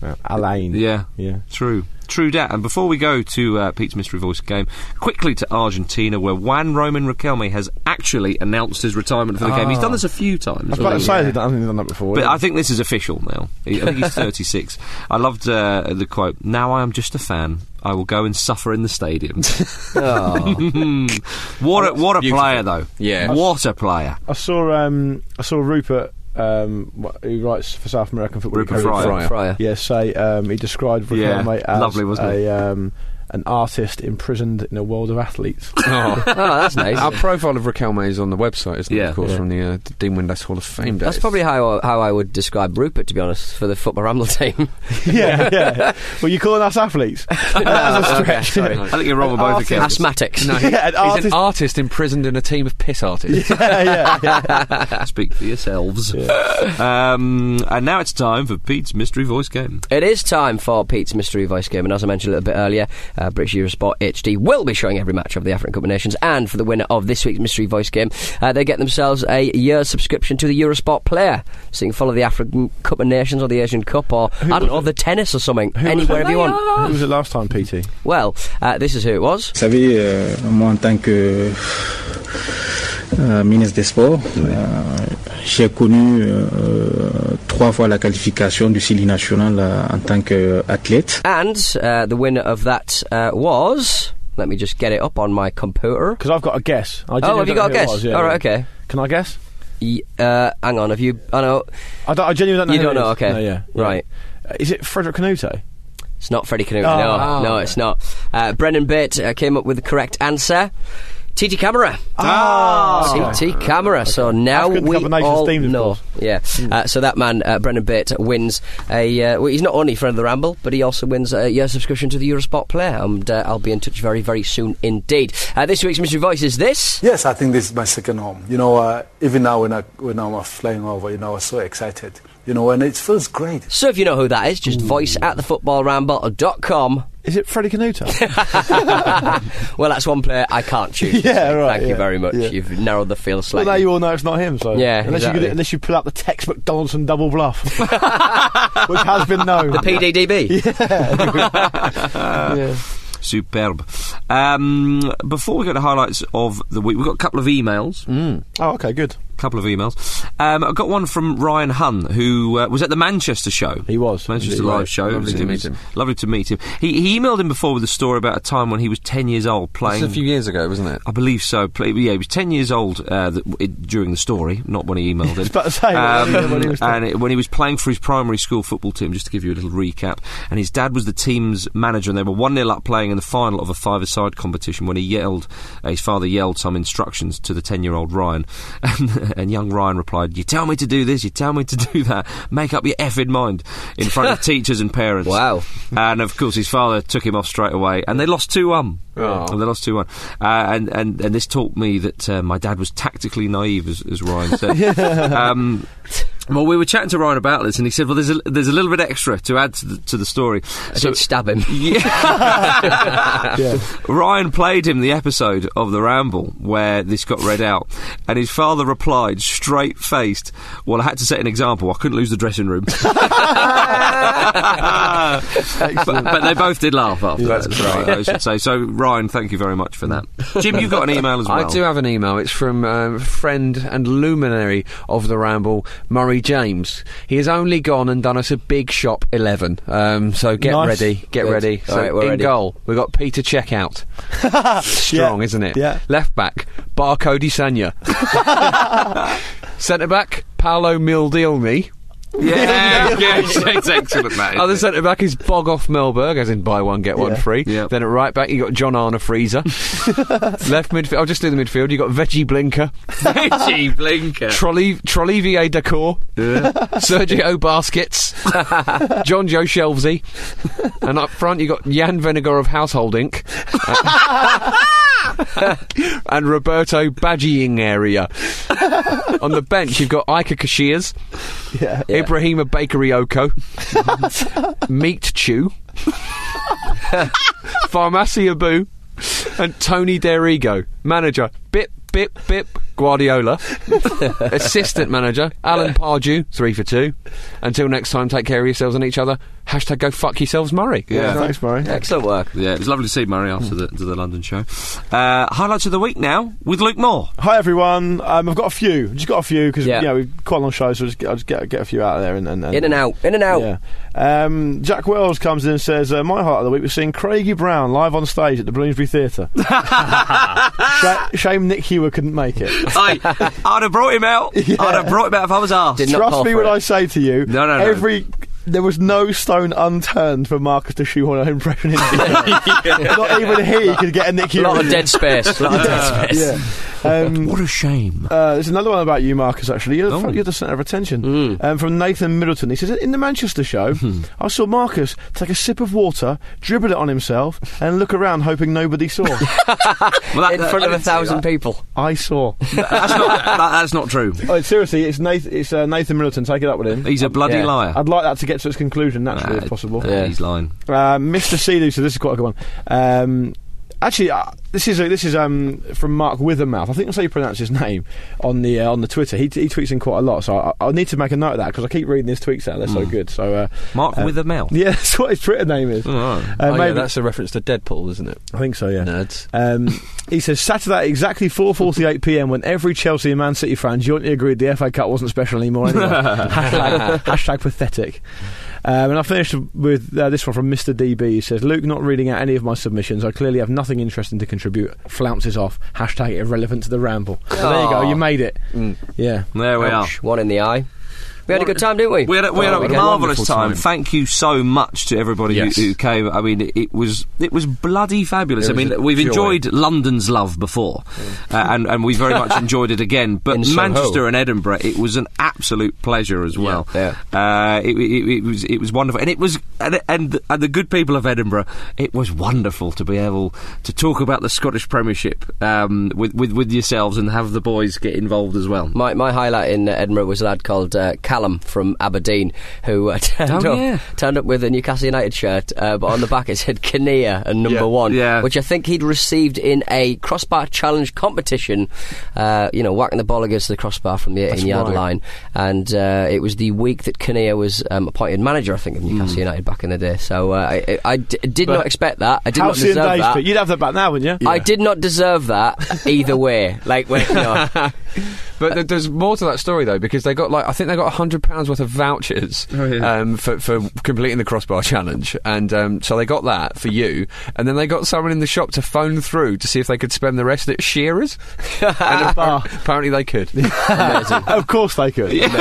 Speaker 5: Yeah. Alain.
Speaker 2: yeah,
Speaker 5: Yeah.
Speaker 2: True. True dat. And before we go to uh, Pete's Mystery Voice game, quickly to Argentina, where Juan Roman Riquelme has actually announced his retirement for the game. He's done this a few
Speaker 5: I
Speaker 2: times.
Speaker 5: was about to
Speaker 2: already.
Speaker 5: say, they've done, I think they've done that before.
Speaker 2: But
Speaker 5: yeah.
Speaker 2: I think this is official now. I think he's 36. I loved uh, the quote, Now I am just a fan. I will go and suffer in the stadium. [LAUGHS] what a, what a player, though.
Speaker 3: Yeah.
Speaker 2: What a player.
Speaker 5: I saw um, I saw Rupert, um, wh- who writes for South American football.
Speaker 2: Rupert
Speaker 5: Coverage.
Speaker 2: Fryer.
Speaker 4: Fryer.
Speaker 5: Yeah, say um, he described
Speaker 2: Yeah,
Speaker 5: Riquelme as
Speaker 2: lovely, wasn't
Speaker 5: a,
Speaker 2: it?
Speaker 5: um, an artist imprisoned in a world
Speaker 4: [LAUGHS]
Speaker 5: of athletes.
Speaker 4: Oh, that's nice.
Speaker 3: Our profile of Raquel May is on the website, isn't it?
Speaker 2: Yeah.
Speaker 3: Of course,
Speaker 2: Yeah.
Speaker 3: from the uh, D- Dean Windass Hall of Fame days.
Speaker 4: That's probably how I, how I would describe Rupert, to be honest, for the football ramble team.
Speaker 5: yeah, yeah. Well, you're calling us
Speaker 4: [LAUGHS]
Speaker 5: athletes.
Speaker 4: Oh,
Speaker 2: [LAUGHS]
Speaker 5: That's a stretch.
Speaker 2: I think you're wrong on both accounts.
Speaker 4: Asthmatics.
Speaker 3: No,
Speaker 5: [LAUGHS] Yeah,
Speaker 3: he's
Speaker 5: an
Speaker 3: an
Speaker 5: artist-
Speaker 3: artist imprisoned in a team of piss artists.
Speaker 5: [LAUGHS] yeah, yeah,
Speaker 2: [LAUGHS]
Speaker 5: yeah.
Speaker 2: Speak for yourselves. Um, and now it's time for Pete's Mystery Voice game.
Speaker 4: It is time for Pete's mystery voice game, and as I mentioned a little bit earlier, Uh, British Eurosport HD will be showing every match of the African Cup of Nations, and for the winner of this week's mystery voice game, uh, they get themselves a year's subscription to the Eurosport Player, so you can follow the African Cup of Nations or the Asian Cup or I don't know the tennis or something [LAUGHS] anywhere if you want.
Speaker 5: Who was it last time, PT?
Speaker 4: Well, uh, this is who it was.
Speaker 8: Vous savez, euh, moi en tant que euh, ministre des Sports, euh, j'ai connu euh, trois fois la qualification du Sili national euh, en tant qu'athlète.
Speaker 4: And uh, the winner of that uh, was. Let me just get it up on my computer.
Speaker 5: Because I've got a guess. I
Speaker 4: Oh,
Speaker 5: genuinely
Speaker 4: have you got
Speaker 5: don't
Speaker 4: a
Speaker 5: know who it
Speaker 4: guess?
Speaker 5: was, yeah.
Speaker 4: All right, okay.
Speaker 5: Can I guess?
Speaker 4: Y- uh, hang on, have you? I know
Speaker 5: I, don't, I genuinely don't know.
Speaker 4: you
Speaker 5: who
Speaker 4: don't
Speaker 5: it
Speaker 4: know.
Speaker 5: is.
Speaker 4: Okay,
Speaker 5: No, yeah, yeah.
Speaker 4: right.
Speaker 5: Uh, Is it Frederick Canute?
Speaker 4: It's not Freddie Canute.
Speaker 5: Oh,
Speaker 4: no,
Speaker 5: oh,
Speaker 4: no,
Speaker 5: okay.
Speaker 4: it's not. Uh, Brennan Bate uh, came up with the correct answer. TT Camera.
Speaker 5: Ah,
Speaker 4: TT Camera. So now
Speaker 5: African
Speaker 4: we
Speaker 5: Cup of Nations
Speaker 4: all
Speaker 5: themed, of
Speaker 4: know.
Speaker 5: course.
Speaker 4: Yeah.
Speaker 5: Hmm.
Speaker 4: Uh, so that man, uh, Brennan Bate, wins a. Uh, well, he's not only friend of the Ramble, but he also wins a year subscription to the Eurosport Player. And uh, I'll be in touch very, very soon indeed. Uh, this week's Mystery Voice is this.
Speaker 9: Yes, I think this is my second home. You know, uh, even now when I when I'm flying over, you know, I'm so excited. You know, and it feels great.
Speaker 4: So if you know who that is, just voice at
Speaker 5: [LAUGHS]
Speaker 4: thefootballramble.com.
Speaker 5: Is it Freddie Canute?
Speaker 4: [LAUGHS] Well, that's one player I can't choose.
Speaker 5: Yeah, right,
Speaker 4: Thank you
Speaker 5: yeah,
Speaker 4: very much.
Speaker 5: yeah.
Speaker 4: You've narrowed the field
Speaker 5: well,
Speaker 4: slightly.
Speaker 5: now you all know it's not him. So
Speaker 4: Yeah,
Speaker 5: unless you
Speaker 4: exactly.
Speaker 5: could, unless you pull out the textbook Donaldson
Speaker 4: [LAUGHS]
Speaker 5: double bluff, which has been known.
Speaker 4: the PDDB.
Speaker 5: [LAUGHS]
Speaker 2: Superb. Um, before we go to highlights of the week, we've got a couple of emails.
Speaker 3: Hmm?
Speaker 5: Oh, okay, good.
Speaker 2: couple of emails. Um, I got one from Ryan Hun, who uh, was at the Manchester show.
Speaker 5: He was.
Speaker 2: Manchester
Speaker 5: Indeed.
Speaker 2: Live
Speaker 5: Right.
Speaker 2: show.
Speaker 3: Lovely
Speaker 2: It was-
Speaker 3: to
Speaker 2: it
Speaker 3: meet
Speaker 2: was
Speaker 3: him.
Speaker 2: Lovely to meet him. He, he emailed him before with a story about a time when he was 10 years old
Speaker 3: This
Speaker 2: playing.
Speaker 3: was a few years ago, wasn't it?
Speaker 2: I believe so. Play- Yeah, he was 10 years old uh, th- it, during the story, not when he
Speaker 5: [LAUGHS]
Speaker 2: emailed it.
Speaker 5: about to say, when he was 10.
Speaker 2: and it, when he was playing for his primary school football team, just to give you a little recap, and his dad was the team's manager, and they were 1 0 up playing in the final of a five a side competition when he yelled, uh, his father yelled some instructions to the 10 year old Ryan. [LAUGHS] And, and young Ryan replied, You tell me to do this, you tell me to do that, make up your effing mind in front
Speaker 5: [LAUGHS]
Speaker 2: of teachers and parents.
Speaker 4: Wow.
Speaker 2: [LAUGHS] And of course, his father took him off straight away, and they lost 2 1. And they lost 2 1. Uh, and, and, and this taught me that uh, my dad was tactically naive, as, as Ryan said. [LAUGHS] um, well, we were chatting to Ryan about this, and he said, "Well, there's a, there's a little bit extra to add to the, to the story."
Speaker 4: I did stab
Speaker 5: [LAUGHS]
Speaker 4: him.
Speaker 2: [LAUGHS] Yeah. Ryan played him the episode of the Ramble where this got read out, and his father replied straight faced, "Well, I had to set an example. I couldn't lose the dressing [LAUGHS] room." but, but they both did laugh after
Speaker 3: That's
Speaker 2: that. so I should say. So, Ryan, thank you very much for that. Jim, you've got an email as well.
Speaker 3: I do have an email. It's from um, friend and luminary of the Ramble, Murray James. He has only gone and done us a big shop 11. Um, so get
Speaker 5: Nice.
Speaker 3: ready, get
Speaker 4: Good.
Speaker 3: ready.
Speaker 4: All
Speaker 3: so
Speaker 4: right, we're
Speaker 3: in
Speaker 4: ready.
Speaker 3: goal, we've got Peter Checkout. Strong,
Speaker 5: Yeah.
Speaker 3: isn't it?
Speaker 5: Yeah.
Speaker 3: Left back, Bar Cody Sanya. Centre back, Paolo Mildioni.
Speaker 2: Yeah, [LAUGHS] yeah, it's excellent, mate. [LAUGHS]
Speaker 3: Other [LAUGHS] centre back is Bogoff Melberg, as in buy one get one
Speaker 5: Yeah.
Speaker 3: free.
Speaker 2: Yeah.
Speaker 3: Then at right back you got John Arna Freezer. Left midfield, I'll just do the midfield. You got Veggie Blinker,
Speaker 2: Richie Blinker.
Speaker 3: Trolley Trollevier Decor, [LAUGHS] Sergio Baskets, John Joe Shelvesy, and up front you got Jan Venegar of Household Inc. and Roberto Badging area. On the bench, you've got Iker Cashiers,
Speaker 5: Yeah.
Speaker 3: Ibrahima Bakery
Speaker 5: [LAUGHS]
Speaker 3: Oko, Meat Chew, Pharmacy Abu, and Tony Derigo, manager. Bip, bip, bip.
Speaker 5: [LAUGHS]
Speaker 3: Guardiola, assistant manager Alan Pardew, three for two. Until next time, take care of yourselves and each other. Hashtag go fuck yourselves, Murray.
Speaker 5: Yeah. Thanks, Murray.
Speaker 4: Excellent work.
Speaker 2: Yeah, it was lovely to see Murray after the, to the London show. Uh, highlights of the week now with Luke Moore.
Speaker 5: Hi everyone. Um, I've got a few. Just got a few because
Speaker 4: Yeah.
Speaker 5: yeah, we've quite a long show, so just, I'll just get get a few out of there and, and, and
Speaker 4: In and out, in and out.
Speaker 5: Yeah. Um, Jack Wells comes in and says, uh, "My heart of the week was seeing Craigie Brown live on stage at the
Speaker 4: [LAUGHS]
Speaker 5: Bloomsbury Theatre. Sh- shame Nick Hewer couldn't make it.
Speaker 2: Hey, I'd have brought him out. I'd have brought him out if I was asked.
Speaker 4: Did not call
Speaker 5: Trust me
Speaker 4: for
Speaker 5: when
Speaker 4: it.
Speaker 5: I say to you,
Speaker 2: No, no, no.
Speaker 5: every." There was no stone unturned for Marcus to shoehorn
Speaker 2: [LAUGHS]
Speaker 5: an impression in. [LAUGHS] Not even he could get a Nick
Speaker 4: A
Speaker 5: Hewer.
Speaker 4: lot of
Speaker 5: in.
Speaker 4: dead
Speaker 5: [LAUGHS]
Speaker 4: space. A lot of dead space.
Speaker 5: Yeah.
Speaker 2: [LAUGHS]
Speaker 5: Um,
Speaker 2: What a shame.
Speaker 5: Uh, there's another one about you, Marcus. Actually, you're the,
Speaker 2: Oh. Mm.
Speaker 5: front, you're the centre of attention. Um, from Nathan Middleton, he says in the Manchester show,
Speaker 2: Hmm.
Speaker 5: I saw Marcus take a sip of water, dribble it on himself, and look around, hoping
Speaker 2: [LAUGHS]
Speaker 5: nobody saw.
Speaker 2: Well, that,
Speaker 4: In front of a thousand people.
Speaker 5: I saw.
Speaker 2: That's not, that, that's not true.
Speaker 5: Oh, seriously, it's Nathan, it's uh, Nathan Middleton. Take it up with him.
Speaker 2: He's a bloody
Speaker 4: Yeah.
Speaker 2: liar.
Speaker 5: I'd like that to get get to its conclusion naturally
Speaker 2: Nah,
Speaker 5: if possible.
Speaker 2: Yeah, he's lying.
Speaker 5: Uh, Mr. Seedoo, so this is quite a good one. Um, actually, uh, this is a, this is um, from Mark Withermouth. I think that's how you pronounce his name on the uh, on the Twitter. He, he tweets in quite a lot, so I, I need to make a note of that because I keep reading his tweets out. They're so good. So uh, [LAUGHS]
Speaker 2: Mark
Speaker 5: uh,
Speaker 2: with a mouth.
Speaker 5: Yeah, that's what his Twitter name is.
Speaker 2: Alright.
Speaker 5: Uh,
Speaker 3: oh, yeah,
Speaker 5: maybe-
Speaker 3: that's a reference to Deadpool, isn't it?
Speaker 5: I think so. Yeah.
Speaker 3: Nerds.
Speaker 5: Um, he says Saturday at exactly 4:48 p.m. when every Chelsea and Man City fan jointly agreed the FA Cup wasn't special anymore.
Speaker 4: [LAUGHS]
Speaker 5: Anyway. hashtag, hashtag pathetic. Um, and I finished with uh, this one from Mr. DB. He says, Luke, not reading out any of my submissions. I clearly have nothing interesting to contribute. Flounces off. Hashtag irrelevant to the ramble. So there you go.
Speaker 4: Aw. Mm.
Speaker 5: You made it. Yeah.
Speaker 2: There we are.
Speaker 4: Ouch, One in the eye. We had a good time, didn't we?
Speaker 2: We had a, we had
Speaker 3: Oh, we
Speaker 2: a
Speaker 3: had a
Speaker 2: marvelous
Speaker 3: wonderful
Speaker 2: time.
Speaker 3: time.
Speaker 2: Thank you so much to everybody
Speaker 3: Yes.
Speaker 2: who, who came. I mean, it, it was it was bloody fabulous. I
Speaker 3: It was
Speaker 2: mean,
Speaker 3: a
Speaker 2: we've
Speaker 3: joy.
Speaker 2: enjoyed London's love before, uh, and and we very
Speaker 3: [LAUGHS]
Speaker 2: much enjoyed it again. But
Speaker 4: In Soho.
Speaker 2: Manchester and Edinburgh, it was an absolute pleasure as well.
Speaker 4: yeah.
Speaker 2: Uh, it, it, it was it was wonderful, and it was and, and and the good people of Edinburgh. It was wonderful to be able to talk about the Scottish Premiership um, with, with with yourselves and have the boys get involved as well.
Speaker 4: My, my highlight in uh, Edinburgh was a lad called uh, Callum from Aberdeen who uh, [LAUGHS] turned,
Speaker 2: Oh,
Speaker 4: up,
Speaker 2: yeah.
Speaker 4: turned up with a Newcastle United shirt, uh, but on the back it said [LAUGHS] Kinnear and number
Speaker 5: Yeah.
Speaker 4: one,
Speaker 2: Yeah.
Speaker 4: which I think he'd received in a crossbar challenge competition, uh, you know, whacking the ball against the crossbar from the 18 yard
Speaker 5: right.
Speaker 4: line. And uh, it was the week that Kinnear was um, appointed manager, I think, of Newcastle United back in the day. So uh, I, I- I d- did
Speaker 5: Hmm. But
Speaker 4: not expect that. I did not
Speaker 5: Halcyon
Speaker 4: deserve
Speaker 5: days,
Speaker 4: that.
Speaker 5: but you'd have that back now, wouldn't you?
Speaker 4: I did not deserve that either way. Like, when,
Speaker 5: [LAUGHS]
Speaker 4: no.
Speaker 3: But th- there's more to that story though, because they got like I think they got hundred pounds worth of vouchers um, for for completing the crossbar [LAUGHS] challenge, and um, so they got that for you, and then they got someone in the shop to phone through to see if they could spend the rest at Shearer's, and appar- apparently they could.
Speaker 5: of course
Speaker 4: [LAUGHS]
Speaker 5: they could. it's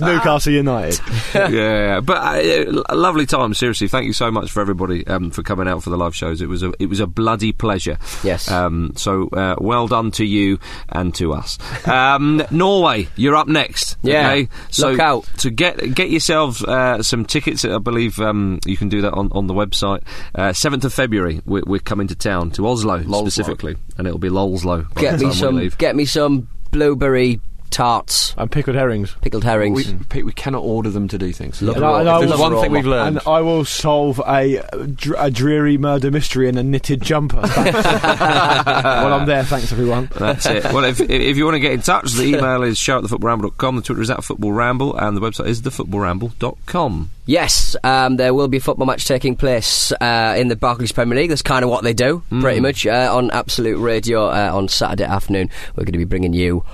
Speaker 5: Newcastle United.
Speaker 2: yeah, yeah. but uh, a lovely time. Seriously, thank you so much for everybody um, for coming out for the live shows. It was a it was a bloody pleasure.
Speaker 4: Yes.
Speaker 2: Um, so uh, well done to you and to us. Um, [LAUGHS] Norway, you're up next.
Speaker 4: Yeah.
Speaker 2: Okay? So
Speaker 4: Look out.
Speaker 2: So get get yourselves uh, some tickets. I believe um, you can do that on, on the website. Uh, Seventh of February, we're, we're coming to town to Oslo, specifically, and it'll be Lolslo. by
Speaker 4: get
Speaker 2: the
Speaker 4: me
Speaker 2: time we
Speaker 4: some
Speaker 2: leave.
Speaker 4: get me some blueberry tarts
Speaker 5: And pickled herrings.
Speaker 4: pickled herrings
Speaker 3: we, Pete, we cannot order them to do things.
Speaker 4: Love
Speaker 3: If
Speaker 5: them all. Love
Speaker 3: there's
Speaker 5: them
Speaker 3: one
Speaker 4: all.
Speaker 3: thing we've learned.
Speaker 5: And I will solve a, dr- a dreary murder mystery in a knitted
Speaker 3: [LAUGHS]
Speaker 5: jumper. [LAUGHS] well, I'm there. Thanks, everyone.
Speaker 2: That's it. Well, if, if you want to get in touch, the email is show at thefootballramble.com, the Twitter is at footballramble, and the website is thefootballramble.com.
Speaker 4: yes um, there will be a football match taking place uh, in the Barclays Premier League that's kind of what they do
Speaker 2: Mm.
Speaker 4: pretty much uh, on Absolute Radio uh, on Saturday afternoon we're going to be bringing you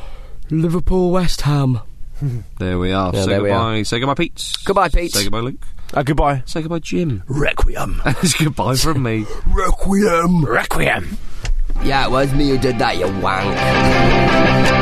Speaker 4: Liverpool West Ham
Speaker 2: There we are.
Speaker 4: Yeah,
Speaker 2: say
Speaker 4: there we
Speaker 2: goodbye. Say goodbye, Pete.
Speaker 4: Goodbye, Pete.
Speaker 2: Say goodbye, Luke.
Speaker 5: Uh, goodbye.
Speaker 2: Say goodbye, Jim.
Speaker 5: Requiem.
Speaker 2: it's goodbye from me.
Speaker 5: Requiem. Requiem.
Speaker 4: yeah it was me who did that you wank